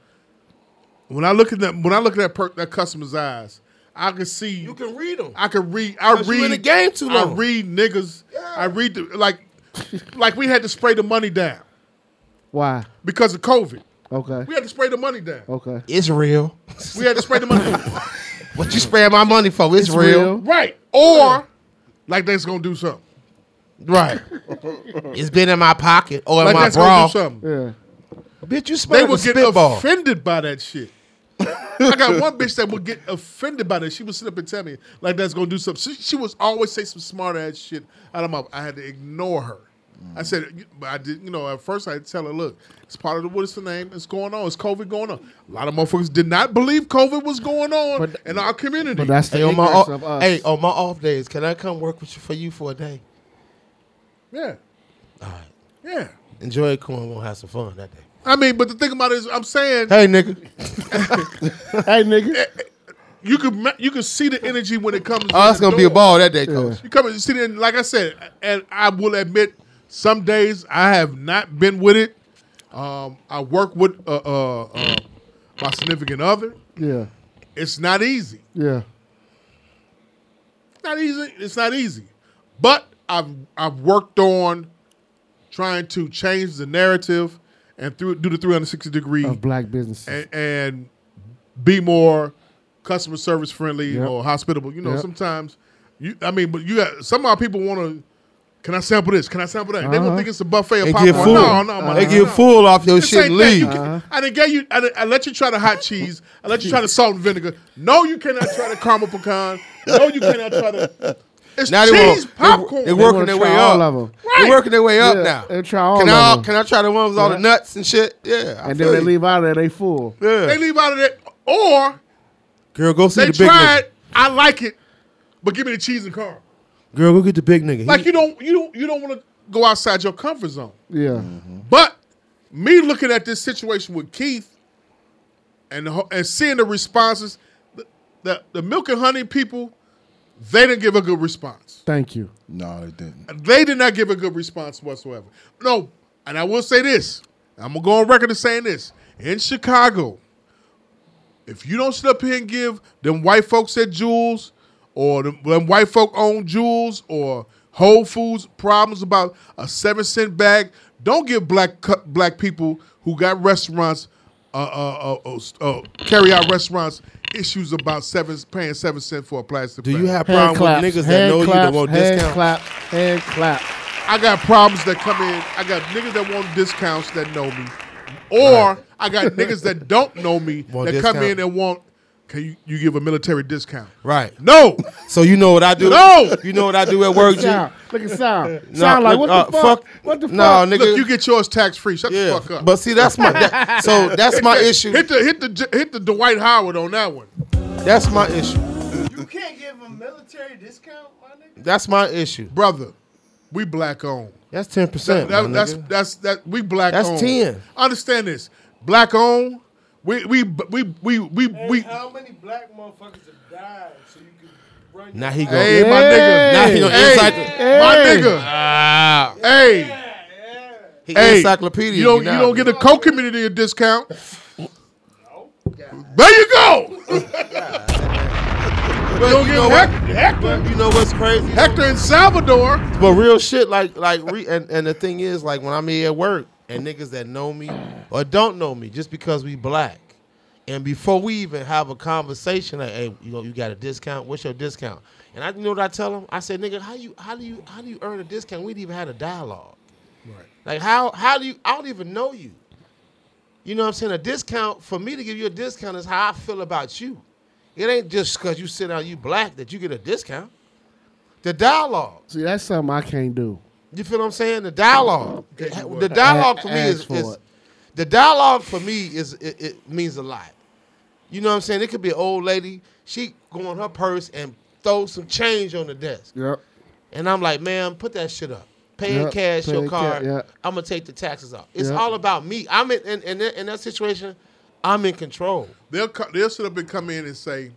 when I look at that, when I look at that, per, that customer's eyes, I can see. You
can read them.
I can read. I
'Cause
read
you in the game too long.
I read niggas. I read the, like, like we had to spray the money down
Why?
because of COVID.
Okay.
We had to spray the money down.
Okay.
It's real.
We had to spray the money.
What you spraying my money for? It's, real.
right? Or like that's gonna do something.
Right. it's been in my pocket or in
like
my
that's gonna
bra.
do something.
Yeah.
Bitch,
They
you sprayed
would
with
get
spitball.
offended by that shit. I got one bitch that would get offended by that. She would sit up and tell me like that's gonna do something. She, she was always say some smart ass shit out of my. I had to ignore her. I said, you- but I did. You know, at first I had to tell her, look, it's part of the what's the name? It's going on. It's COVID going on. A lot of motherfuckers did not believe COVID was going on in our community.
hey, on my off, hey, on my off days, can I come work with you for you for a day?
yeah, yeah.
Enjoy it, come on, we'll have some fun that day.
I mean, but the thing about it is, I'm saying,
Hey, nigga.
hey, nigga.
You could ma- you could see the energy when it comes.
Oh,
in
it's
the
gonna be a
door.
ball that day, coach.
You come and see then like I said, and I will admit, some days I have not been with it. Um, I work with uh, uh, uh, my significant other.
Yeah.
It's not easy.
Yeah.
It's not easy. It's not easy. But I've I've worked on trying to change the narrative and through do the 360 degree
Of black businesses.
and, and be more customer service friendly
Yep.
or hospitable. You know,
Yep.
sometimes you I mean, but you got some of our people want to. Can I sample this? Can I sample that? They
Uh-huh.
gonna think it's a buffet of
They
popcorn.
get full.
No, no, my
They
nigga,
get
no.
full off your
This
shit
ain't
and
that. You
leave.
can- I done gave you. I, done, I let you try the hot cheese. I let you try the salt and vinegar. No, you cannot try the caramel pecan. No, you cannot try the. It's
Now they
cheese
want- they-
popcorn.
they working their way up. They're working their way up
Yeah,
now.
they try all
can
of
I,
them.
Can I try the one with all the
Yeah.
nuts and shit? Yeah. I
and
feel
then they
you.
leave out of there, they full.
Yeah.
They leave out of that, or
Girl, go see
they
the big
tried.
nigga.
I like it, but give me the cheese and caramel.
Girl, go get the big nigga. He-
Like you don't, you don't, you don't want to go outside your comfort zone. Mm-hmm.
Yeah.
But me looking at this situation with Keith and the ho- and seeing the responses, the, the the milk and honey people, they didn't give a good response.
Thank you.
No, they didn't.
They did not give a good response whatsoever. No, and I will say this. I'm gonna go on record as saying this. In Chicago, if you don't sit up here and give them white folks at Jules or them, them white folk own Jules or Whole Foods problems about a seven cent bag. Don't give black cu- black people who got restaurants, uh, uh, uh, uh, uh, carry out restaurants issues about seven paying seven cent for a plastic.
Do you
bag.
have Hand problem with claps, niggas that hand know you that claps, want hand discounts? clap,
hand clap. I got problems that come in. I got niggas that want discounts that know me, or I got niggas that don't know me
Want
that come in
discount.
and want. Can you, you give a military discount?
Right.
No.
So you know what I do?
No.
You know what I do at work, G?
Sound. Look at sound.
No,
sound like
look,
what the
uh,
fuck?
fuck-
What the
no,
fuck?
nigga.
Look, you get yours tax free. Shut the fuck up.
But see, that's my that, so that's my
Hit the-
issue.
Hit the hit the J- hit the Dwight Howard on that one.
That's my issue.
You can't give a military discount, my nigga.
That's my issue,
brother. We black owned.
That's ten percent.
That- that's that's that we black.
That's
owned.
10.
Understand this, black owned. We we we we we we.
How many black motherfuckers have died so you can run
Now he gonna
Hey, my nigga.
Now he gonna
hey,
inside
my nigga. Hey.
He
Ah. Hey,
encyclopedia.
You don't,
now,
you don't get a co-community a discount. There you go.
But
don't
you
get
know
Hec-
what?
Hector.
You know what's crazy?
Hector in Salvador.
But real shit, like like re, and, and the thing is, like when I'm here at work and niggas that know me or don't know me, just because we black, and before we even have a conversation, like, hey, you know, you got a discount? What's your discount? And I you know what I tell them? I said, nigga, how you how do you how do you earn a discount? We didn't even had a dialogue.
Right.
Like how how do you I don't even know you. You know what I'm saying? A discount for me to give you a discount is how I feel about you. It ain't just cause you sit down, you black that you get a discount. The dialogue.
See, that's something I can't do.
You feel what I'm saying? The dialogue. The, the
would.
dialogue for
A-
me
ask
is,
for
is
it.
the dialogue for me is it, it means a lot. You know what I'm saying? It could be an old lady. She go in her purse and throw some change on the desk.
Yep.
And I'm like, ma'am, put that shit up. Pay in
Yep,
cash
pay
your
in ca-
card.
yeah.
I'm gonna take the taxes off. It's
Yep.
all about me. I'm in in, in, that- in that situation. I'm in control.
They'll co- they'll sit up and come in and say,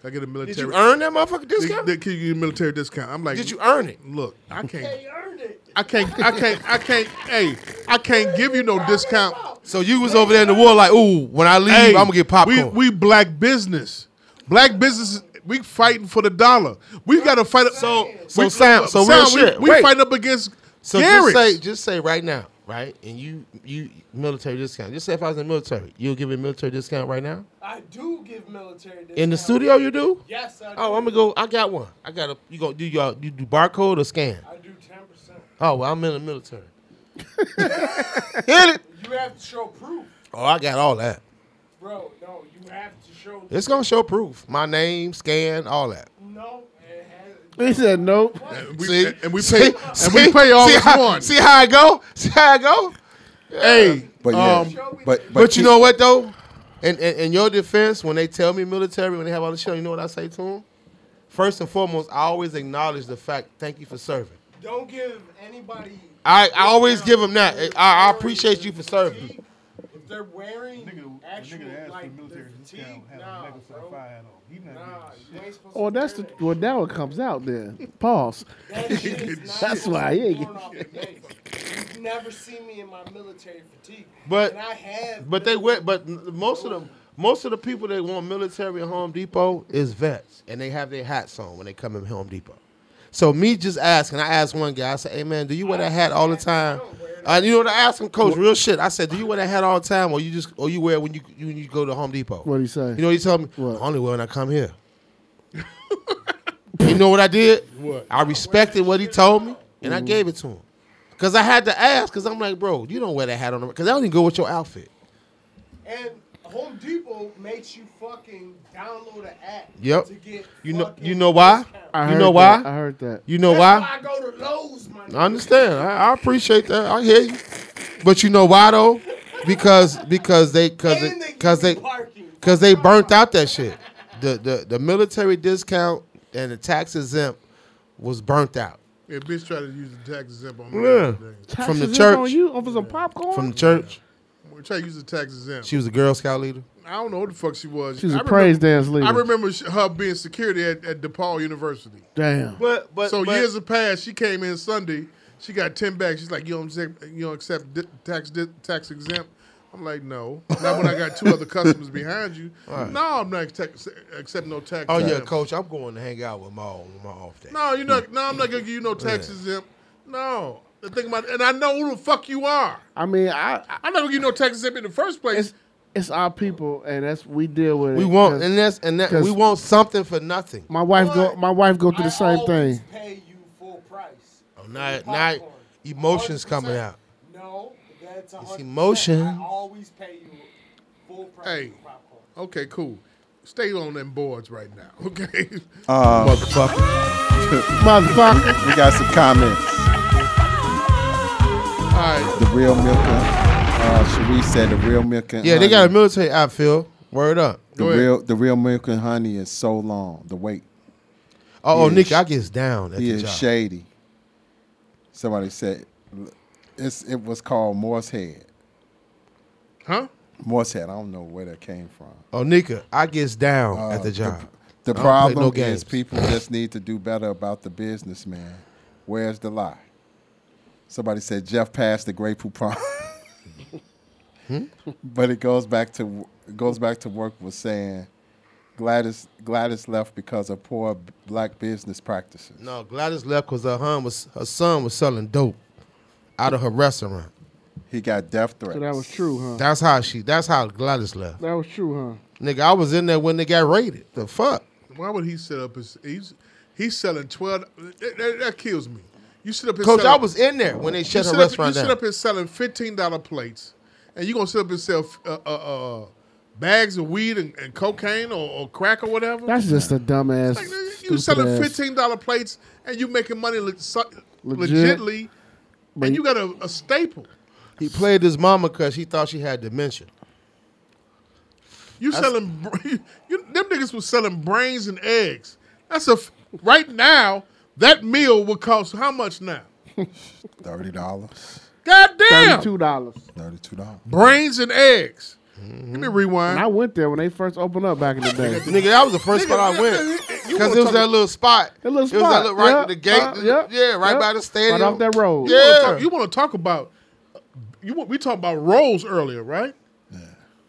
"Can I get a military?
you earn that motherfucker discount?
Did, did, can you get a military discount?" I'm like,
Did you earn it?
Look, I can't. I can't. I can't. I can't. Hey, I can't give you no discount.
So you was over there in the war like, ooh, when I leave, I'm gonna get popcorn.
We, we black business. Black business. We fighting for the dollar. We got to fight. So
so Sam, so real shit.
We,
Wait.
fighting up against
So
Garrett's.
just say, just say right now, right? And you, you military discount. Just say if I was in the military, you'll give me a military discount right now.
I do give military discount.
In the studio, you do?
Yes, I do.
Oh, I'm gonna go. I got one. I got a. You go. Do y'all? You do barcode or scan?
I do ten percent.
Oh, well, I'm in the military. Hit it.
You have to show proof,
Oh, I got all that.
bro. No, you have to show.
It's gonna show proof. My name, scan, all that.
No,
He said nope.
we,
see,
and we
see,
pay. and we pay all
see
as
how,
one.
See how I go? See how I go?
Hey,
But yeah,
um,
but, but
But, you
keep-
know what though? In, in, in your defense, when they tell me military, when they have all this shit, you know what I say to them? First and foremost, I always acknowledge the fact, thank you for serving.
don't give anybody
I, I always give them that. I, I appreciate you for serving.
if they're wearing actual like military fatigue. Nah, bro. Nah, you ain't supposed
Well, that's the well. That what comes out then. Pause. that's why he ain't
Torn off the
get.
day. You've never seen me in my military fatigue.
But
and I have.
but they went. But most of them, most of the people that want military at Home Depot is vets, and they have their hats on when they come in Home Depot. So me just asking, I asked one guy, I said, "Hey man, do you wear that hat all the time?" And you know what I asked him, Coach, real shit. I said, "Do you wear that hat all the time, or you just or you wear it when you when you go to Home Depot?"
What he say?
You know what he told me? I only wear when I come here. you know what I did?
What?
I respected what he told me, and I gave it to him. Cause I had to ask, cause I'm like, bro, you don't wear that hat on, the cause that don't even go with your outfit.
And Home Depot makes you fucking download an app.
Yep.
To get
You know,
fucking
you know why?
I
you
heard
know
that.
why?
I heard that.
You know
That's
why?
I go to Lowe's, my
I understand. I, I appreciate that. I hear you, but you know why though? Because because they because because they because they burnt out that shit. The the the military discount and the tax exempt was burnt out.
Yeah, bitch, try to use the tax exempt on me.
Yeah.
Yeah.
From the
Taxes up on
church.
you over some popcorn.
From the church,
Try to use the tax exempt.
she was a Girl Scout leader.
I don't know who the fuck she was.
She was
a
a praise dance leader.
I remember sh- her being security at, at DePaul University.
Damn.
But but
so
but-
years have passed. She came in Sunday. She got ten bags. She's like, you don't accept, you don't accept di- tax di- tax exempt. I'm like, no. Not when I got two other customers behind you.
Right.
No, I'm not accept, accepting no tax.
Oh yeah,
exempt.
coach, I'm going to hang out with Maul on my off day.
No, you're not. No, I'm not gonna give you no tax exempt. No, the thing about and I know who the fuck you are.
I mean, I
I'm not gonna give you no tax exempt in the first place.
it's our people, and that's we deal with.
We
it,
want
'cause-
and that's and that
'cause
we want something for nothing.
My wife go. My wife go through the same thing.
Oh, now, now emotions coming out.
No, that's a
It's
hundred percent.
emotion.
I always pay you full price.
Hey, okay, cool. Stay on them boards right now, okay?
Uh,
Motherfucker.
Motherfucker.
We got some comments.
All right.
The real milker. Uh, Sharice said the real milk and
Yeah,
honey.
they got a military outfield. Word up.
the real the real milk and honey is so long. The wait.
Oh,
He
oh,
is-
Nick, I gets down at
he
the
is
job.
shady. Somebody said it's it was called Morse Head.
Huh?
Morse Head. I don't know where that came from.
Oh, Nika, I gets down
Uh,
at the job.
The,
I don't play
problem
no
is
games.
people just need to do better about the business, man. Where's the lie? Somebody said Jeff passed the grapefruit prom.
Hmm?
But it goes back to it goes back to work was saying Gladys Gladys left because of poor b- black business practices.
No, Gladys left because her hun was her son was selling dope out of her restaurant.
He got death threats.
So that was true, huh?
That's how she. That's how Gladys left.
That was true,
Nigga, I was in there when they got raided. The fuck.
Why would he set up his? He's he's selling twelve. That, that- that kills me. You set up his
Coach,
selling-
I was in there when they
You
shut her
set
restaurant
up, You
down.
set up his selling fifteen dollar plates, and you gonna set up yourself uh, uh, uh, bags of weed and, and cocaine or, or crack or whatever.
huh? That's just a dumbass.
You
stupid
selling
ass.
fifteen dollar plates and you making money le- su-
Legit.
legitly,
But
and you got a, a staple.
He played his mama because she thought she had dementia.
You
That's-
selling br- you, them niggas was selling brains and eggs. That's a f- right now that meal would cost how much now?
Thirty dollars.
God damn,
Thirty-two dollars.
Thirty-two dollars.
brains and eggs.
Mm-hmm.
Let me rewind.
And I went there when they first opened up back in the day.
Nigga, that was the first spot I went. Because it was that little spot.
That little
It was that
spot,
little, right
yeah,
at the gate.
uh, yeah,
yeah, right
yeah.
by the stadium.
Right off that road.
You wanna
Yeah.
talk- You want to talk, about you? Want, we talked about rolls earlier, right?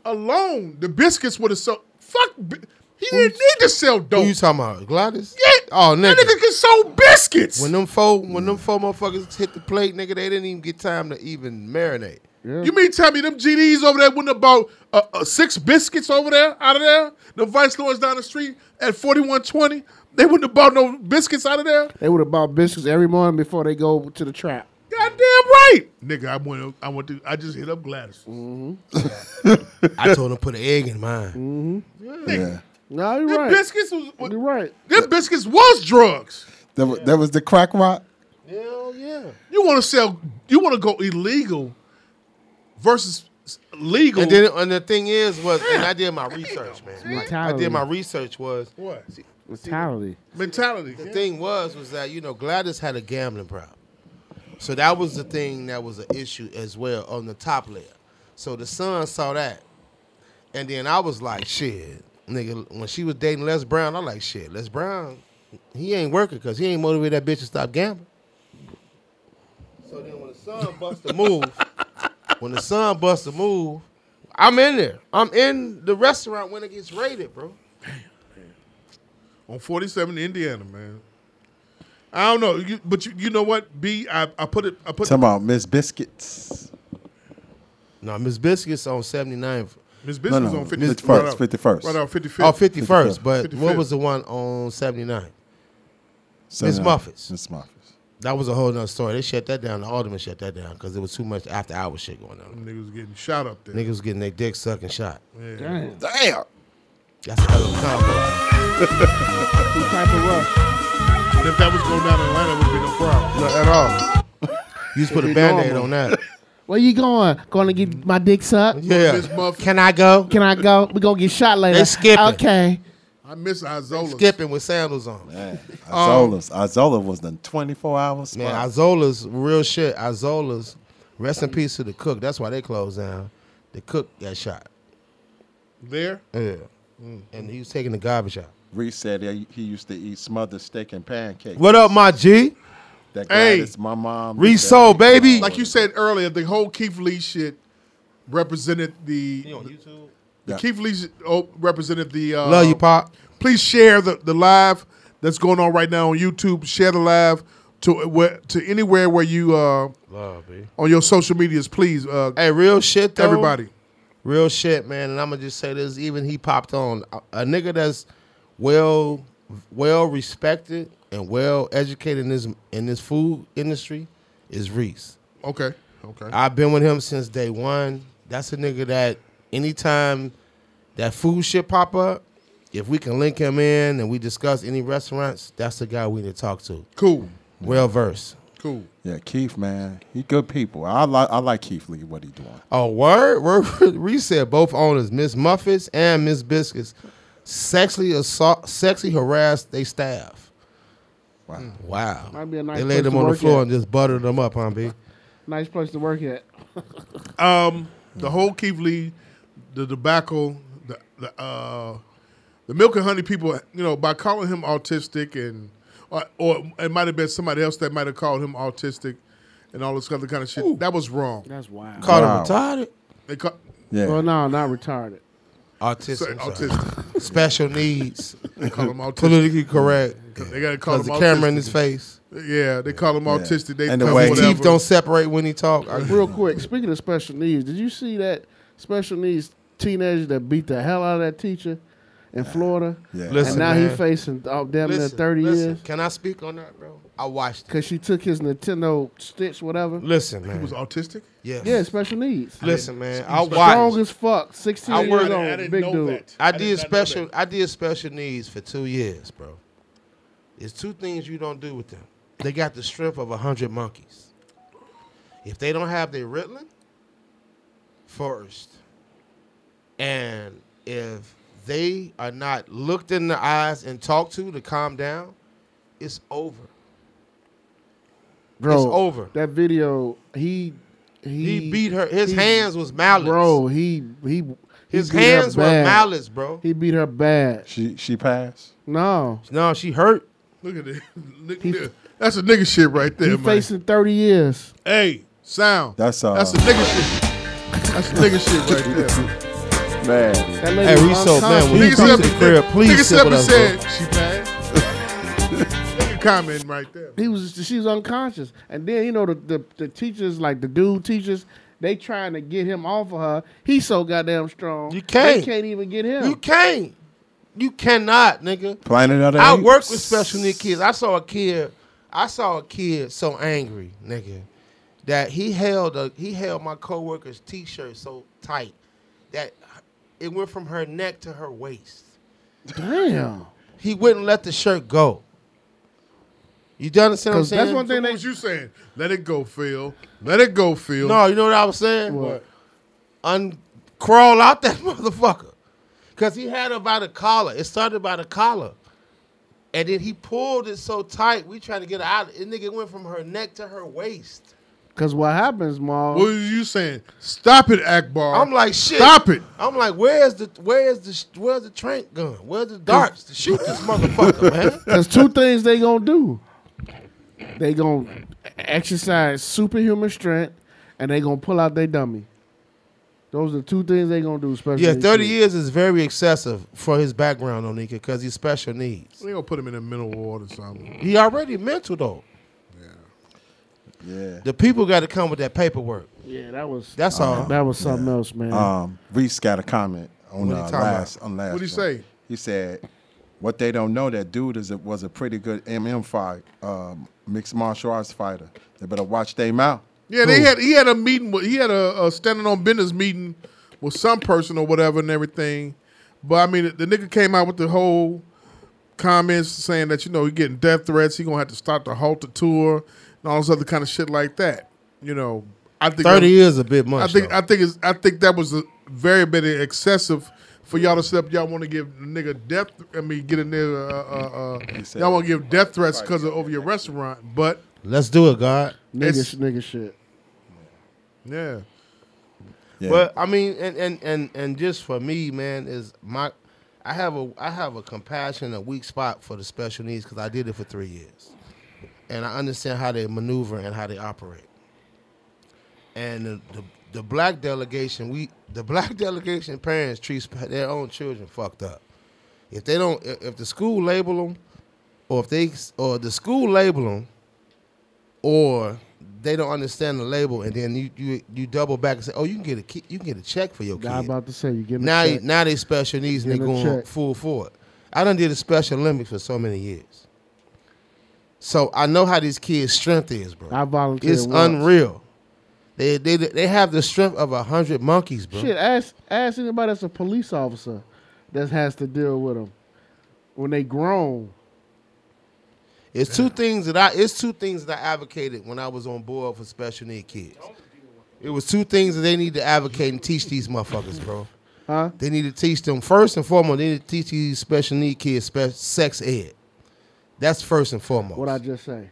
Alone, the biscuits would have sold. Fuck, bi- he didn't need to sell dope.
Who Oh, you talking about? Gladys?
Yeah.
Oh, nigga.
That nigga can sell biscuits.
When them four, when them four motherfuckers hit the plate, nigga, they didn't even get time to even marinate.
You mean tell me them GDs over there wouldn't have bought uh, uh, six biscuits over there, out of there? The Vice Lords down the street at 4120, they wouldn't have bought no biscuits out of there?
They would have bought biscuits every morning before they go to the trap.
Goddamn right. Nigga, I went, I went to, I just hit up Gladys.
Mm, I told him put an egg in mine.
Yeah.
No, you're
Them
right.
biscuits was, was-
You're right.
them biscuits was drugs.
That, wa- that was the crack rock.
Hell yeah.
You want to sell, you want to go illegal versus legal.
And then, and the thing is, was and I did my research, man. I
Mentality.
did my research was
what
Mentality.
mentality.
The thing was, was that you know Gladys had a gambling problem, so that was the thing that was an issue as well on the top layer. So the son saw that, and then I was like, shit, nigga. When she was dating Les Brown, I like shit. Les Brown, he ain't working because he ain't motivated that bitch to stop gambling. So then when the son busts the move, when the son busts the move, I'm in there. I'm in the restaurant when it gets raided, bro.
on 47 Indiana, man. I don't know, you, but you, you know what, B, I, I put it, I put
Talking about Miss Biscuits.
No, Miss Biscuits on 79th.
Miss
No,
Biscuits
no,
on 50,
51st,
right out-
51st.
Right out 55th.
Oh, 51st.
51st.
But what
55th.
was the one on 79? Miss
79.
Muffets.
Miss Muffets.
That was a whole nother story. They shut that down. The alderman shut that down because there was too much after hour shit going on.
Them Niggas getting shot up there.
Niggas getting their dick sucked and shot.
Yeah.
Damn.
Damn.
That's a hell of a combo.
What type of rush?
And if that was going down in Atlanta, it would be no problem.
Not at all. You just put a
It'd be
band aid
normal.
on that.
Where you going? Going to get my dick sucked?
Yeah.
Miss Muffet.
Can I go?
Can I go? We gonna get shot later.
They skipping.
Okay.
I miss Izola.
Skipping with sandals on.
Man, Azola's. Azola was the 24 hour spot.
Man, Izola's real shit. Izola's, rest in peace to the cook. That's why they closed down. The cook got shot.
There?
Yeah. And he was taking the garbage out.
Reese said he, he used to eat smothered steak and pancakes.
What up, my G?
That
Hey.
Gladys, my mom.
Reese Soul, baby.
Like you said earlier, the whole Keith Lee shit, represented the
He on YouTube?
The
Yeah.
Keith Lee oh, represented the. Uh,
Love you, Pop.
Please share the, the live that's going on right now on YouTube. Share the live to where to anywhere where you uh,
Love, B.
on your social medias. Please, uh,
hey, real shit though.
Everybody,
Real shit, man. And I'm gonna just say this: even he popped on a, a nigga that's well, well respected and well educated in this in this food industry is Reese.
Okay, okay.
I've been with him since day one. That's a nigga that anytime that food shit pop up, if we can link him in and we discuss any restaurants, that's the guy we need to talk to.
Cool.
Well versed.
Cool.
Yeah, Keith, man, he good people. I like I like Keith Lee. What he doing?
Oh, word, word. Reese said both owners, Miss Muffets and Miss Biscuits, sexually assault, sexually harassed they staff.
Wow,
wow.
Might be a nice
they
place
laid them
to
on the
work
floor
at.
and just buttered them up, huh, B?
Nice place to work at.
Um, the whole Keith Lee, the debacle, the the uh, the milk and honey people. You know, by calling him autistic and or, or it might have been somebody else that might have called him autistic and all this other kind of shit. That was wrong.
That's wild.
Called him Wow. retarded?
They call,
Yeah.
Well, no, not retarded.
Autistic,
Sorry,
I'm sorry.
autistic.
special needs,
They call them autistic.
politically correct.
They gotta call
'Cause
him
the camera in
autistic.
his face.
Yeah, they call him
Yeah.
autistic. They
And the
call
way-
him
His
whatever.
teeth don't separate when he talk. I-
Real quick, speaking of special needs, did you see that special needs teenager that beat the hell out of that teacher in Florida?
Yeah.
and
Listen,
now
man.
he facing oh, damn near
Listen,
thirty
listen,
years
Can I speak on that, bro? I watched.
because she took his Nintendo Stitch, whatever.
Listen, man.
He was autistic.
Yes.
Yeah, special needs.
Listen, man, I
Strong
watched.
as fuck. Sixteen
I
years
worked.
old, big dude.
I, did special. I did special needs for two years, bro. There's two things you don't do with them. They got the strength of a hundred monkeys. If they don't have their Ritalin first, and if they are not looked in the eyes and talked to to calm down, it's over.
Bro,
It's over.
That video, he he,
He beat her- his hands was malice.
Bro, he he he
His
beat her
hands were
bad.
malice, bro.
He beat her bad.
She she passed.
No,
no, she hurt.
Look at this. Look at this. That's a nigga shit right there,
He
man.
facing thirty years.
Hey, sound.
That's uh,
That's a nigga shit. That's a nigga shit right there.
man.
That lady Hey, was Reso, man, when you unconscious. come to the crib, please Nigga sit with us, said bro. she passed. Nigga comment right there.
He was she was unconscious, and then you know the, the the teachers like the dude teachers. They trying to get him off of her. He's so goddamn strong. You
can't.
They can't even get him.
You can't. You cannot, nigga.
Planet of the
I
Apes.
work with special needs kids. I saw a kid. I saw a kid so angry, nigga, that he held a he held my coworker's t-shirt so tight that it went from her neck to her waist.
Damn.
He wouldn't let the shirt go. You do understand what I'm saying?
so what was you saying. Let it go, Phil. Let it go, Phil.
No, you know what I was saying?
What?
Un- crawl out that motherfucker. Because he had her by the collar. It started by the collar. And then he pulled it so tight, we trying to get her out. It nigga went from her neck to her waist.
Because what happens, Maul?
What was you saying? Stop it, Akbar.
I'm like, shit.
Oh. Stop it.
I'm like, where's the where's the where's the trank gun? Where's the darts to shoot this motherfucker, man?
Because two things they gonna do. They gonna exercise superhuman strength, and they gonna pull out their dummy. Those are the two things they gonna do. Special.
Yeah,
needs
30
kids.
years is very excessive for his background, Onika, because he's special needs.
We gonna put him in the middle ward or something.
He already mental though.
Yeah.
The people got to come with that paperwork.
Yeah, that was.
That's
Uh-huh.
all.
That was something else, man.
Um, Reese got a comment on
What he
uh,
talking
last
about?
on last.
What'd he
one.
say?
He said, "What they don't know that dude is a, was a pretty good MM fight, um, mixed martial arts fighter. They better watch their mouth."
Yeah, they had he had a meeting with he had a, a standing on business meeting with some person or whatever and everything. But I mean, the nigga came out with the whole comments saying that you know he getting death threats. He gonna have to start the halter tour and all this other kind of shit like that. You know, I think
30 years a bit much,
I think I think it's, I think that was a very bit excessive. For y'all to step, y'all want to give a nigga death. I mean, get a nigga. Uh, uh, uh,
said-
y'all want to give death threats because of over your restaurant, but
Let's do it, God.
It's-
Nigga, nigga shit.
yeah.
But I mean, and and and and just for me, man, is my I have a I have a compassion, a weak spot for the special needs because I did it for three years, and I understand how they maneuver and how they operate. and the, the the black delegation, we the black delegation parents treats their own children fucked up. If they don't, if if the school label them, or if they or the school label them, or they don't understand the label, and then you you, you double back and say, oh, you can get a ki- you can get a check for your kid.
I about to say you get
Now,
a check.
now they special needs and they
Getting a
going
check.
full forward. I done did the Special Olympics for so many years, so I know how these kids' strength is, bro.
I volunteer.
It's unreal. They, they they have the strength of a hundred monkeys, bro.
Shit, ask ask anybody that's a police officer that has to deal with them when they grown.
It's two things that I it's two things that I advocated when I was on board for special need kids. It was two things that they need to advocate and teach these motherfuckers, bro.
Huh?
They need to teach them first and foremost. They need to teach these special need kids spe- sex ed. That's first and foremost.
What I just say.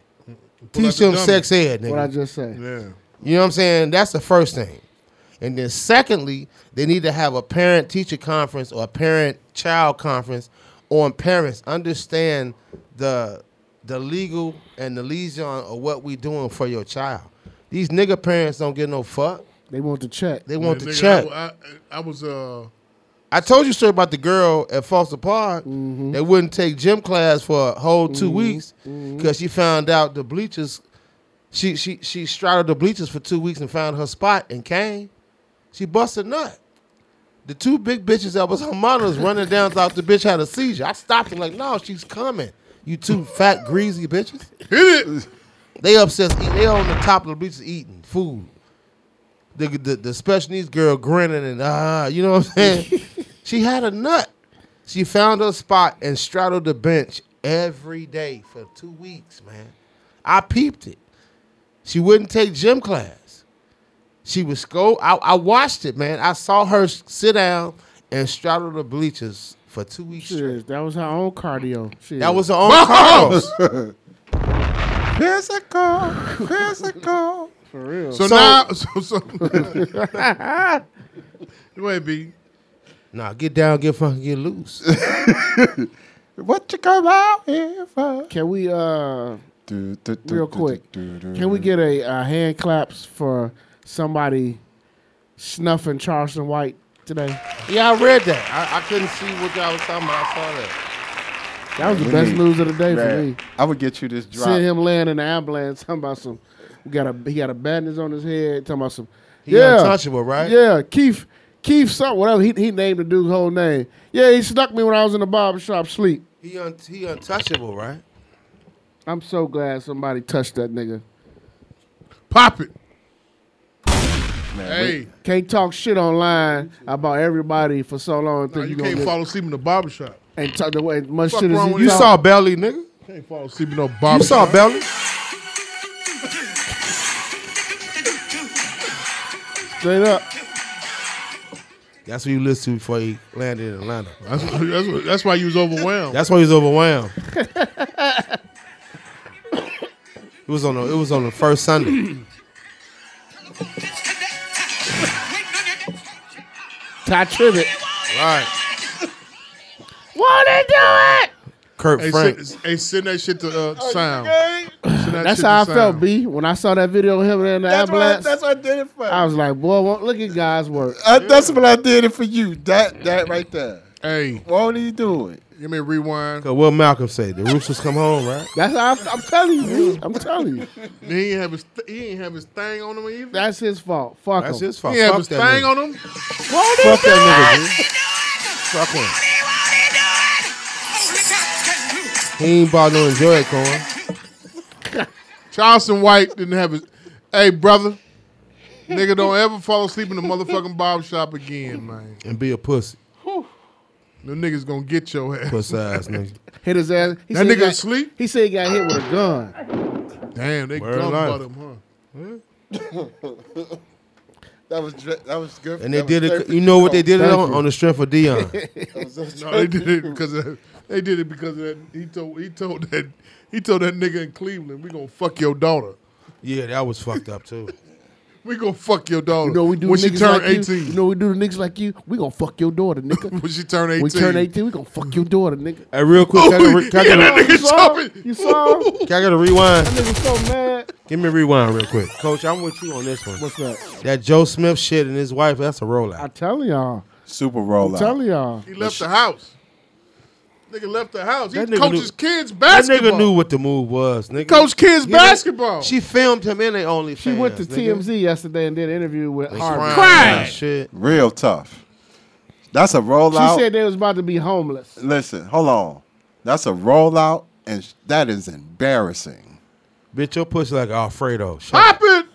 Teach them sex ed, nigga.
What I just say.
Yeah.
You know what I'm saying? That's the first thing. And then secondly, they need to have a parent teacher conference or a parent child conference on parents understand the the legal and the liaison of what we doing for your child. These nigga parents don't get no fuck.
They want the check.
They want the
Nigga,
check.
I, I, I was uh
I told you story about the girl at Foster Park that wouldn't take gym class for a whole 2
Mhm.
weeks because she found out the bleachers. She she she straddled the bleachers for two weeks and found her spot and came. She busted nut. The two big bitches that was her models running down thought the bitch had a seizure. I stopped her like, no, she's coming. You two fat greasy bitches. They upstairs. eat- They on the top of the bleachers eating food the, the, the special needs girl grinning and ah, you know what I'm saying? she had a nut. She found her spot and straddled the bench every day for two weeks, man. I peeped it. She wouldn't take gym class. She was scold. I, I watched it, man. I saw her s- sit down and straddle the bleachers for two weeks
straight. That was her own cardio. Shit.
That was her own cardio.
Physical, physical.
For real.
So, now so, so Wait, B.
Nah, get down, get fucking, get loose.
what you come out here for?
Can we uh
Do, do, do,
real
do,
quick?
do, do,
Can we
do.
get a, a hand claps for somebody snuffing Charleston White today?
yeah, I read that. I, I couldn't see what y'all was talking about. I saw that.
That was the
We
best
need-
news of the day for
Man,
me.
I would get you this drop.
Seeing him laying in the ambulance, talking about some. We got a he got a bandage on his head, talking about some.
He untouchable, right?
Yeah, Keith, Keith, something whatever. He, he named the dude's whole name. Yeah, he snuck me when I was in the barber shop sleep.
He un- he untouchable, right?
I'm so glad somebody touched that nigga.
Pop it.
We can't talk shit online about everybody for so long. and think
Nah, you
gonna
can't
get-
fall asleep in the barbershop.
and talk the way as much
Fuck
shit as
wrong
he
with you?
talk.
saw
Belly, nigga.
Can't fall asleep in no barbershop.
saw Belly?
Straight up.
That's what you listened to before he landed in Atlanta.
That's, that's, what- that's why you was overwhelmed.
That's why he was overwhelmed. it was on the it was on the first Sunday.
Ty Tribbett.
Right.
Wanna do it?
Kurt
hey,
Frank.
Send, hey, send that shit to uh, sound. Send that
That's
shit to
how I
sound.
felt, B. When I saw that video of him in the
That's what I-
ambulance,
that's what I did it for.
I was like, boy, won't- look at guys work.
I, That's what I did it for you. That that right there.
Hey,
won't he do it?
Let me rewind.
Cause what uh, Malcolm say? The Roosters come home, right?
That's how I, I'm telling you. B. I'm telling you.
He ain't have his he ain't have his thing on him either.
That's his fault. Fuck
That's
him.
his fault.
he ain't have his
Fuck that
thing
nigga.
on him.
Fuck that nigga, dude. Fuck him. He ain't about to enjoy it, Corn.
Charleston White didn't have his. Hey, brother, nigga, don't ever fall asleep in the motherfucking barbershop again, man.
And be a pussy.
Them niggas gonna get your ass.
Pussy ass nigga.
Hit his ass. He
That
said he
nigga
got-
asleep?
He said he got hit with a gun.
Damn, they
Word
gum
life.
about him, huh?
That was dre- that was good.
And they
that was
did it.
great.
You know what they did it
Thank
on?
you.
On the strength of Dion.
No, they did it because of, they did it because of that. He told he told that he told that nigga in Cleveland, we gonna fuck your daughter.
Yeah, that was fucked up too.
We gonna fuck your daughter.
You know we do
when
to
she
niggas
turn
like you?
eighteen.
You. know we do to niggas like you. We gonna fuck your daughter, nigga.
when she turn
We
18.
turn eighteen. We gonna fuck your daughter, nigga.
Hey, real quick, can I get a re- can I get a re-
you saw him? You saw him?
Can I get a rewind?
That nigga so mad.
Give me a rewind real quick. Coach, I'm with you on this one.
What's that?
That Joe Smith shit and his wife, that's a rollout. I
tell y'all.
Super
I'm telling y'all.
He left the house. Nigga left the house. He
That nigga
coaches
knew-
kids basketball.
That nigga knew what the move was, nigga.
Coach kids
He went-
basketball.
She filmed him in the OnlyFans.
She went to
nigga.
TMZ yesterday and did an interview with Harvey.
Cried. Shit.
Real tough. That's a
She
rollout.
said they was about to be homeless.
Listen, hold on. That's a rollout, and sh- that is embarrassing.
Bitch, your pussy like Alfredo. Shut
Pop it.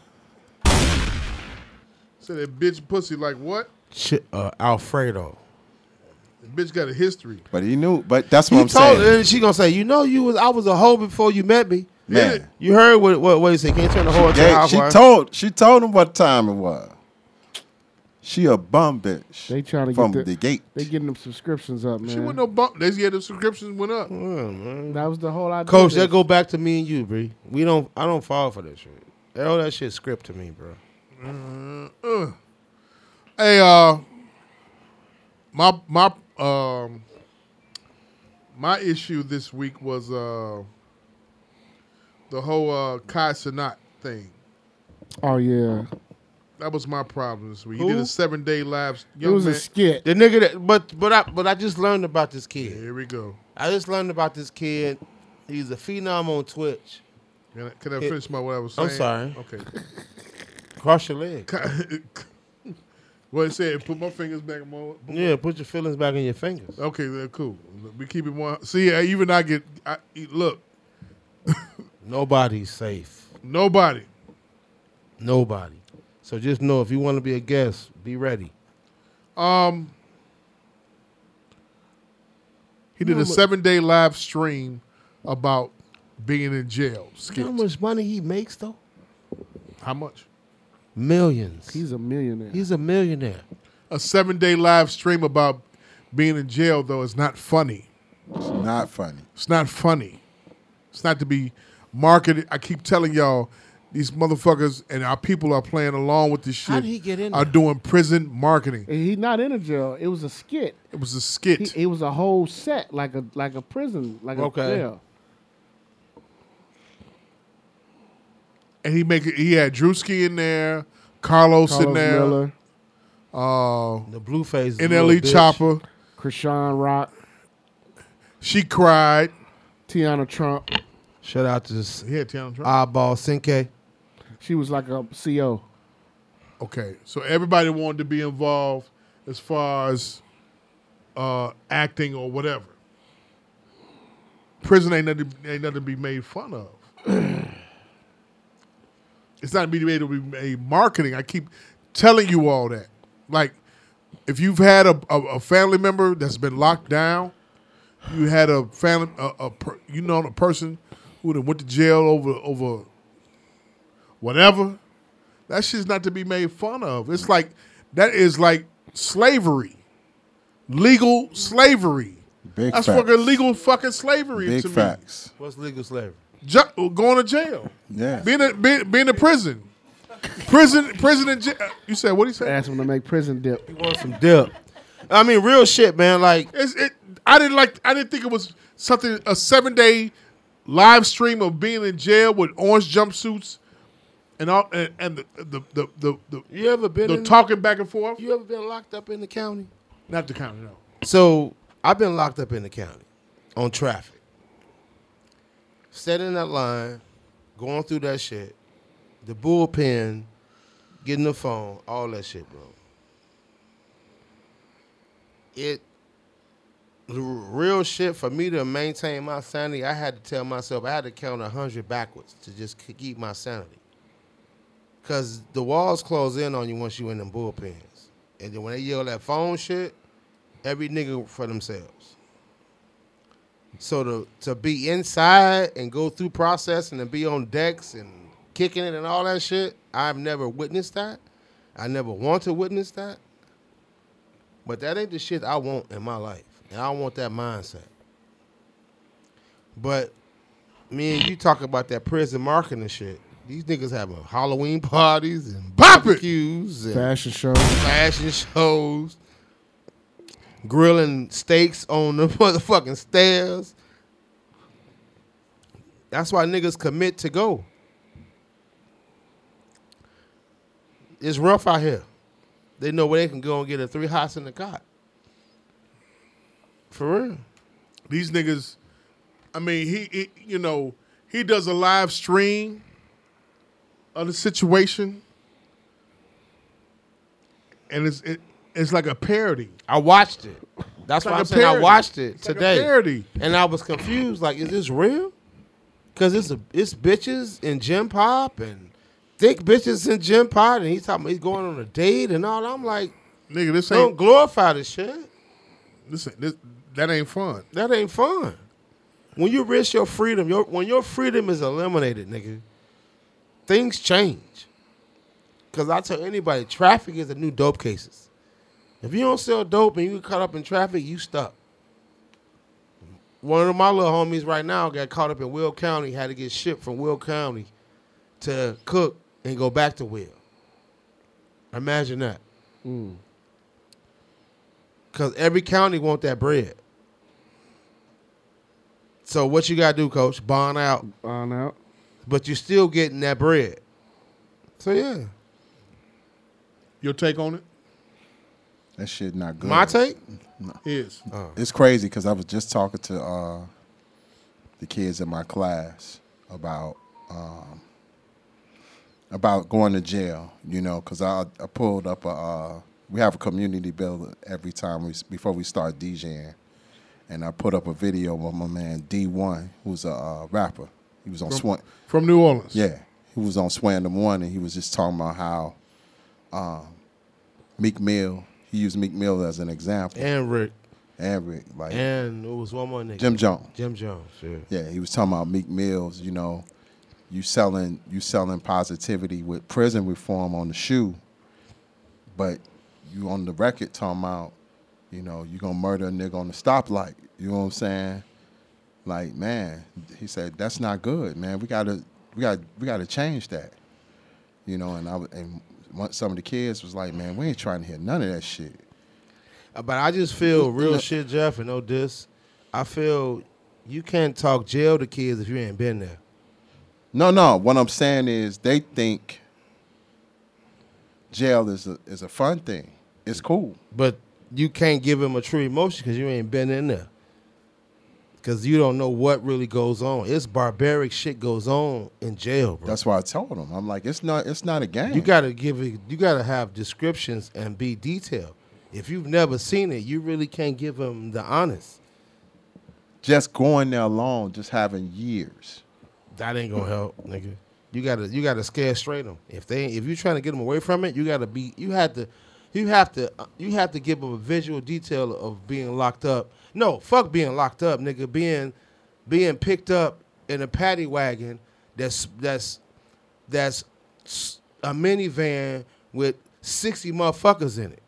Said that bitch pussy like what?
Shit, uh, Alfredo.
The bitch got a history.
But he knew. But that's what
He
I'm
told
saying.
her, and she gonna say, you know, you was I was a hoe before you met me.
Man.
you heard what what what he said? Can't turn the hoe
She,
into a
gave- she
housewife.
told she told him what time it was. She a bum bitch.
They trying to
from
get
the gate.
They getting them subscriptions up, man.
She wasn't no bump. They yeah, the subscriptions went up.
That was the whole idea.
Coach, that
that
go back to me and you, Bree. We don't. I don't fall for that shit. All that shit script to me, bro.
Uh, uh. Hey, uh, my my um, my issue this week was uh, the whole uh, Kai Sinat thing.
Oh yeah.
That was my problem this week. He
Who?
did a seven day live. young man.
skit.
The nigga that, but but I but I just learned about this kid.
Here we go.
I just learned about this kid. He's a phenom on Twitch.
Can I, can I
It-
finish my what I was
I'm
saying?
sorry.
Okay.
Cross your leg.
What it said? Put my fingers back in my.
Yeah, put your feelings back in your fingers.
Okay, then cool. We keep it one. See, I- even I get. I, e, look,
Nobody's safe.
nobody.
Nobody. So just know if you want to be a guest, be ready.
Um, he did
How
a
mu-
seven day live stream about being in jail.
You
Skip.
know how much money he makes though?
How much?
Millions.
He's a millionaire.
He's a millionaire.
A seven day live stream about being in jail though is not funny.
Not funny.
It's not funny. It's not to be marketed. I keep telling y'all, these motherfuckers and our people are playing along with this shit.
How'd he get in
Are
there?
doing prison marketing.
He's not in a jail. It was a skit.
It was a skit.
He, it was a whole set, like a like a prison, like
Okay.
a jail.
and he make he had Drewski in there, Carlos, in
Carlos
there,
Miller.
uh,
the blue face,
is a
NLE
little bitch.
E Chopper.
Krishan Rock,
She cried.
Tiana Trump.
Shout out to this
Yeah, Tiana Trump.
eyeball Sinke.
She was like a CO.
Okay, so everybody wanted to be involved as far as uh, acting or whatever. Prison ain't nothing, ain't nothing to be made fun of. it's not to be made to be made marketing. I keep telling you all that. Like, if you've had a, a, a family member that's been locked down, you had a family, a, a per, you know, a person who done went to jail over over whatever. That shit's not to be made fun of. It's like that is like slavery, legal slavery.
Big
That's
facts.
fucking legal fucking slavery
Big
to
facts.
What's legal slavery?
me. Ju- going to jail,
Yeah.
being a, being, being in prison, prison, prison in jail. You said what he said?
Asked him to make prison dip.
You want some dip? I mean, real shit, man. Like
It's, it, I didn't like. I didn't think it was something. A seven day live stream of being in jail with orange jumpsuits and all, and, and the, the, the the the
you ever been
the
in-
talking back and forth.
You ever been locked up in the county?
Not the county, no.
So I've been locked up in the county on traffic. Standing in that line, going through that shit, the bullpen, getting the phone, all that shit, bro. It the real shit for me to maintain my sanity, I had to tell myself I had to count hundred backwards to just k- keep my sanity. Cause the walls close in on you once you in them bullpens. And then when they yell that phone shit, every nigga for themselves. So to to be inside and go through process and to be on decks and kicking it and all that shit, I've never witnessed that. I never want to witness that. But that ain't the shit I want in my life. And I want that mindset. But me and you talk about that prison marketing shit. These niggas have a Halloween parties and barbecues and
Fashion shows.
fashion shows, grilling steaks on the motherfucking stairs. That's why niggas commit to go. It's rough out here. They know where they can go and get a three hots in the cot. For real.
These niggas, I mean, he, he- you know, he does a live stream of the situation, and it's it, it's like a parody.
I watched it.
It's
That's why
like
I'm
a
saying I
parody.
watched it
It's like a
today.
parody.
And I was confused. Like, is this real? Cause it's a, it's bitches in gym pop and thick bitches in gym pop, and he's talking about he's going on a date and all. I'm like,
nigga, this
don't
ain't-
glorify this shit.
Listen, this, that ain't fun.
That ain't fun. When you risk your freedom, your when your freedom is eliminated, nigga, things change. Cause I tell anybody, traffic is the new dope cases. If you don't sell dope and you get caught up in traffic, you stuck. One of my little homies right now got caught up in Will County, had to get shipped from Will County to Cook and go back to Will. Imagine that. Cause every county want that bread. So what you gotta do, coach? Bond out.
Bond out.
But you're still getting that bread. So yeah.
Your take on it?
That shit not good.
My take?
Is.
Uh.
It's crazy because I was just talking to uh, the kids in my class about um, about going to jail. You know, because I, I pulled up a uh, we have a community building every time we before we start DJing, and I put up a video of my man D One, who's a uh, rapper. He was on
From-
Swan
from New Orleans.
Yeah, he was on Swan the One, and he was just talking about how um, Meek Mill. He used Meek Mill as an example.
And Rick.
And Rick. Like
and it was one more nigga.
Jim Jones.
Jim Jones. Yeah.
Yeah, he was talking about Meek Mills. You know, you selling you selling positivity with prison reform on the shoe, but you on the record talking about, you know, you gonna murder a nigga on the stoplight. You know what I'm saying? Like man, he said that's not good, man. We gotta we got to we gotta change that. You know, and I was- and one- some of the kids was like, man, we ain't trying to hear none of that shit.
Uh, But I just feel real
No.
shit, Jeff, and no diss. I feel you can't talk jail to kids if you ain't been there.
No, no. What I'm saying is they think jail is a is a fun thing. It's cool.
But you can't give him a true emotion because you ain't been in there. Because you don't know what really goes on. It's barbaric shit goes on in jail, bro.
That's why I told him. I'm like, it's not it's not a game.
You gotta give it. You gotta have descriptions and be detailed. If you've never seen it, you really can't give them the honest.
Just going there alone, just having years.
That ain't gonna help, nigga. You gotta you gotta scare straight them. If they if you're trying to get them away from it, you gotta be you have to you have to you have to give them a visual detail of being locked up. No, fuck being locked up, nigga. Being being picked up in a paddy wagon that's that's that's s- a minivan with sixty motherfuckers in it.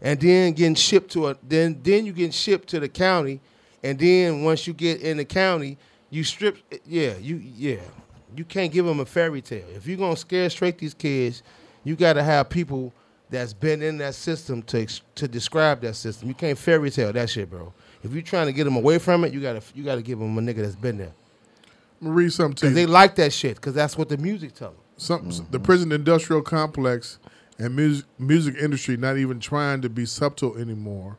and then getting shipped to a then then you getting shipped to the county, and then once you get in the county, you strip. Yeah, you yeah, you can't give them a fairy tale. If you're gonna scare straight these kids, you gotta have people that's been in that system to ex- to describe that system. You can't fairy tale that shit, bro. If you're trying to get them away from it, you gotta you gotta give them a nigga that's been there.
I'm gonna read something to
Cause
you.
they like that shit, cause that's what the music tell them.
some the prison industrial complex and music music industry not even trying to be subtle anymore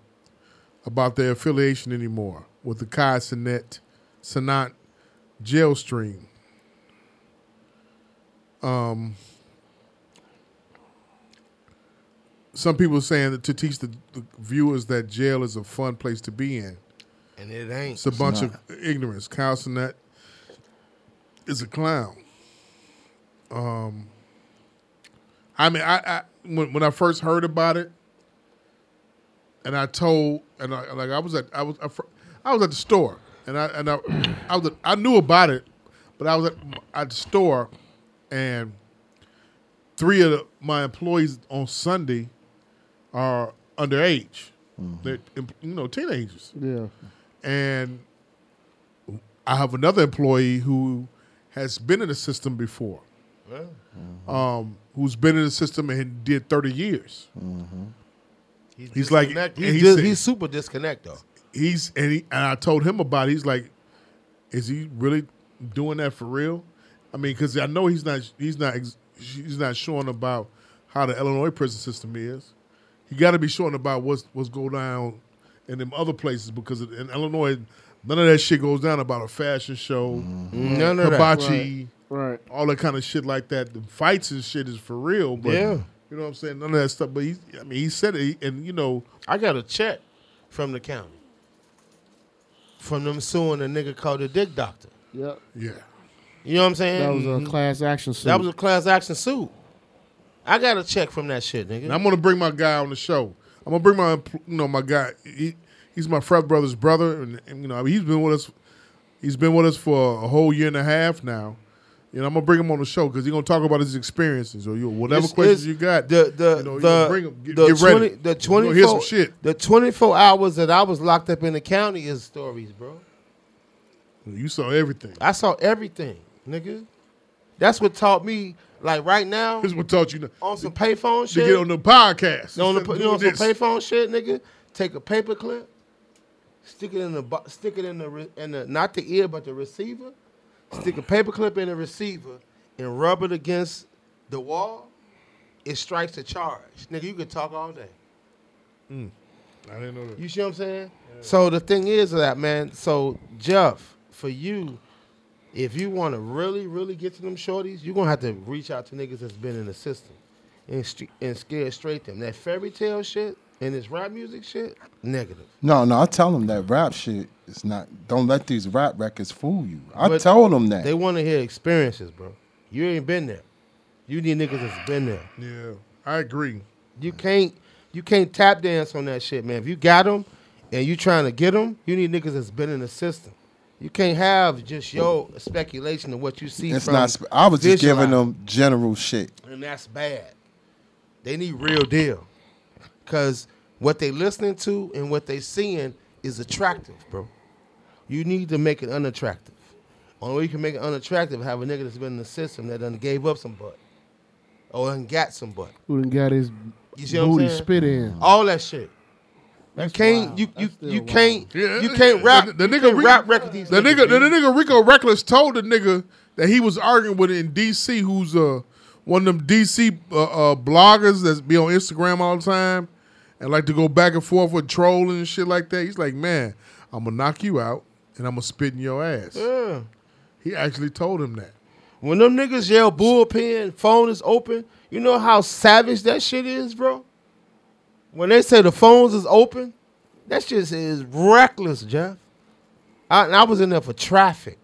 about their affiliation anymore with the Kai Sinet Sinat jail stream. Um, some people saying that to teach the, the viewers that jail is a fun place to be in.
And it ain't.
It's a bunch of ignorance. Kyle Sinet is a clown. Um, I mean, I, I when when I first heard about it, and I told and I, like I was at I was I, fir- I was at the store and I and I I was at, I knew about it, but I was at, at the store, and three of the, my employees on Sunday are underage. They're em- you know teenagers.
Yeah.
And I have another employee who has been in the system before. um, who's been in the system and did 30 years. He's, like, and
disconnected. He
he
dis-
said-
he's super disconnect though.
he's and, he, and I told him about it. He's like, is he really doing that for real? I mean, because I know he's not he's not ex- he's not showing about how the Illinois prison system is. He got to be showing about what's what's go down in them other places because in Illinois, none of that shit goes down about a fashion show,
None
Mm-hmm.
of that.
hibachi,
Right, right.
all that kind of shit like that. The fights and shit is for real, but
Yeah.
you know what I'm saying. None of that stuff. But he, I mean, he said it, and you know,
I got a check from the county from them suing a nigga called the Dick Doctor.
Yep.
Yeah.
You know what I'm saying? Mm-hmm.
That was a class action suit.
That was a class action suit. I got a check from that shit, nigga.
And I'm gonna bring my guy on the show. I'm gonna bring my empl- you know my guy. He, he's my frat brother's brother, and, and, you know he's been with us. He's been with us for a whole year and a half now. You know I'm gonna bring him on the show because he's gonna talk about his experiences or you whatever
It's-
questions
it's
you got.
The the
you know, you
the,
gonna bring 'em. get,
the
get ready.
20 the
You gonna hear some
24
shit.
the 24 hours that I was locked up in the county is stories, bro.
You saw everything.
I saw everything, nigga. That's what taught me. Like right now,
this what taught you
on some payphone
to
shit.
get on the podcast.
On the,
Instead of
you know,
doing
some
this.
payphone shit, nigga. Take a paper clip, stick it in the bo- stick it in the re- in the not the ear but the receiver. Stick a paper clip in the receiver and rub it against the wall. It strikes a charge, nigga. You could talk all day.
I didn't know that.
You see what I'm saying? So the thing is that man. So Jeff, for you, if you want to really, really get to them shorties, you're gonna have to reach out to niggas that's been in the system and st- and scare straight them. That fairy tale shit and this rap music shit, negative.
No, no, I tell them that rap shit is not. Don't let these rap records fool you. I
But
told them that.
They want to hear experiences, bro. You ain't been there. You need niggas that's been there.
Yeah, I agree.
You can't you can't tap dance on that shit, man. If you got them and you trying to get them, you need niggas that's been in the system. You can't have just your speculation of what you see.
it's
from
not. sp- I was just
visualize.
giving them general shit.
and that's bad. They need real deal, cause what they listening to and what they seeing is attractive, bro. You need to make it unattractive. Only way you can make it unattractive have a nigga that's been in the system that done gave up some butt, or done got some butt.
Who done got his
You see what
booty
I'm saying?
spit in?
All that shit. you can't. You you you can't. You can't rap.
The, the
you
nigga
can't
Rico-
rap record these.
The
niggas,
nigga, the,
B.
nigga Rico Reckless told the nigga that he was arguing with in DC, who's uh one of them DC uh, uh, bloggers that's be on Instagram all the time and like to go back and forth with trolling and shit like that. He's like, man, I'm gonna knock you out and I'm gonna spit in your ass.
Yeah.
He actually told him that.
When them niggas yell bullpen, phone is open. You know how savage that shit is, bro. When they say the phones is open, that shit is reckless, Jeff. I, and I was in there for traffic,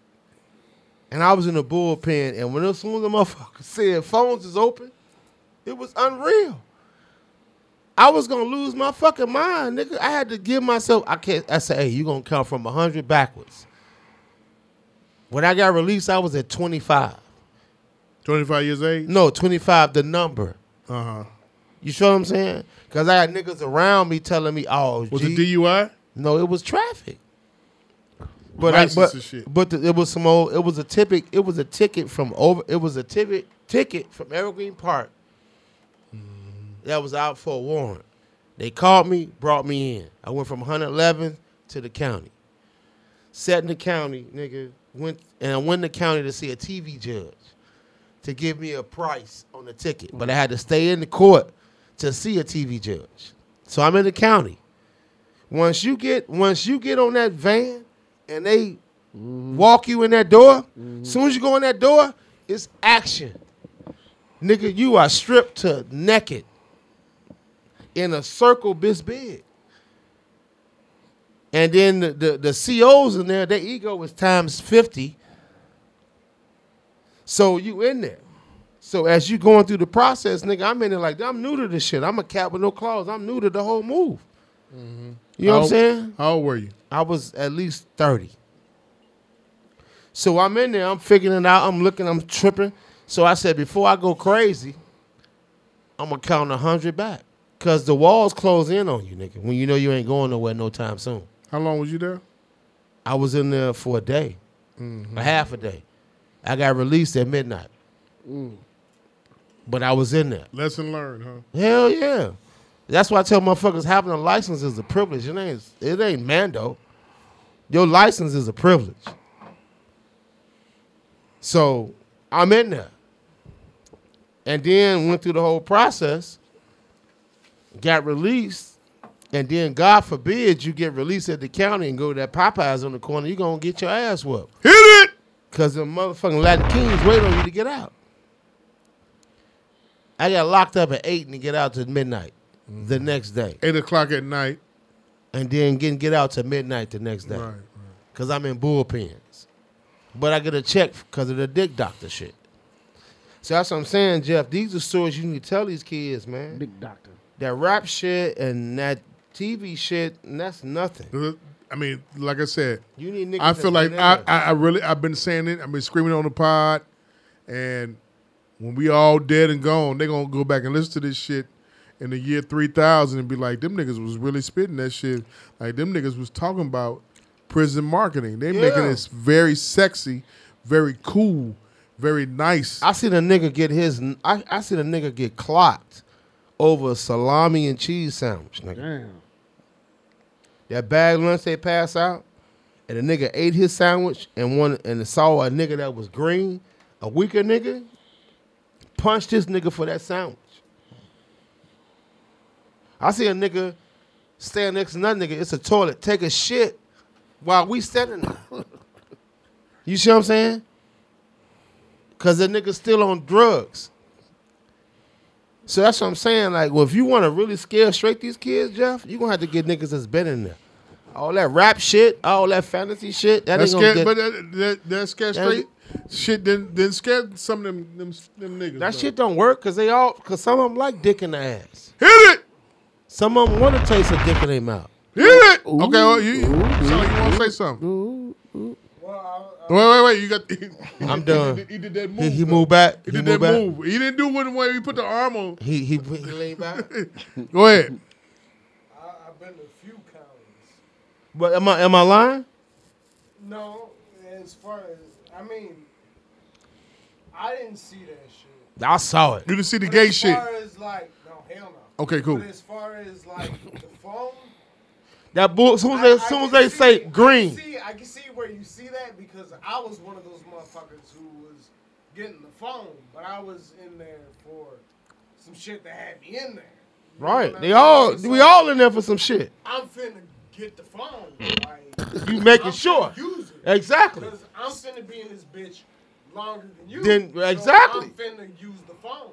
and I was in the bullpen. And when as soon as the motherfucker said phones is open, it was unreal. I was gonna lose my fucking mind, nigga. I had to give myself. I can't. I said, "Hey, you gonna count from hundred backwards." When I got released, I was at twenty five.
25 years age?
No, 25, the number.
Uh huh.
You sure what I'm saying? Because I had niggas around me telling me, oh,
Was
G.
it DUI?
No, it was traffic. But I,
License
but,
and shit.
but the, it was some old. It was a ticket. It was a ticket from over. It was a ticket ticket from Evergreen Park. That was out for a warrant. They called me, brought me in. I went from 111 to the county. Sat in the county, nigga. Went and I went in the county to see a TV judge to give me a price on the ticket, but I had to stay in the court to see a TV judge. So I'm in the county. Once you get once you get on that van and they walk you in that door, soon as you go in that door, it's action. Nigga, you are stripped to naked in a circle this big. And then the, the, the COs in there, their ego is times 50. So you in there. So as you going through the process, nigga, I'm in there like I'm new to this shit. I'm a cat with no claws. I'm new to the whole move. You
How
know what I'm
old-
saying?
How old were you?
I was at least 30. So I'm in there, I'm figuring it out, I'm looking, I'm tripping. So I said, before I go crazy, I'm gonna count 100 back. Cause the walls close in on you, nigga, when you know you ain't going nowhere no time soon.
How long was you there?
I was in there for a day, a half a day. I got released at midnight. but I was in there.
Lesson learned, huh?
Hell yeah. That's why I tell motherfuckers having a license is a privilege. It ain't it ain't Mando. Your license is a privilege. So I'm in there. And then went through the whole process, got released, and then God forbid you get released at the county and go to that Popeyes on the corner, you're gonna get your ass whooped.
Hit it!
Cause the motherfucking Latin Kings wait on you to get out. I got locked up at eight and to get out to midnight the
Mm-hmm.
next day.
Eight o'clock at night.
And then getting get out to midnight the next day. Cause I'm in bullpens. But I get a check because of the dick doctor shit. So that's what I'm saying, Jeff. These are stories you need to tell these kids, man. Dick
doctor.
That rap shit and that TV shit, and that's nothing.
I mean, like I said,
you need niggas
I
to
feel like
be
I,
there.
I, I really I've been saying it. I've been screaming on the pod, and when we all dead and gone, they gonna go back and listen to this shit in the year three thousand and be like, them niggas was really spitting that shit. Like them niggas was talking about prison marketing. They making
Yeah.
this very sexy, very cool, very nice.
I seen a nigga get his. I, I seen a nigga get clocked over a salami and cheese sandwich, nigga.
Damn.
That bag lunch they pass out, and a nigga ate his sandwich and one and saw a nigga that was green, a weaker nigga, punched this nigga for that sandwich. I see a nigga stand next to another nigga. It's a toilet. Take a shit while we standing there. you see what I'm saying? Cause the nigga still on drugs. So that's what I'm saying. Like, well, if you want to really scare straight these kids, Jeff, you gonna have to get niggas that's been in there. All that rap shit, all that fantasy shit, that
That's
ain't gonna
scared,
get.
but that, that, that scared
That-
straight shit. Then then scared some of them them, them niggas.
That
though.
shit don't work because they all because some of them like dick in the ass.
Hit it.
Some of them want to taste a dick in their mouth.
Hit it. okay, well, you, so you want to say something? wait, wait, wait. You got. he-
I'm
he
done.
did- He did that move.
He, he
though.
moved back.
He did that
moved back.
move. He didn't do one way. He put the arm on.
He he, he leaned back.
Go ahead.
I, I've been to a few counties.
But am I am I lying?
No, as far as I mean, I didn't see that shit.
I saw it.
You didn't see the
But
gay
as
shit.
far as like, no, hell no.
Okay, cool.
But as far as like the phone,
That bull. Soon as they, soon as they say
I
green,
can see, I can see where you see that because I was one of those motherfuckers who was getting the phone, but I was in there for some shit that had me in there.
right? They all we all in there for some shit.
I'm finna get the phone. Like,
You making sure?
use
Exactly.
Because I'm finna be in this bitch longer than you.
Then-
so
exactly.
I'm finna use the phone.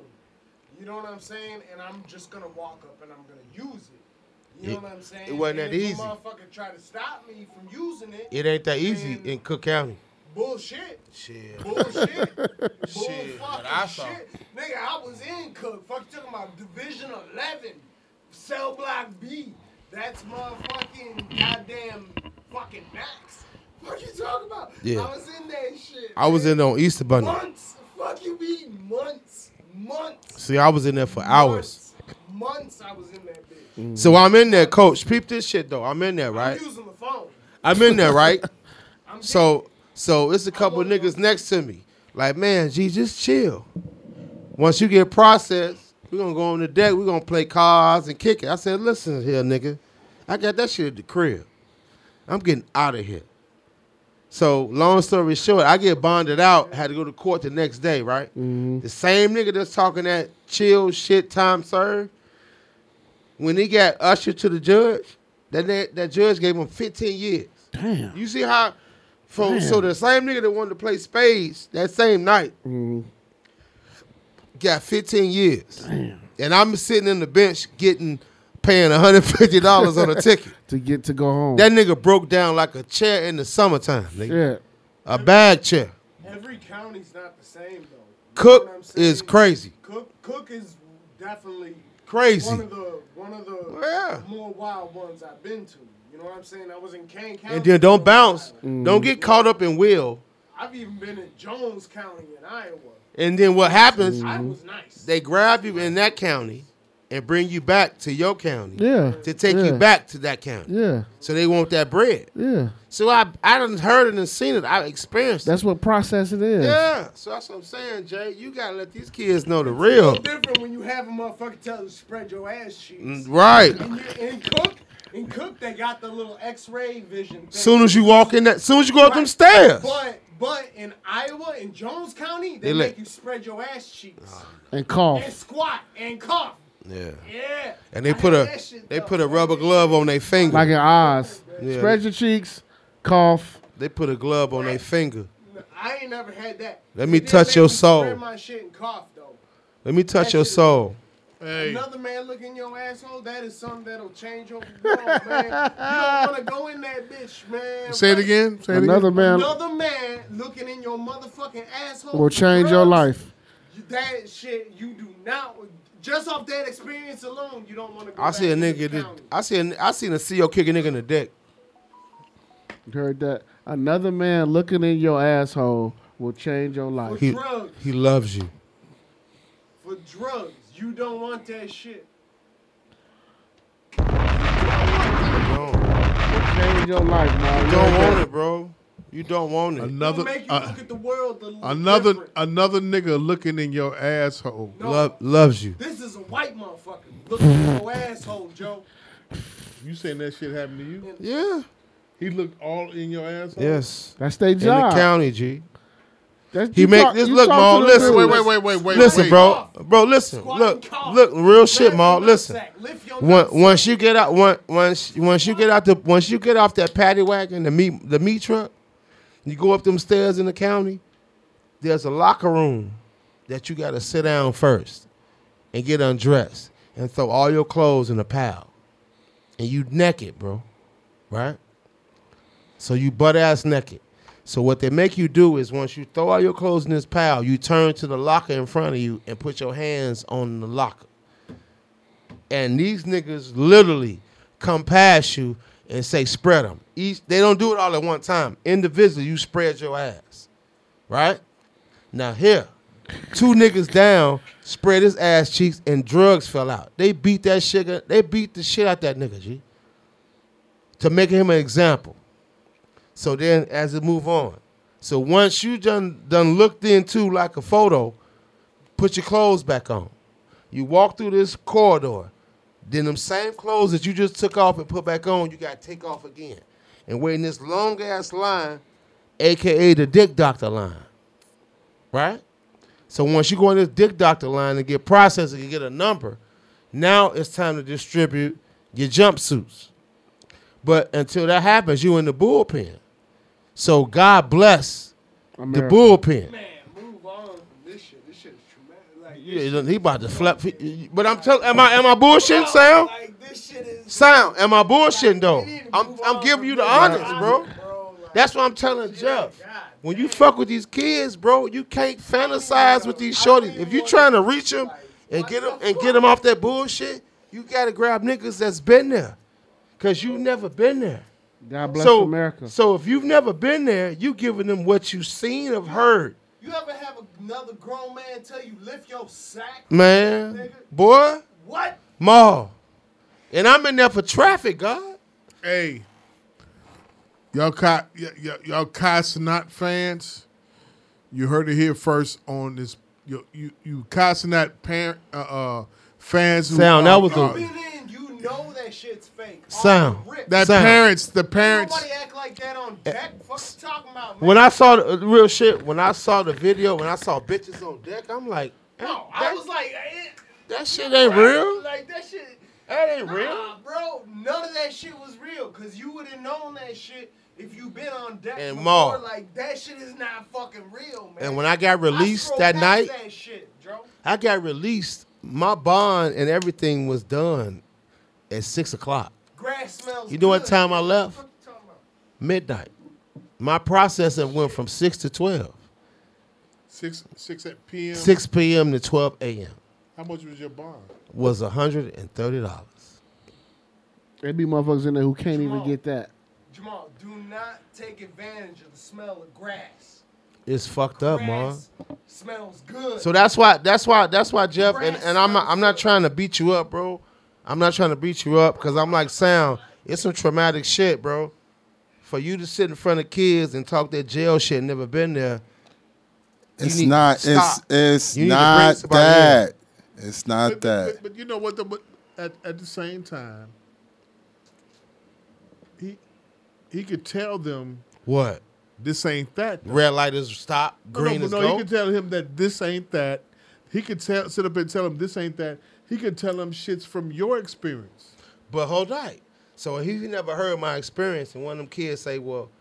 You know what I'm saying? And I'm just gonna walk up and I'm gonna use it. You know
It-
what I'm saying?
it wasn't
And
that
if a
easy.
motherfucker try to stop me from using it.
It ain't that easy
then
in Cook County.
Bullshit.
Shit.
Bullshit.
Shit,
Bullshit.
what I saw.
Shit. Nigga, I was in Cook. Fuck, you talking about Division 11, Cell Block B. That's motherfucking goddamn fucking max. What you talking about?
Yeah.
I was in that shit.
I was in there on Easter Bunny.
Months. Fuck you mean months. Months.
See, I was in there for hours.
Months I was in that bitch.
So I'm in there, coach. Peep this shit though. I'm in there, right?
Using the phone.
I'm in there, right? so so it's a couple niggas next to me. Like, man, G, just chill. Once you get processed, we're gonna go on the deck, we're gonna play cards and kick it. I said, listen here, nigga. I got that shit at the crib. I'm getting out of here. So long story short, I get bonded out, had to go to court the next day, right? The same nigga that's talking that chill shit time served, when he got ushered to the judge, that that, that judge gave him 15 years.
Damn.
You see how from so
Damn.
the same nigga that wanted to play spades that same night
Mm-hmm.
got 15 years. And I'm sitting in the bench getting paying $150 on a ticket.
to get to go home.
That nigga broke down like a chair in the summertime, nigga.
Shit.
A bag chair.
Every county's not the same though.
Cook is crazy.
Cook Cook is definitely
Crazy.
One of the one of the
Yeah.
more wild ones I've been to. You know what I'm saying? I was in Kane County.
And then don't bounce.
Mm.
Don't get caught up in will.
I've even been in Jones County in Iowa.
Mm-hmm.
And then what happens?
I was nice.
They grab you in that county, and bring you back to your county.
Yeah,
To take
yeah.
you back to that county.
Yeah.
So they want that bread.
Yeah.
So I I done heard it and seen it. I experienced
That's what process it is.
Yeah, so that's what I'm saying, Jay. You gotta let these kids know the real.
It's different when you have a motherfucker tell you spread your ass sheets.
Mm, right.
And, you, and cook, and cook, they got the little X-ray vision. Thing.
Soon as you walk in that, soon as you go up them
Right.
stairs.
But but in Iowa, in Jones County, they,
They let-
make you spread your ass cheeks
And cough.
and squat and cough.
Yeah.
Yeah.
And they put a they put a rubber glove on their finger.
Like in Oz.
Yeah.
Spread your cheeks, cough.
They put a glove on their finger.
I ain't never had that.
Let me
They
touch
make
your
me
soul.
Spread my shit and cough though.
Let me touch your soul.
Another man look in your asshole. That is something that'll change your world, man. You don't want to go in that bitch, man.
Say it again. Say it again.
Another man-
Another man looking in your motherfucking asshole.
Will change your life.
That shit you do not. Just off that experience alone, you don't want to go.
I see a
back
nigga.
to the
in the-
county.
I see. A, I seen a CEO kick a nigga in the dick.
You heard that? Another man looking in your asshole will change your life.
He, he loves you.
For drugs, you don't want that shit.
Change your life, man.
You don't want it, bro. You don't want it.
Another
It'll make you
uh,
look at the world. A little
another
different.
uh,
another nigga looking in your asshole.
No.
loves you.
This is a white motherfucker looking at your asshole, Joe.
You saying that shit happened to you?
Yeah.
He looked all in your asshole.
Yes.
That's their
In
job.
the county, G.
That's-
he
you
make
talk-
this
you
look,
talk
Ma.
to the
Listen,
dudes.
Listen, bro, bro. Listen, look, look. Real shit, Ma. Listen. Once, once you get out, once, once, once you get out the, once you get off that paddy wagon, the meat, the meat truck, you go up them stairs in the county. There's a locker room that you got to sit down first and get undressed and throw all your clothes in a pile, and you naked, bro, right? So you butt ass naked. So what they make you do is once you throw all your clothes in this pile, you turn to the locker in front of you and put your hands on the locker. And these niggas literally come past you and say, spread them. Each, they don't do it all at one time. Individually, you spread your ass. Right? Now here, two niggas down, spread his ass cheeks, and drugs fell out. They beat that shit. They beat the shit out that nigga, G. To make him an example. So then as it move on. So once you done done looked into like a photo, put your clothes back on. You walk through this corridor, then them same clothes that you just took off and put back on, you gotta take off again. And wait in this long ass line, aka the dick doctor line. Right? So once you go in this dick doctor line and get processed and you get a number, now it's time to distribute your jumpsuits. But until that happens, you in the bullpen. So God bless
America.
the bullpen.
Move on from this shit. This shit is traumatic. Like,
Yeah, he done- he about to flap. he- But I'm telling, am I am I bullshitting, Sam? Sound, am I bullshitting though? I'm I'm giving you the honest, bro. That's what I'm telling Jeff. When you fuck with these kids, bro, you can't fantasize with these shorties. If you trying to reach them and get them and get them off that bullshit, you gotta grab niggas that's been there, cause you never been there.
God bless
so,
America.
So if you've never been there, you giving them what you seen or heard.
you ever have another grown man tell you lift your sack?
Man, boy.
What?
Ma. And I'm in there for traffic, God.
Hey. Y'all, Kai, y- y- y'all Kai Sinat fans, you heard it here first on this. You, you, you Kai Sinat parent, uh, uh, fans.
Sound, that was a-
uh,
You know that shit's fake.
Sound. Eh.
That
Sound.
parents, the parents.
Nobody act like that on deck. Fuck you talking about, man.
When I saw the uh, real shit, when I saw the video, when I saw bitches on deck, I'm like,
no, I was like, eh,
that shit ain't real.
Like that shit.
That ain't
nah,
real.
bro. None of that shit was real, cause you would have known that shit if you been on deck
And
before.
Ma.
Like that shit is not fucking real, man.
And when I got released
scrolled
that
past
night,
that shit, Joe.
I got released. My bond and everything was done at six o'clock.
Grass smells.
You know what
good.
time I left? Midnight. My processing went from six to twelve.
Six six at p.m.
Six p.m. to twelve a.m.
How much was your bond?
was hundred and thirty dollars.
There be motherfuckers in there who can't even get that.
Jamal, do not take advantage of the smell of grass.
It's fucked up, man.
Smells good.
So that's why that's why that's why Jeff and, and I'm not, I'm not trying to beat you up, bro. I'm not trying to beat you up because I'm like sound. It's some traumatic shit, bro. For you to sit in front of kids and talk that jail shit, and never been there. you
It's
need to
not. It's
stop.
it's
You need to bring
not
somebody in.
that. It's not that.
But, but you know what? The, but at, at the same time, he he could tell them
What?
this ain't that.
Red light is stop.
Oh, No,
Green
no,
is
no,
go.
He could tell him that this ain't that. He could tell sit up and tell him this ain't that. He could tell him shits from your experience.
But hold on. So if he never heard my experience, and one of them kids say, "Well,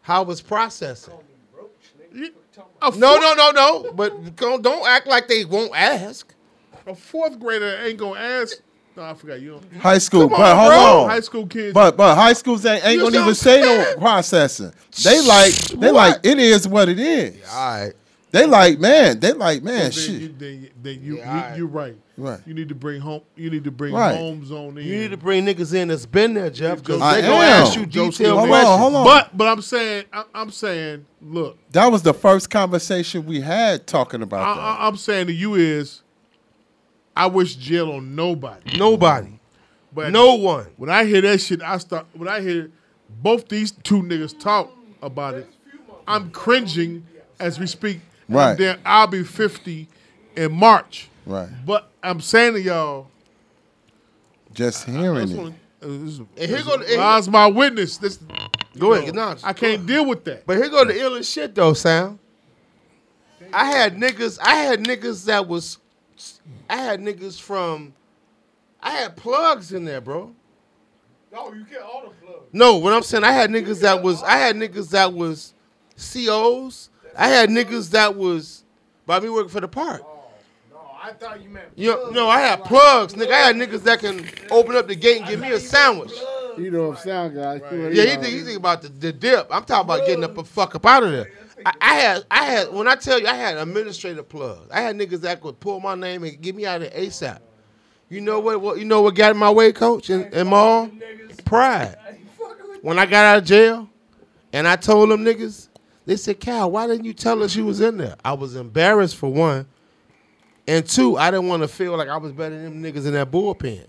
how was processing?" No, no, no, no. But don't, don't act like they won't ask.
A fourth grader ain't gonna ask. No, I forgot you. don't-
High school,
Come
but
on,
hold
bro.
on.
High school kids.
But but high schools ain't, ain't
You
gonna even
sound
say no processing. They like they like it is what it is.
all right.
They like man. They like
So
man.
then
shit.
You, then, then you, you, you're right.
Right.
You need to bring home. You need to bring
Right.
homes on in.
You need to bring niggas in that's been there, Jeff, because
I
they gonna
am.
ask you
Joe
detailed
Hold on,
questions.
hold on.
But but I'm saying I, I'm saying look.
That was the first conversation we had talking about
I,
that.
I, I'm saying to you is, I wish jail on nobody.
Nobody.
But
No one.
When I hear that shit, I start. When I hear both these two niggas talk about it, I'm cringing as we speak. And
Right.
then I'll be 50 in March.
Right.
But I'm saying to y'all,
Just
I
hearing
just
it.
wanna- uh, this-
And here go the-
this- Lies my witness. This
Go ahead, nah,
I can't deal with that.
But here go the illest shit though, Sam. I had niggas. I had niggas that was. I had niggas from. I had plugs in there, bro.
No, Oh, you get all the plugs.
No, what I'm saying, I had niggas that was. I had niggas that was COs. I had niggas that was. By me working for the park.
Oh, No, I thought you meant.
You know, no, I had plugs, nigga. I had niggas that can open up the gate and give me a sandwich.
You know what sound guys. doing,
Yeah,
you
he
know.
think, he think about the, the dip. I'm talking about getting up and fuck up out of there. I, I had I had when I tell you I had administrative plugs. I had niggas that could pull my name and get me out of there ASAP. You know what, what you know what got in my way, coach and, and Maul? Pride. When I got out of jail and I told them niggas, they said, Cal, why didn't you tell us you was in there? I was embarrassed for one. And two, I didn't want to feel like I was better than them niggas in that bullpen.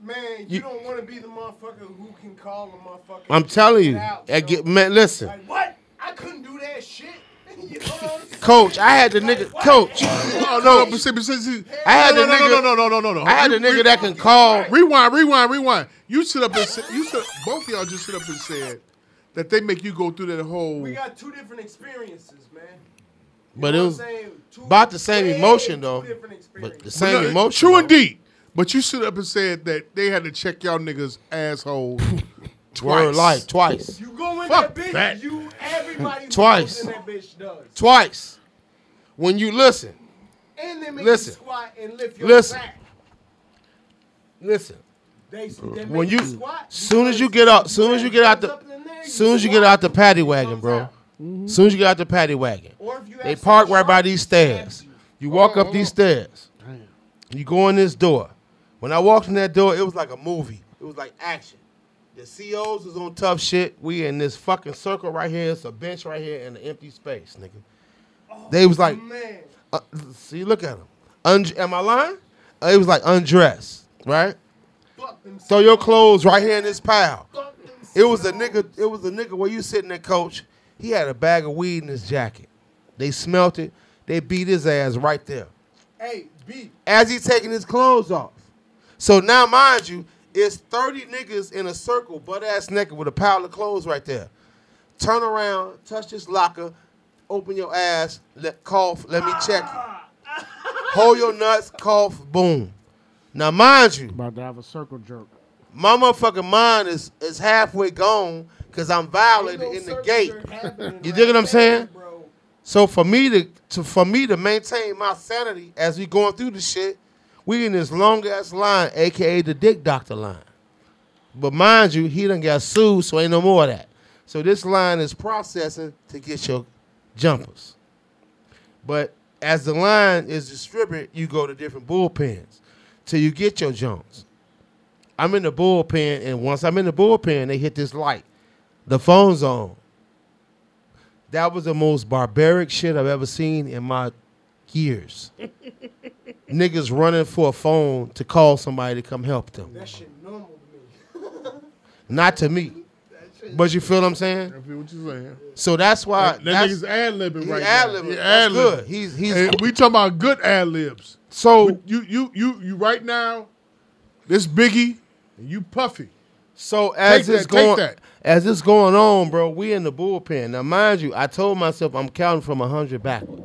Man, you, don't want to be the motherfucker who can call a motherfucker.
I'm telling you.
Out,
I get man, listen.
Like, what? I couldn't do that shit. you know what I'm saying?
Coach, I had the nigga. Coach,
Oh, no, no, but see, but see, see.
I had
no,
the
no,
nigga-
No, no, no, no, no, no.
I had the nigga that can call.
Rewind, rewind, rewind. You sit up and say, you sit, both of y'all just sit up and said that they make you go through that whole.
We got two different experiences, man.
But
You
it
know
was
what I'm saying? Two
about the same
way
emotion though.
two different
But the
experiences.
same
But no,
emotion.
True indeed. But you sit up and said that they had to check y'all niggas assholes twice.
Word life, twice.
You go in
Fuck
that bitch,
that.
you everybody who
Twice.
goes in that bitch does.
Twice. When you listen,
And they make
Listen.
you squat and lift your
Listen.
back.
listen.
They, they make
Uh, When you
squat.
soon as you get out, soon as you get out the soon as you get out the paddy wagon, bro. Soon as you get out the paddy wagon. They park right by these stairs. You walk up these stairs. You go in this door. When I walked in that door, it was like a movie. It was like action. The COs was on tough shit. We in this fucking circle right here. It's a bench right here and an empty space, nigga. they was like,
man.
uh, see, look at him. Und- am I lying? Uh, it was like undress, right? Throw your clothes right here in this pile. It was a nigga. It was a nigga where you sitting there, coach. He had a bag of weed in his jacket. They smelt it. They beat his ass right there
Hey, B.
as he's taking his clothes off. So now, mind you, it's 30 niggas in a circle, butt ass naked, with a pile of clothes right there. Turn around, touch this locker, open your ass, let cough, let me check you. Hold your nuts, cough, boom. Now, mind you,
About to have a circle jerk.
my motherfucking mind is, is halfway gone because I'm violated in the gate. You dig what I'm saying? So for me to, to for me to maintain my sanity as we going through the shit, we in this long ass line, aka the dick doctor line. But mind you, he done got sued, so ain't no more of that. So this line is processing to get your jumpers. But as the line is distributed, you go to different bullpens till you get your jumps. I'm in the bullpen, and once I'm in the bullpen, they hit this light. The phone's on. That was the most barbaric shit I've ever seen in my years. Niggas running for a phone to call somebody to come help them.
That shit normal to me.
Not to me. But you feel what I'm saying?
I feel what you're saying.
So that's why
That, that nigga's ad libbing
He's
right now.
ad-libbing.
He
That's
ad-libbing.
good. He's- he's-
And we talking about good ad libs.
So
you you you you right now, this Biggie and you Puffy.
So as
take
it's
that, take
going,
that.
as it's going on, bro, we in the bullpen. Now, mind you, I told myself I'm counting from hundred backward.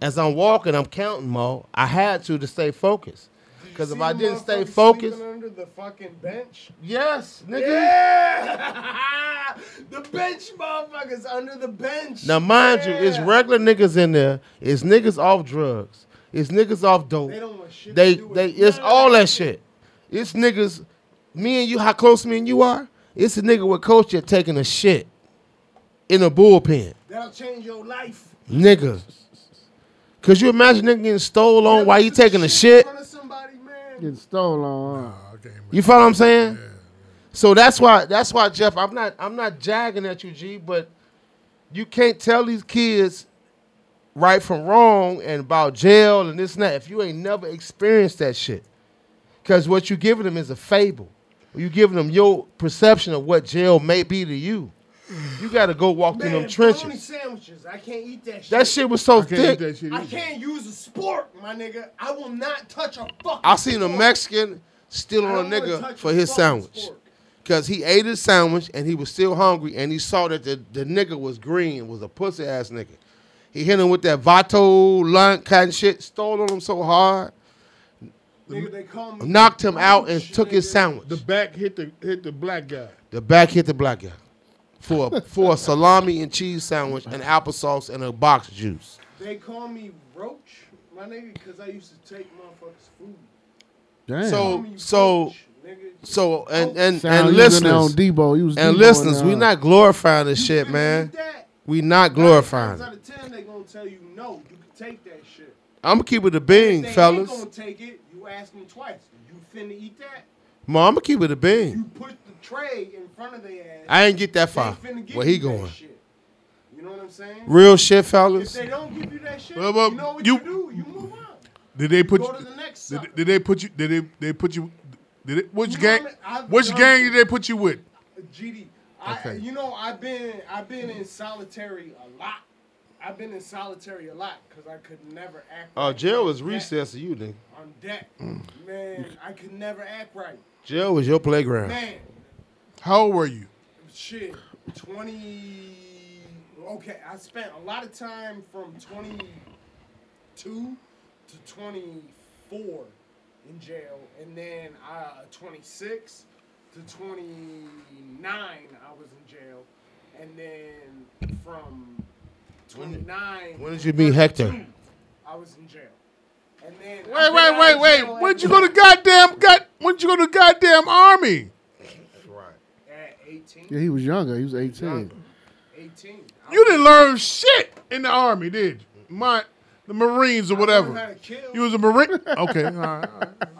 As I'm walking, I'm counting, Mo. I had to to stay focused, because if I didn't stay focused,
under the fucking bench.
Yes, nigga.
Yeah. the bench motherfuckers under the bench.
now mind you, it's regular niggas in there. It's niggas off drugs. It's niggas off dope. They don't want shit. They, they, it's all that shit. It's niggas. Me and you, how close me and you are. It's a nigga with coach that taking a shit in a bullpen.
That'll change your life.
Nigga. Could you imagine nigga getting stole on while you taking a shit?
Getting stole on. huh?
You feel what I'm saying? So that's why that's why Jeff, I'm not I'm not jagging at you, G, but you can't tell these kids right from wrong and about jail and this and that if you ain't never experienced that shit. Cause what you giving them is a fable. You giving them your perception of what jail may be to you. You gotta go walk through them trenches.
Bologna sandwiches. I can't eat that shit.
That shit was so I can't eat thick. that shit
I
either.
can't use a sport, my nigga. I will not touch a fucking.
I seen a
fork.
Mexican stealing
I
on
don't
a
wanna
nigga
touch
for
a
his
fucking
sandwich. Cause he ate his sandwich and he was still hungry and he saw that the, the nigga was green, was a pussy ass nigga. He hit him with that Vato lunch kind of shit, stole on him so hard,
Nigga, they call me.
knocked him out and took his sandwich.
The back hit the hit the black guy.
The back hit the black guy for a, for a salami and cheese sandwich and applesauce and a box of juice.
They call me Roach, my nigga, because I used to take motherfuckers' food.
Damn.
So so so and and
Sound
and
you was in there on
listeners
Debo. You was Debo
and
in
listeners,
there,
we
huh?
not glorifying this shit, man. We not glorifying. it.
Out of ten, they gonna tell you no. You can take that shit.
I'm gonna keep it a
If
bean,
they
fellas.
ain't gonna take it. You ask them twice. You finna eat that?
Ma, I'm gonna keep it a bean.
You put the tray in front of their ass.
I ain't get that
They
far.
finna give
Where he
you that
going?
shit. You know what I'm saying?
Real shit, fellas.
If they don't give you that shit,
Well, well,
you know what
you-
you, do. You move on.
Did they put
Go
you?
to the next
did,
sucker.
did they put you? Did they they put you? Did it, which
You know
gang?
what I mean? I've
which
done-
gang did they put you with?
GD. I,
Okay.
You know, I've been I've been in solitary a lot. I've been in solitary a lot because I could never act.
Oh,
right
jail
on
was
deck-
recess Mm. to you, nigga.
On deck, man, I could never act right.
Jail was your playground.
Man,
How old were you?
shit, twenty. Okay, I spent a lot of time from twenty-two to twenty-four in jail, and then uh, twenty-six to twenty-nine, I was in jail, and then from twenty-nine.
When did you meet Hector?
I was in jail, and then
Wait,
I got
wait,
out
wait,
of
wait.
jail
When'd
at-
you go to goddamn god? When'd you go to goddamn army?
At eighteen.
Yeah, he was younger. He was 18.
Eighteen.
You didn't learn shit in the army, did you? My the Marines or
learned how
whatever.
to kill.
You was a Marine. Okay, all right.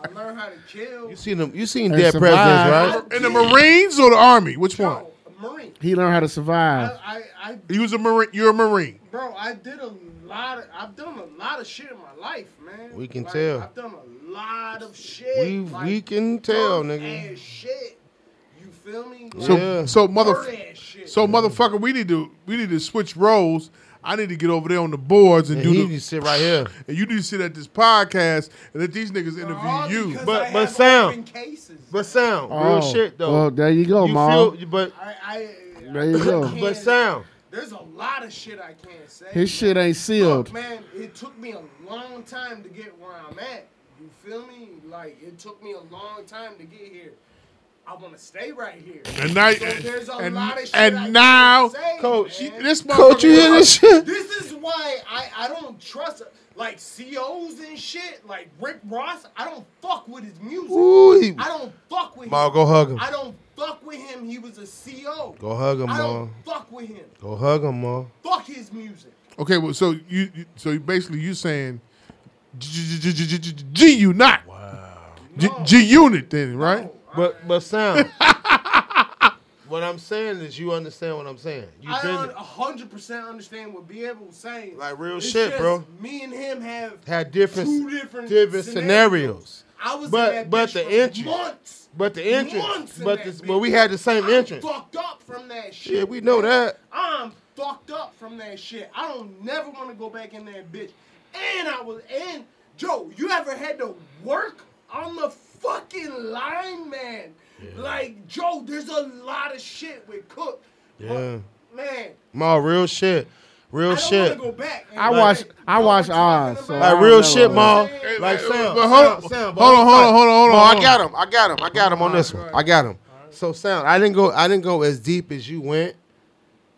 I learned how to kill.
You seen them? You seen
And
dead presidents, right?
survived.
In the Marines or the Army? Which one?
Marine.
He learned how to survive.
I, I
You was a Marine. You're a Marine.
Bro, I did a lot of. I've done a lot of shit in my life, man.
We can
Like,
tell.
I've done a lot of shit.
We we can tell, nigga.
Ass shit. You feel me?
So so mother
Dirty-ass shit.
so motherfucker, we need to we need to switch roles. I need to get over there on the boards and
Yeah,
do
he
the
need to sit right here.
And you need to sit at this podcast and let these niggas interview you.
But but sound, but sound, real
Oh,
shit though.
well, there you go,
you
Ma.
Feel, but
I,
There you go.
I,
but sound.
There's a lot of shit I can't say.
His shit ain't
Look,
sealed.
man, it took me a long time to get where I'm at. You feel me? Like it took me a long time to get here. I want to stay right here.
And now,
so there's a
and,
lot of shit
and
I can't
now,
say,
coach,
man.
this motherfucker-
This is why I, I don't trust like COs and shit. Like Rick Ross, I don't fuck with his music.
Ooh, he-
I don't fuck with
Ma,
him.
go hug him.
I don't fuck with him. He was a CO.
Go hug him,
I
Ma.
don't fuck with him.
Go hug him, Ma.
Fuck his music.
Okay, well, so you, you so you basically you saying G- G- G- G- G- G you not wow G Unit then right?
But but sound. What I'm saying is, you understand what I'm saying. You
I
been
don't hundred percent understand what B able was saying.
Like, real shit, bro.
Me and him have
had different
two different,
different scenarios.
I was
but
in that
but
bitch
the
for
entrance,
months.
but the entrance,
Months in
but
that
this,
bitch.
but we had the same
I'm
entrance.
Fucked up from that shit.
Shit, we know that.
I'm fucked up from that shit. I don't never want to go back in that bitch. And I was and Joe, you ever had to work on the fucking line, man? Like Joe, there's a lot of shit with Cook,
Yeah,
man.
Ma, real shit, real shit.
Go back.
I watch I watch Oz. So I
Like real
know.
shit, Mom.
Hey,
Like
hey,
Sam.
but hold-
Sam, Sam,
hold on,
I'm
hold on,
sorry.
hold on, hold on,
No, I
hold
got
on.
him. I got him. I got him on this one. I got him. So Sam, I didn't go. I didn't go as deep as you went,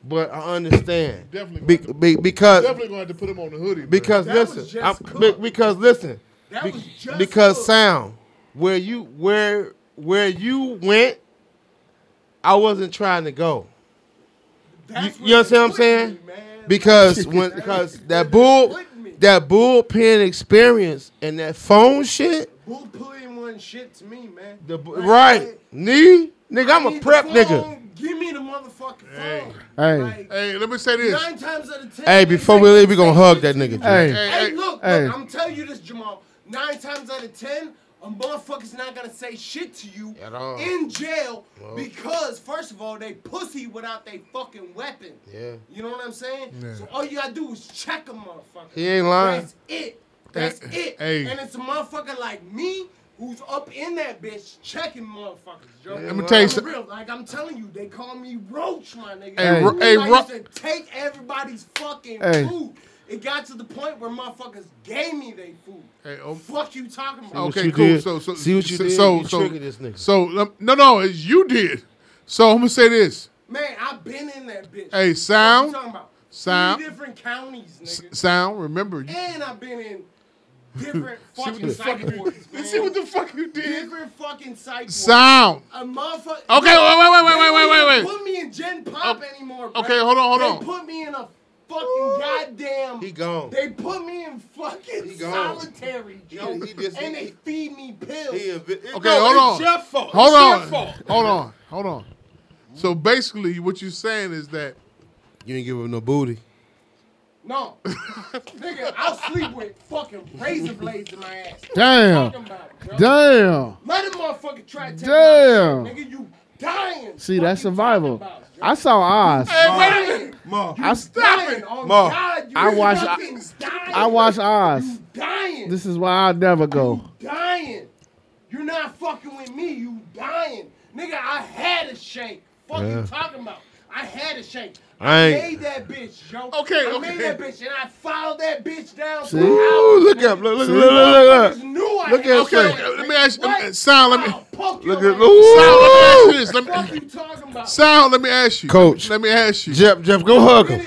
but I understand.
Definitely
Be- be- because
definitely gonna have to put him on the hoodie.
because
bro.
listen, I'm- be- because listen,
That
be-
was just
because
cooked.
sound where you where where you went, I wasn't trying to go. You, you understand what I'm saying? because when because that bull that bullpen experience and that phone shit,
Who putting one shit to me, man?
the bu- right knee nigga, I'm a prep nigga.
Give me the motherfucking phone.
Hey.
Hey, let me say this.
Nine times out of ten.
Hey, before we leave, we gonna hug that nigga.
Hey,
G.
look,
hey.
look, I'm telling you this, Jamal. Nine times out of ten, a motherfucker's not gonna say shit to you
At all.
in jail
No.
because, first of all, they pussy without they fucking weapon.
Yeah.
You know what I'm saying?
Yeah.
So all you gotta do is check a motherfucker.
He ain't lying.
That's it. That's it.
Eh, hey.
And it's a motherfucker like me who's up in that bitch checking motherfuckers, Joe.
Let me tell you
I'm
some-
Real. Like I'm telling you, they call me Roach, my nigga.
Hey, Ro-
Like,
hey,
I
Ro-
used to take everybody's fucking
Hey.
food. It got to the point where motherfuckers gave me their food.
Hey, oh,
fuck you talking about?
Okay, cool. So, so, so, So, so, so, um, no, no, it's you did. So I'm gonna say this.
man, I've been in that bitch.
Hey, sound,
What you talking about?
sound,
Three different counties,
S-
nigga.
sound. Remember, you-
And I've been in different
See what
fucking
the fuck you-
psych wards, man.
Let's see what the fuck you did.
Different fucking psych wards.
Sound.
A motherfucker.
Okay, wait, wait, wait, wait,
They don't
wait, wait,
even
wait.
Put me in Gen Pop anymore. Bro.
okay, hold on, hold
they
on.
They put me in a fucking goddamn.
He gone.
They put me in fucking
gone.
solitary.
He-
Joe,
he just-
and
he-
they feed me pills.
okay, hold on. Hold on. Hold on. Hold on. So basically, what you're saying is that
you ain't give him no booty.
No. Nigga, I'll sleep with fucking razor blades in my ass. What
Damn.
you talking about, bro?
Damn.
Let a motherfucker try to take
Damn.
my shit, Nigga, you dying.
See, that's survival. I saw Oz.
Hey, wait a minute.
Ma,
You
I-
stop it. Oh,
Ma,
God, you
I watch.
fucking dying.
I watch Oz.
dying.
This is why I never go.
dying. You're not fucking with me. You dying. Nigga, I had a shank. Fuck
Yeah.
you talking about? I had a shank.
I
I,
ain't-
made that bitch, yo.
Okay,
I
okay.
made that bitch and I followed that bitch down.
See?
for hours.
Ooh, look up, look, look,
See?
look, look, look,
Knew
look,
I
look
had
at
Okay,
him.
let me ask you, sound. Let me
Look at
sound. Let me ask
Ooh.
you this. Let me, sound. Let me ask you,
Coach.
Let me ask you,
Jeff, Jeff, go hug him.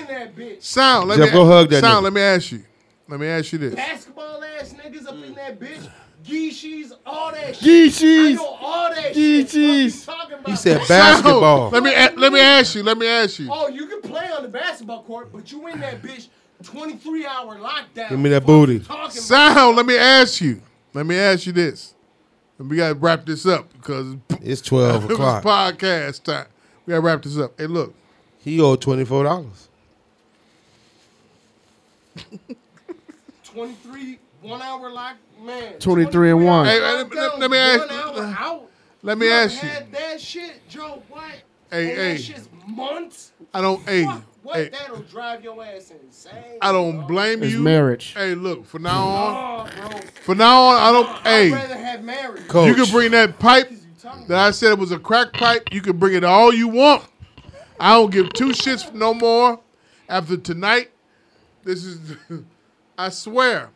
Sound. Let
Jeff,
me,
go hug that
Sound.
nigga.
Let me ask you. Let me ask you this.
basketball ass niggas up in that bitch. Geeshies, all that
Geeshies.
shit. I know all that shit. Fuck you talking about?
He said basketball.
Let me a- let me ask you. Let me ask you.
Oh, you can play on the basketball court, but you in that bitch 23 hour lockdown.
Give me that
booty.
Sound. Let me ask you. Let me ask you this. And we gotta wrap this up because
It's 12
it was
o'clock.
podcast time. We gotta wrap this up. Hey, look.
He owed twenty four dollars.
23, one hour lock, man.
23 and one.
Hey, hey, let, let- let me ask.
Hour out.
Let me
You ever
ask you.
Had that shit, Joe. What?
Hey,
and
hey.
That shit's months.
I don't. Hey,
What?
hey,
That'll drive your ass insane.
I don't blame
It's
you.
marriage.
Hey, look. For now on.
Nah, bro.
For now on, I don't. hey,
rather have marriage.
you
Coach.
can bring that pipe that I said it was a crack pipe. You can bring it all you want. I don't give two shits no more. After tonight, this is. I swear.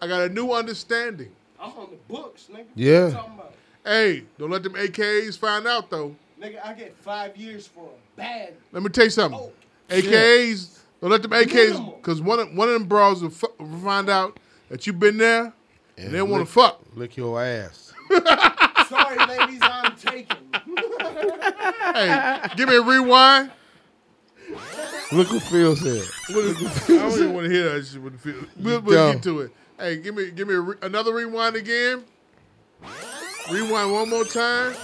I got a new understanding.
I'm on the books, nigga.
Yeah.
What you talking about?
Hey, don't let them AKAs find out though.
Nigga, I get five years for a bad.
Let me tell you something.
shit.
AKAs, don't let them AKAs, because one of, one of them bras will, fu- will find out that you've been there and they want to
lick-
fuck.
Lick your ass.
Sorry, ladies, I'm taking.
Hey, give me a rewind.
Look what Phil said.
What is, I don't even want to hear that shit. With the feel. We'll, we'll
dumb.
get to it. Hey, give me give me a re- another rewind again. Rewind one more time.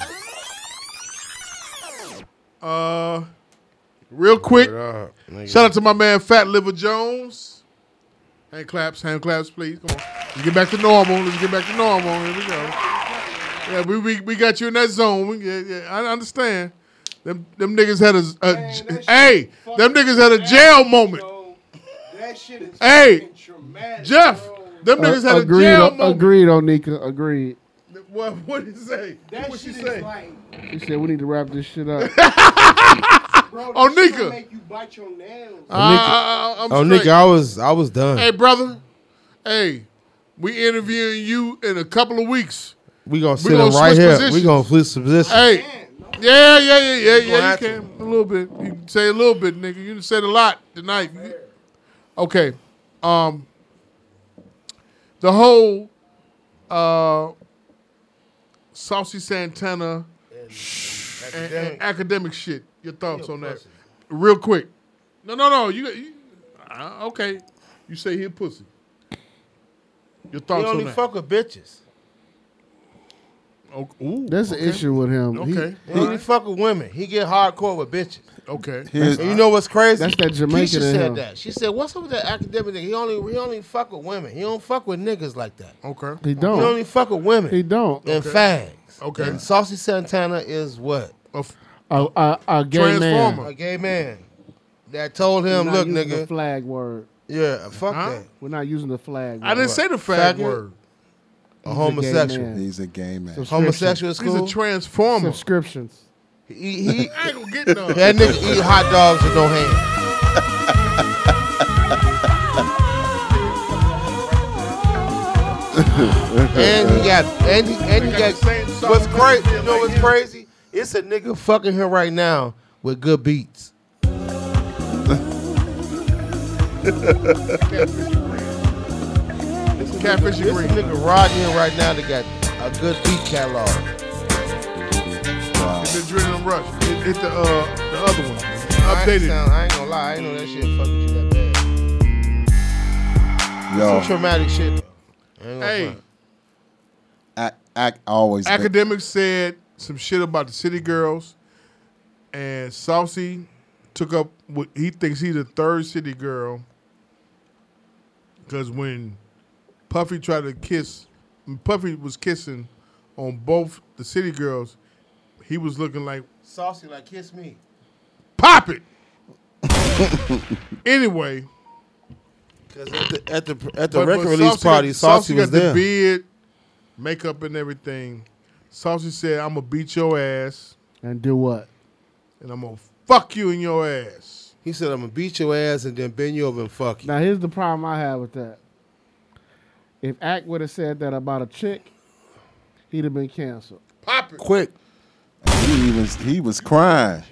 Uh, real quick,
Word up, nigga.
shout out to my man Fat Liver Jones. Hand claps, hand claps, please. Come on, Let's get back to normal. Let's get back to normal. Here we go. Yeah, we, we, we got you in that zone. We- yeah, yeah, I understand. Them them niggas had a, a j- hey. Them niggas had a jail moment.
That shit is
Hey, Jeff.
Uh,
Them niggas had a
agreed,
jail
o-
moment.
agreed, Onika. Agreed.
What what did he say?
That
what
shit
she
is
say?
She said we need to wrap this shit up.
bro.
Oh,
this shit
nigga. Uh,
Make you bite your nails.
I- I- I'm
oh,
straight.
nigga, I was, I was done.
Hey, brother. Hey, we interviewing you in a couple of weeks.
we gonna
we
sit
gonna
him right
switch
here. We
positions.
gonna flip some position.
Hey. Yeah, yeah, yeah, yeah,
You gonna
yeah. You
have to.
can a little bit. You can say a little bit, nigga. You done said a lot tonight. You- Okay. Um. The whole, uh, Saucy Santana, and, and academic. shit. Your thoughts on that, real quick. No, no, no. You, you uh, okay? You say he a pussy. Your
We
thoughts
only
on that?
fuck with bitches.
O- Oh, ooh,
That's the
okay.
issue with him. He-
Okay.
He only fuck with women. He get hardcore with bitches.
Okay.
Here's-
And you know what's crazy?
That's that Jamaican
Keisha
in
said
him.
that. She said, "What's up with that academic nigga? He only he only fuck with women. He don't fuck with niggas like that.
Okay.
He don't.
He only fuck with women.
He don't.
And
Okay.
fags.
Okay.
And Saucy Santana is what?
A, a, a gay
Oh
man.
A gay man that told him,
We're not
"Look,
using
nigga,
The flag word.
Yeah, fuck Huh? that.
We're not using the flag.
I didn't say the fag word.
A homosexual.
He's a gay man.
Homosexual is cool.
He's a transformer.
Subscriptions.
He, he,
I ain't gonna get none.
That nigga eat hot dogs with no hands. and he got and he, and
They
he
got
got.
the same song
What's
on
crazy?
the
You know what's crazy? It's a nigga fucking him right now with good beats.
Catfish
This
Green.
nigga riding him right now that got a good beat catalog.
Hit the adrenaline rush. Hit, hit the uh the other one.
I ain't,
Updated.
sound, I ain't gonna lie, I ain't know that shit fuck with you that bad.
Yo,
Some traumatic shit.
Hey,
act, act always. been-
academics said some shit about the city girls, and Saucy took up what he thinks he's the third city girl. Because when Puffy tried to kiss, when Puffy was kissing on both the city girls, he was looking like
Saucy like kiss me.
pop it. anyway,
Cause at the at the, at the
But-
record
but
release
Saucy
party,
got-
Saucy was
got
there.
the beard, makeup, and everything. Saucy said, "I'm gonna beat your ass,
And do what?
and I'm gonna fuck you in your ass."
He said, "I'm gonna beat your ass and then bend you over and fuck you."
Now here's the problem I have with that. If Act would have said that about a chick, he'd have been canceled.
Quick.
He was he was crying.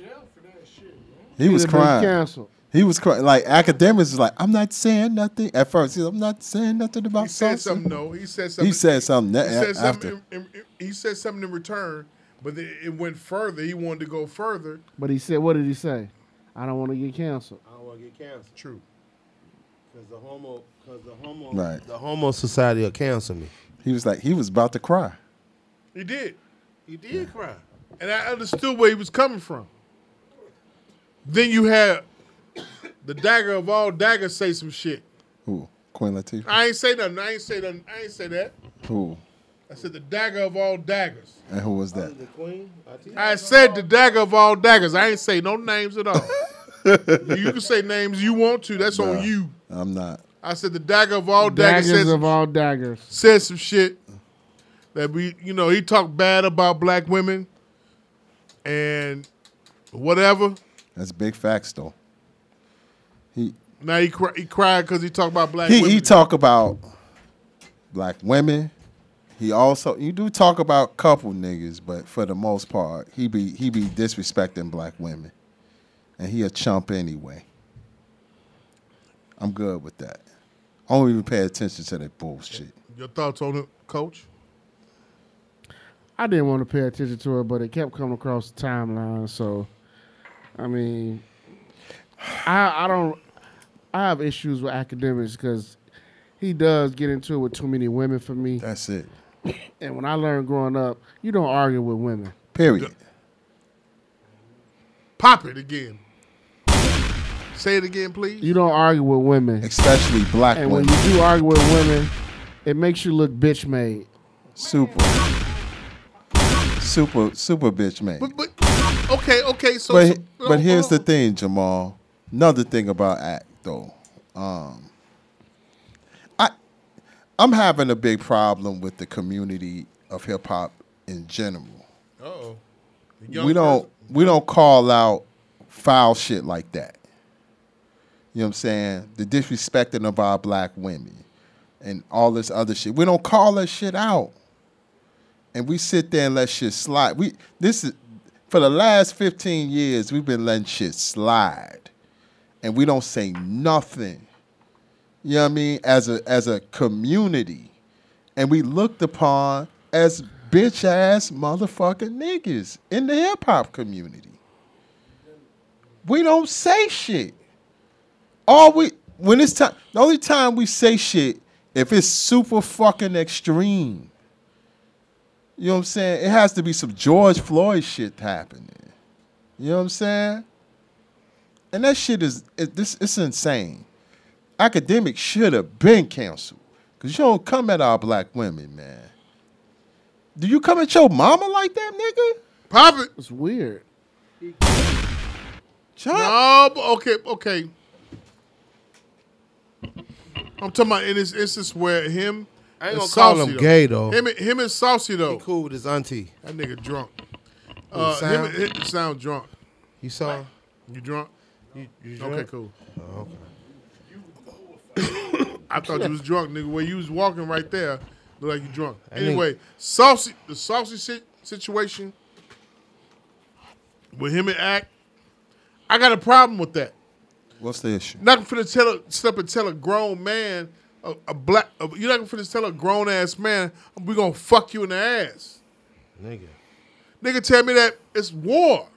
He
He'd
was
have been
crying.
canceled.
He was crying. Like academics is like, I'm not saying nothing. At first, he's I'm not saying nothing about
He said
Saucy.
something. No, he said something.
He said something
He
that-
said
after.
something. In, in- in- he said something in return, but it, it went further. He wanted to go further.
But he said, what did he say? I don't want to get canceled.
I don't wanna get canceled.
True.
Cause the homo, cause the homo,
Right.
the homo society will cancel me.
He was like, he was about to cry.
He did,
He did cry.
and I understood where he was coming from. Then you had the dagger of all daggers say some shit.
Who? Queen Latifah.
I ain't say nothing. I ain't say nothing. I ain't say that.
Who?
I said the dagger of all daggers.
And who was that?
I said the dagger of all daggers. I ain't say no names at all. you can say names you want to. That's
Nah,
on you.
I'm not.
I said the dagger of all daggers,
daggers
said,
of all daggers.
said some shit that we, you know, he talked bad about black women and whatever.
That's big facts though. He
Now he, cri- he cried because he talked about black
he,
women.
he talk about black women. He also you do talk about couple niggas, but for the most part, he be he be disrespecting black women, and he a chump anyway. I'm good with that. I don't even pay attention to that bullshit.
Your thoughts on it, coach?
I didn't want to pay attention to it, but it kept coming across the timeline. So, I mean, I I don't I have issues with academics because he does get into it with too many women for me.
That's it.
And when I learned growing up, you don't argue with women.
Period.
Pop it again. Say it again, please.
You don't argue with women,
especially black
and
women.
when you do argue with women, it makes you look bitch made.
Super. Super, super bitch man. But,
Okay, okay. So,
but,
so-
but here's the thing, Jamal. Another thing about act though. Um, I I'm having a big problem with the community of hip hop in general.
Uh-oh.
we don't we don't call out foul shit like that. You know what I'm saying? The disrespecting of our black women and all this other shit. We don't call that shit out. And we sit there and let shit slide. We this is for the last 15 years we've been letting shit slide. And we don't say nothing. You know what I mean? As a as a community. And we looked upon as bitch ass motherfucking niggas in the hip hop community. We don't say shit. All we when it's time the only time we say shit if it's super fucking extreme. You know what I'm saying? It has to be some George Floyd shit happening. You know what I'm saying? And that shit is it, this it's insane. Academics should have been canceled. Cause you don't come at our black women, man. Do you come at your mama like that, nigga?
Pop it.
It's weird.
No, but okay, okay. I'm talking about in this instance where him.
I
and
ain't gonna call him
Saucy,
gay, though.
Him, and- him and Saucy though.
cool with his auntie.
That nigga drunk. Uh, him, and-
Sound?
him sound drunk.
You saw?
You drunk?
You,
Okay,
drunk?
cool.
Oh, okay.
I thought you was drunk, nigga. Where you was walking right there, look like you drunk.
That nigga-
Anyway, saucy the saucy sit- situation with him and Act, I got a problem with that.
What's the issue?
Not finna tell a, step and tell a grown man, a, a black. A, you're not finna tell a grown ass man we gonna fuck you in the ass.
Nigga.
Nigga, tell me that it's war.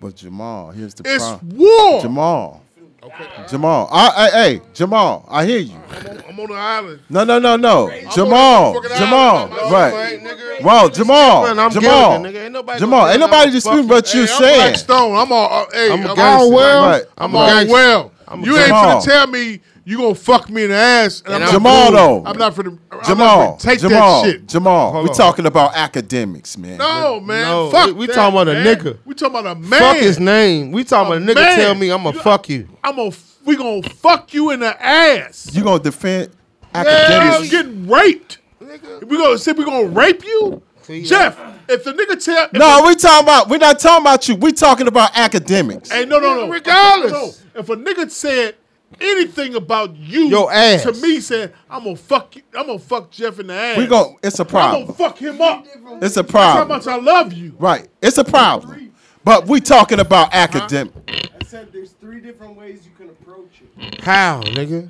But Jamal, here's the
It's
problem.
war.
Jamal. Jamal. I, I, hey, Jamal, I hear you.
I'm on, I'm on the island.
No, no, no, no. Jamal. Jamal. Right. Well, Jamal.
Man, I'm
Jamal.
guilty, nigga. Ain't nobody
Jamal.
gonna
Ain't
tell
nobody
me
disputing
fuck
what
you.
you're
Hey, I'm
saying.
Black Stone. I'm all. uh, hey,
I'm a
I'm,
gangster.
all well.
Right.
I'm
I'm a
all
gangster.
well.
I'm a
you ain't
Jamal.
finna tell me you gonna fuck me in the ass. And
And
I'm
I'm
not
Jamal,
finna-
though.
I'm not finna. I'm not
Jamal.
finna take
Jamal.
that shit.
Jamal.
Hold
We're
on.
talking about academics, man.
No, man.
No,
fuck.
we- we
that,
talking about a
man.
nigga.
We talking about a man.
Fuck his name. We talking about a nigga
man.
tell me I'm going to fuck you.
I'm gonna. f- We gonna fuck you in the ass.
You gonna defend
Yeah,
academics?
you getting raped. We gonna say we gonna rape you, Jeff. If the nigga tell if
No, we talking about. We're not talking about you. We're talking about academics.
Hey, no, no, no. Regardless, no. if a nigga said anything about you,
Your ass.
to me, said I'm gonna fuck you, I'm gonna fuck Jeff in the ass.
We gon' It's a
I'm
problem.
gonna fuck him up.
It's a
That's how
problem.
much I love you.
Right. It's a problem. But we talking about academic.
I said there's three different ways you can approach it.
How, nigga?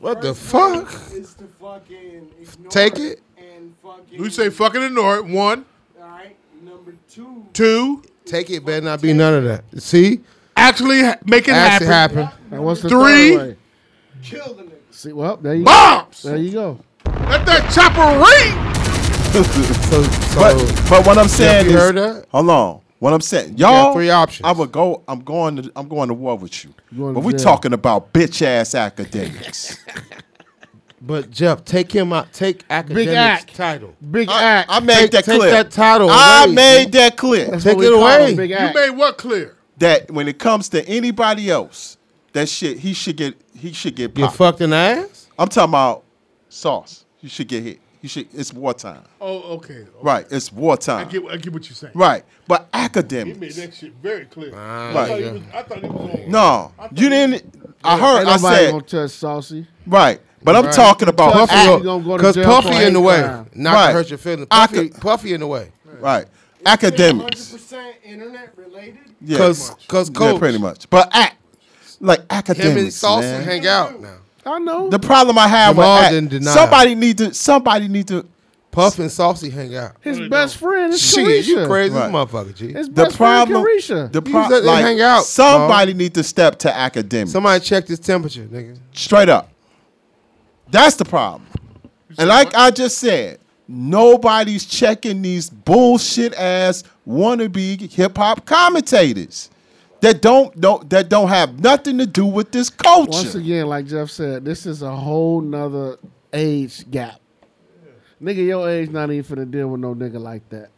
What the fuck?
Is to fucking ignore
Take it.
and fucking.
You say fucking ignore it. One,
All right, number two.
two.
Take it better not be none of that. See?
Actually ha- make it
Actually
happen.
happen.
And what's the
Three.
Third way?
Kill the nigga.
See, well, there you
Bombs!
go. There you go.
Let that chopper ring.
but but what I'm saying
Jeff,
is,
you heard that?
hold on. What I'm saying,
got
y'all,
three
options. I'm gonna go. I'm going to. I'm going to war with you.
going
But
to
we're
jail.
talking about bitch ass academics.
But Jeff, take him out. Take academics
act.
title.
Big
I-
act.
I made that
take
clear.
that title
I
away.
made that clear.
That's Take what we it call away. them, big act.
You made what clear?
That when it comes to anybody else, that shit he should get. He should get.
Get
popped.
fucked in the ass?
I'm talking about sauce. You should get hit. You should. It's wartime.
Oh, okay.
Right. It's
I
wartime.
get, I get what you're saying.
Right. But
He
academics.
made that shit very clear. I,
Right.
thought he was, I thought he was on.
No, you didn't. I heard.
Ain't
I
nobody
said
gonna touch Saucy.
right, but I'm
Right.
talking about
Puffy
act-
gonna go to 'Cause jail Puffy for in hate the way. crime.
Not to hurt your feelings. Puffy,
Aca-
Puffy in the way.
right, academics.
100% internet related.
Yeah,
'Cause- 'cause
yeah,
coach-
pretty much. But act like
Him and
academics,
Salsa
man.
hang out now.
I know.
The problem I have
Jamal
with
didn't
act,
deny.
somebody need to somebody need to
Puff and Saucy hang out.
His best friend is
Shit, you
Carisha.
crazy
Right.
motherfucker, G.
His best friend Carisha.
The
You
pro-
let them
like,
hang out,
Somebody need to step to academics.
Somebody check his temperature, nigga.
Straight up. That's the problem. And like I just said, Nobody's checking these bullshit ass wannabe hip hop commentators that don't don't that don't have nothing to do with this culture.
Once again, like Jeff said, this is a whole nother age gap. Nigga, your age not even finna deal with no nigga like that.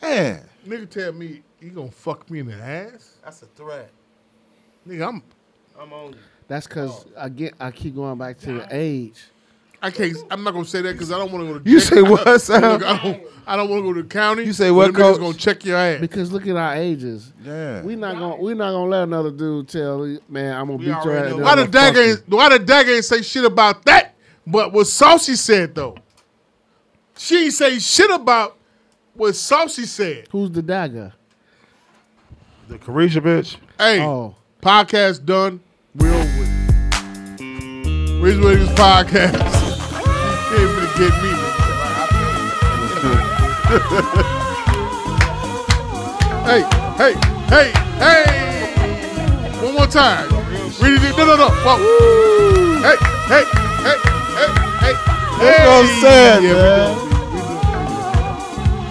Man.
Nigga tell me he gonna fuck me in the ass.
That's a threat.
Nigga, I'm
I'm on you.
That's because again, I keep going back to the age.
I can't. I'm not gonna say that because I don't want to go to.
You
jail.
say what, Sam?
I don't, I don't want to go to the county. Them niggas Gonna check your ass
Because look at our ages.
Yeah.
We not gonna we not gonna let another dude tell you, man, I'm gonna beat your ass.
Why the dagger? Ain't, why the dagger ain't say shit about that? But what Saucy said though, she ain't say shit about what Saucy said.
Who's the dagger?
The Carisha bitch.
Hey,
Oh.
podcast done. We're over. with. Reason Wiggins podcast. you ain't finna get me. hey, hey, hey, hey! One more time. Read it. No, no, no. Whoa. Hey, hey, hey, hey, hey.
That's what I'm saying,
Yeah,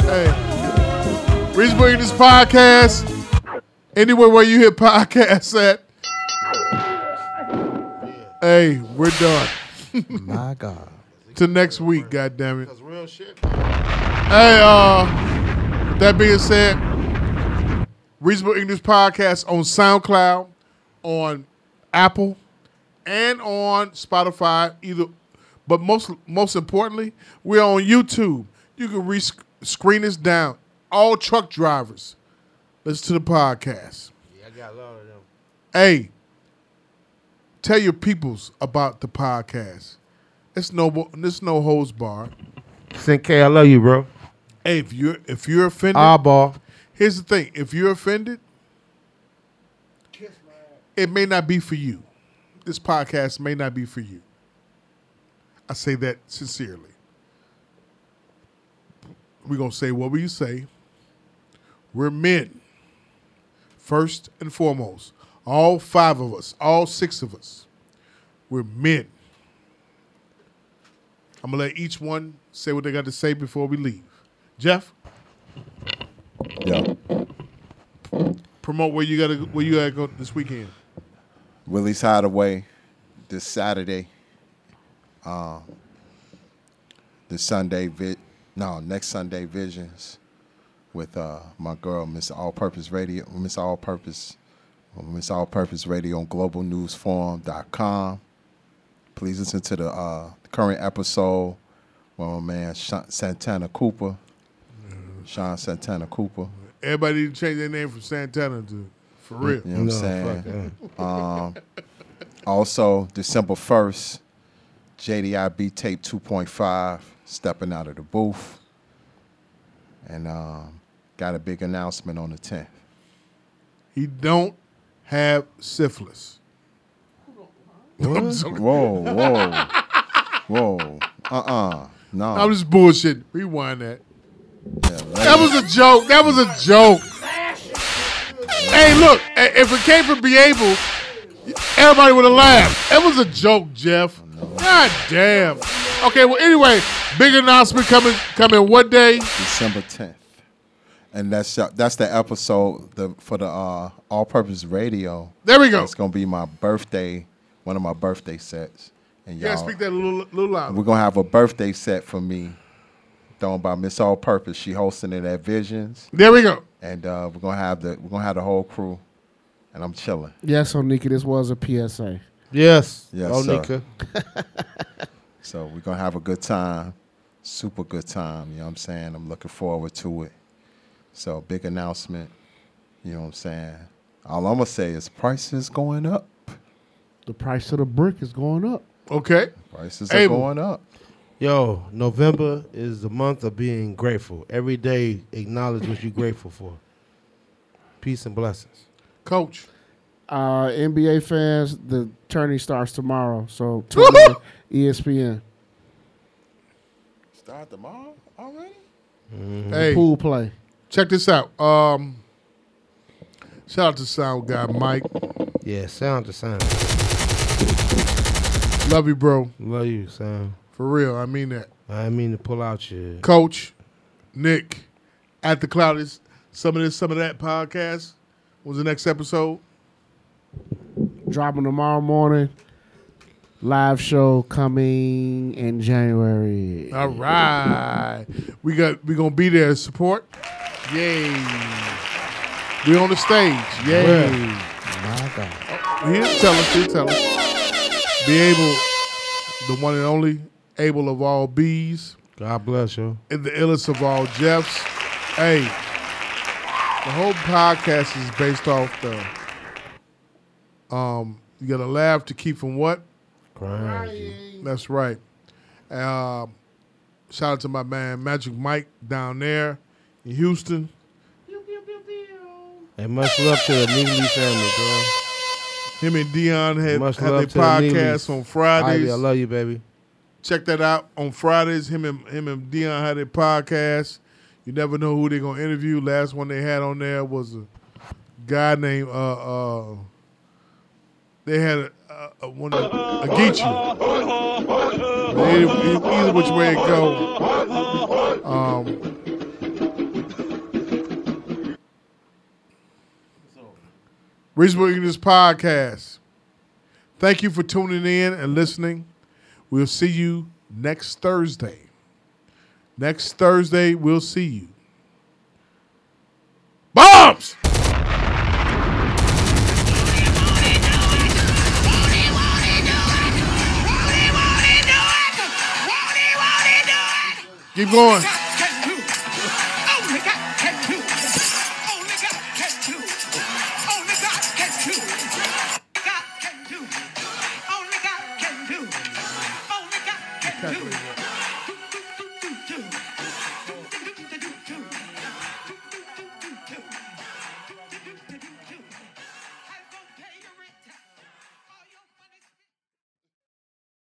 we
man.
Hey, Reason Bringing this podcast. Anywhere where you hear podcasts at. Hey, we're done.
My God.
Till next week, God damn it.
That's real shit.
Hey, uh, with that being said, Reasonable English Podcast on SoundCloud, on Apple, and on Spotify. Either, but most most importantly, we're on YouTube. You can re- screen us down. All truck drivers, listen to the podcast.
Yeah, I got a lot of them.
Hey, tell your peoples about the podcast. It's no, it's no hose bar.
Saint K, I love you, bro.
Hey, if you're if you're offended,
Eyeball.
Here's the thing: if you're offended, it may not be for you. This podcast may not be for you. I say that sincerely. We're gonna say what we say. We're men. First and foremost, all five of us, all six of us, we're men. I'm gonna let each one say what they got to say before we leave. Jeff,
Yo,
promote where you gotta where you gotta go this weekend.
Willie's Hideaway this Saturday. Um, this Sunday, vi- no, next Sunday Visions with uh, my girl Miss All Purpose Radio, Miss All Purpose, Miss All Purpose Radio on globalnewsforum.com. Please listen to the uh, current episode with my man Sha- Santana Cooper, Sean Santana Cooper.
Everybody need to change their name from Santana to for real.
You know what I'm saying? Um, also, December 1st, JDIB tape 2.5, stepping out of the booth. And um, got a big announcement on the 10th.
He don't have syphilis. I'm so-
Whoa, whoa. whoa. Uh uh No.
I'm just bullshitting. Rewind that.
like-
That was a joke. That was a joke. Hey, look, i- if it came from be able, everybody would have laughed. That was a joke, Jeff. God damn. Okay, well anyway, big announcement coming coming what day?
December 10th. And that's uh, that's the episode the, for the uh, All Purpose Radio.
There we go.
It's going to be my birthday, one of my birthday sets. And
You gotta
y'all,
speak that a little, little louder.
We're gonna have a birthday set for me, thrown by Miss All Purpose. She hosting it at Visions.
There we go.
And uh, we're gonna have the we're gonna have the whole crew, and I'm chilling.
Yes, Onika, this was a PSA.
Yes.
Yes,
Onika.
sir. so we're gonna have a good time, super good time. You know what I'm saying? I'm looking forward to it. So big announcement. You know what I'm saying? All I'm gonna say is prices going up.
The price of the brick is going up.
Okay.
Prices are going up.
Yo, November is the month of being grateful. Every day, acknowledge what you're grateful for. Peace and blessings.
Coach.
Uh, NBA fans, the tourney starts tomorrow. So tune in to ESPN.
Start tomorrow already?
Hey.
Mm-hmm. Pool play.
Check this out. Um, shout out to sound guy Mike.
Yeah, sound to sound.
Love you, bro.
Love you, sound.
For real, I mean that.
I mean to pull out your
Coach, Nick, at the cloud is some of this, some of that podcast. When's the next episode?
Dropping tomorrow morning. Live show coming in January.
All right, we got we gonna be there to support. Yay! We on the stage. Yay!
Well, my God.
Oh, he'll tell us. He'll tell us. Be able, the one and only, able of all bees.
God bless you.
And the illest of all Jeffs. Hey, the whole podcast is based off the. Um, you gotta laugh to keep from what? Crying. That's right. Um, shout out to my man Magic Mike down there in Houston.
And much love to the Neely family, bro.
Him and Dion had,
Much
had
love
their
to the Neelys.
podcast on Fridays.
Ivy, I love you, baby.
Check that out on Fridays. Him and him and Dion had their podcast. You never know who they're gonna interview. Last one they had on there was a guy named uh uh they had a, a, a one of a Geechee. But Either, either which way it go. Um Reasonable English Podcast. Thank you for tuning in and listening. We'll see you next Thursday. Next Thursday, we'll see you. Bombs! Keep going.
Oh my God.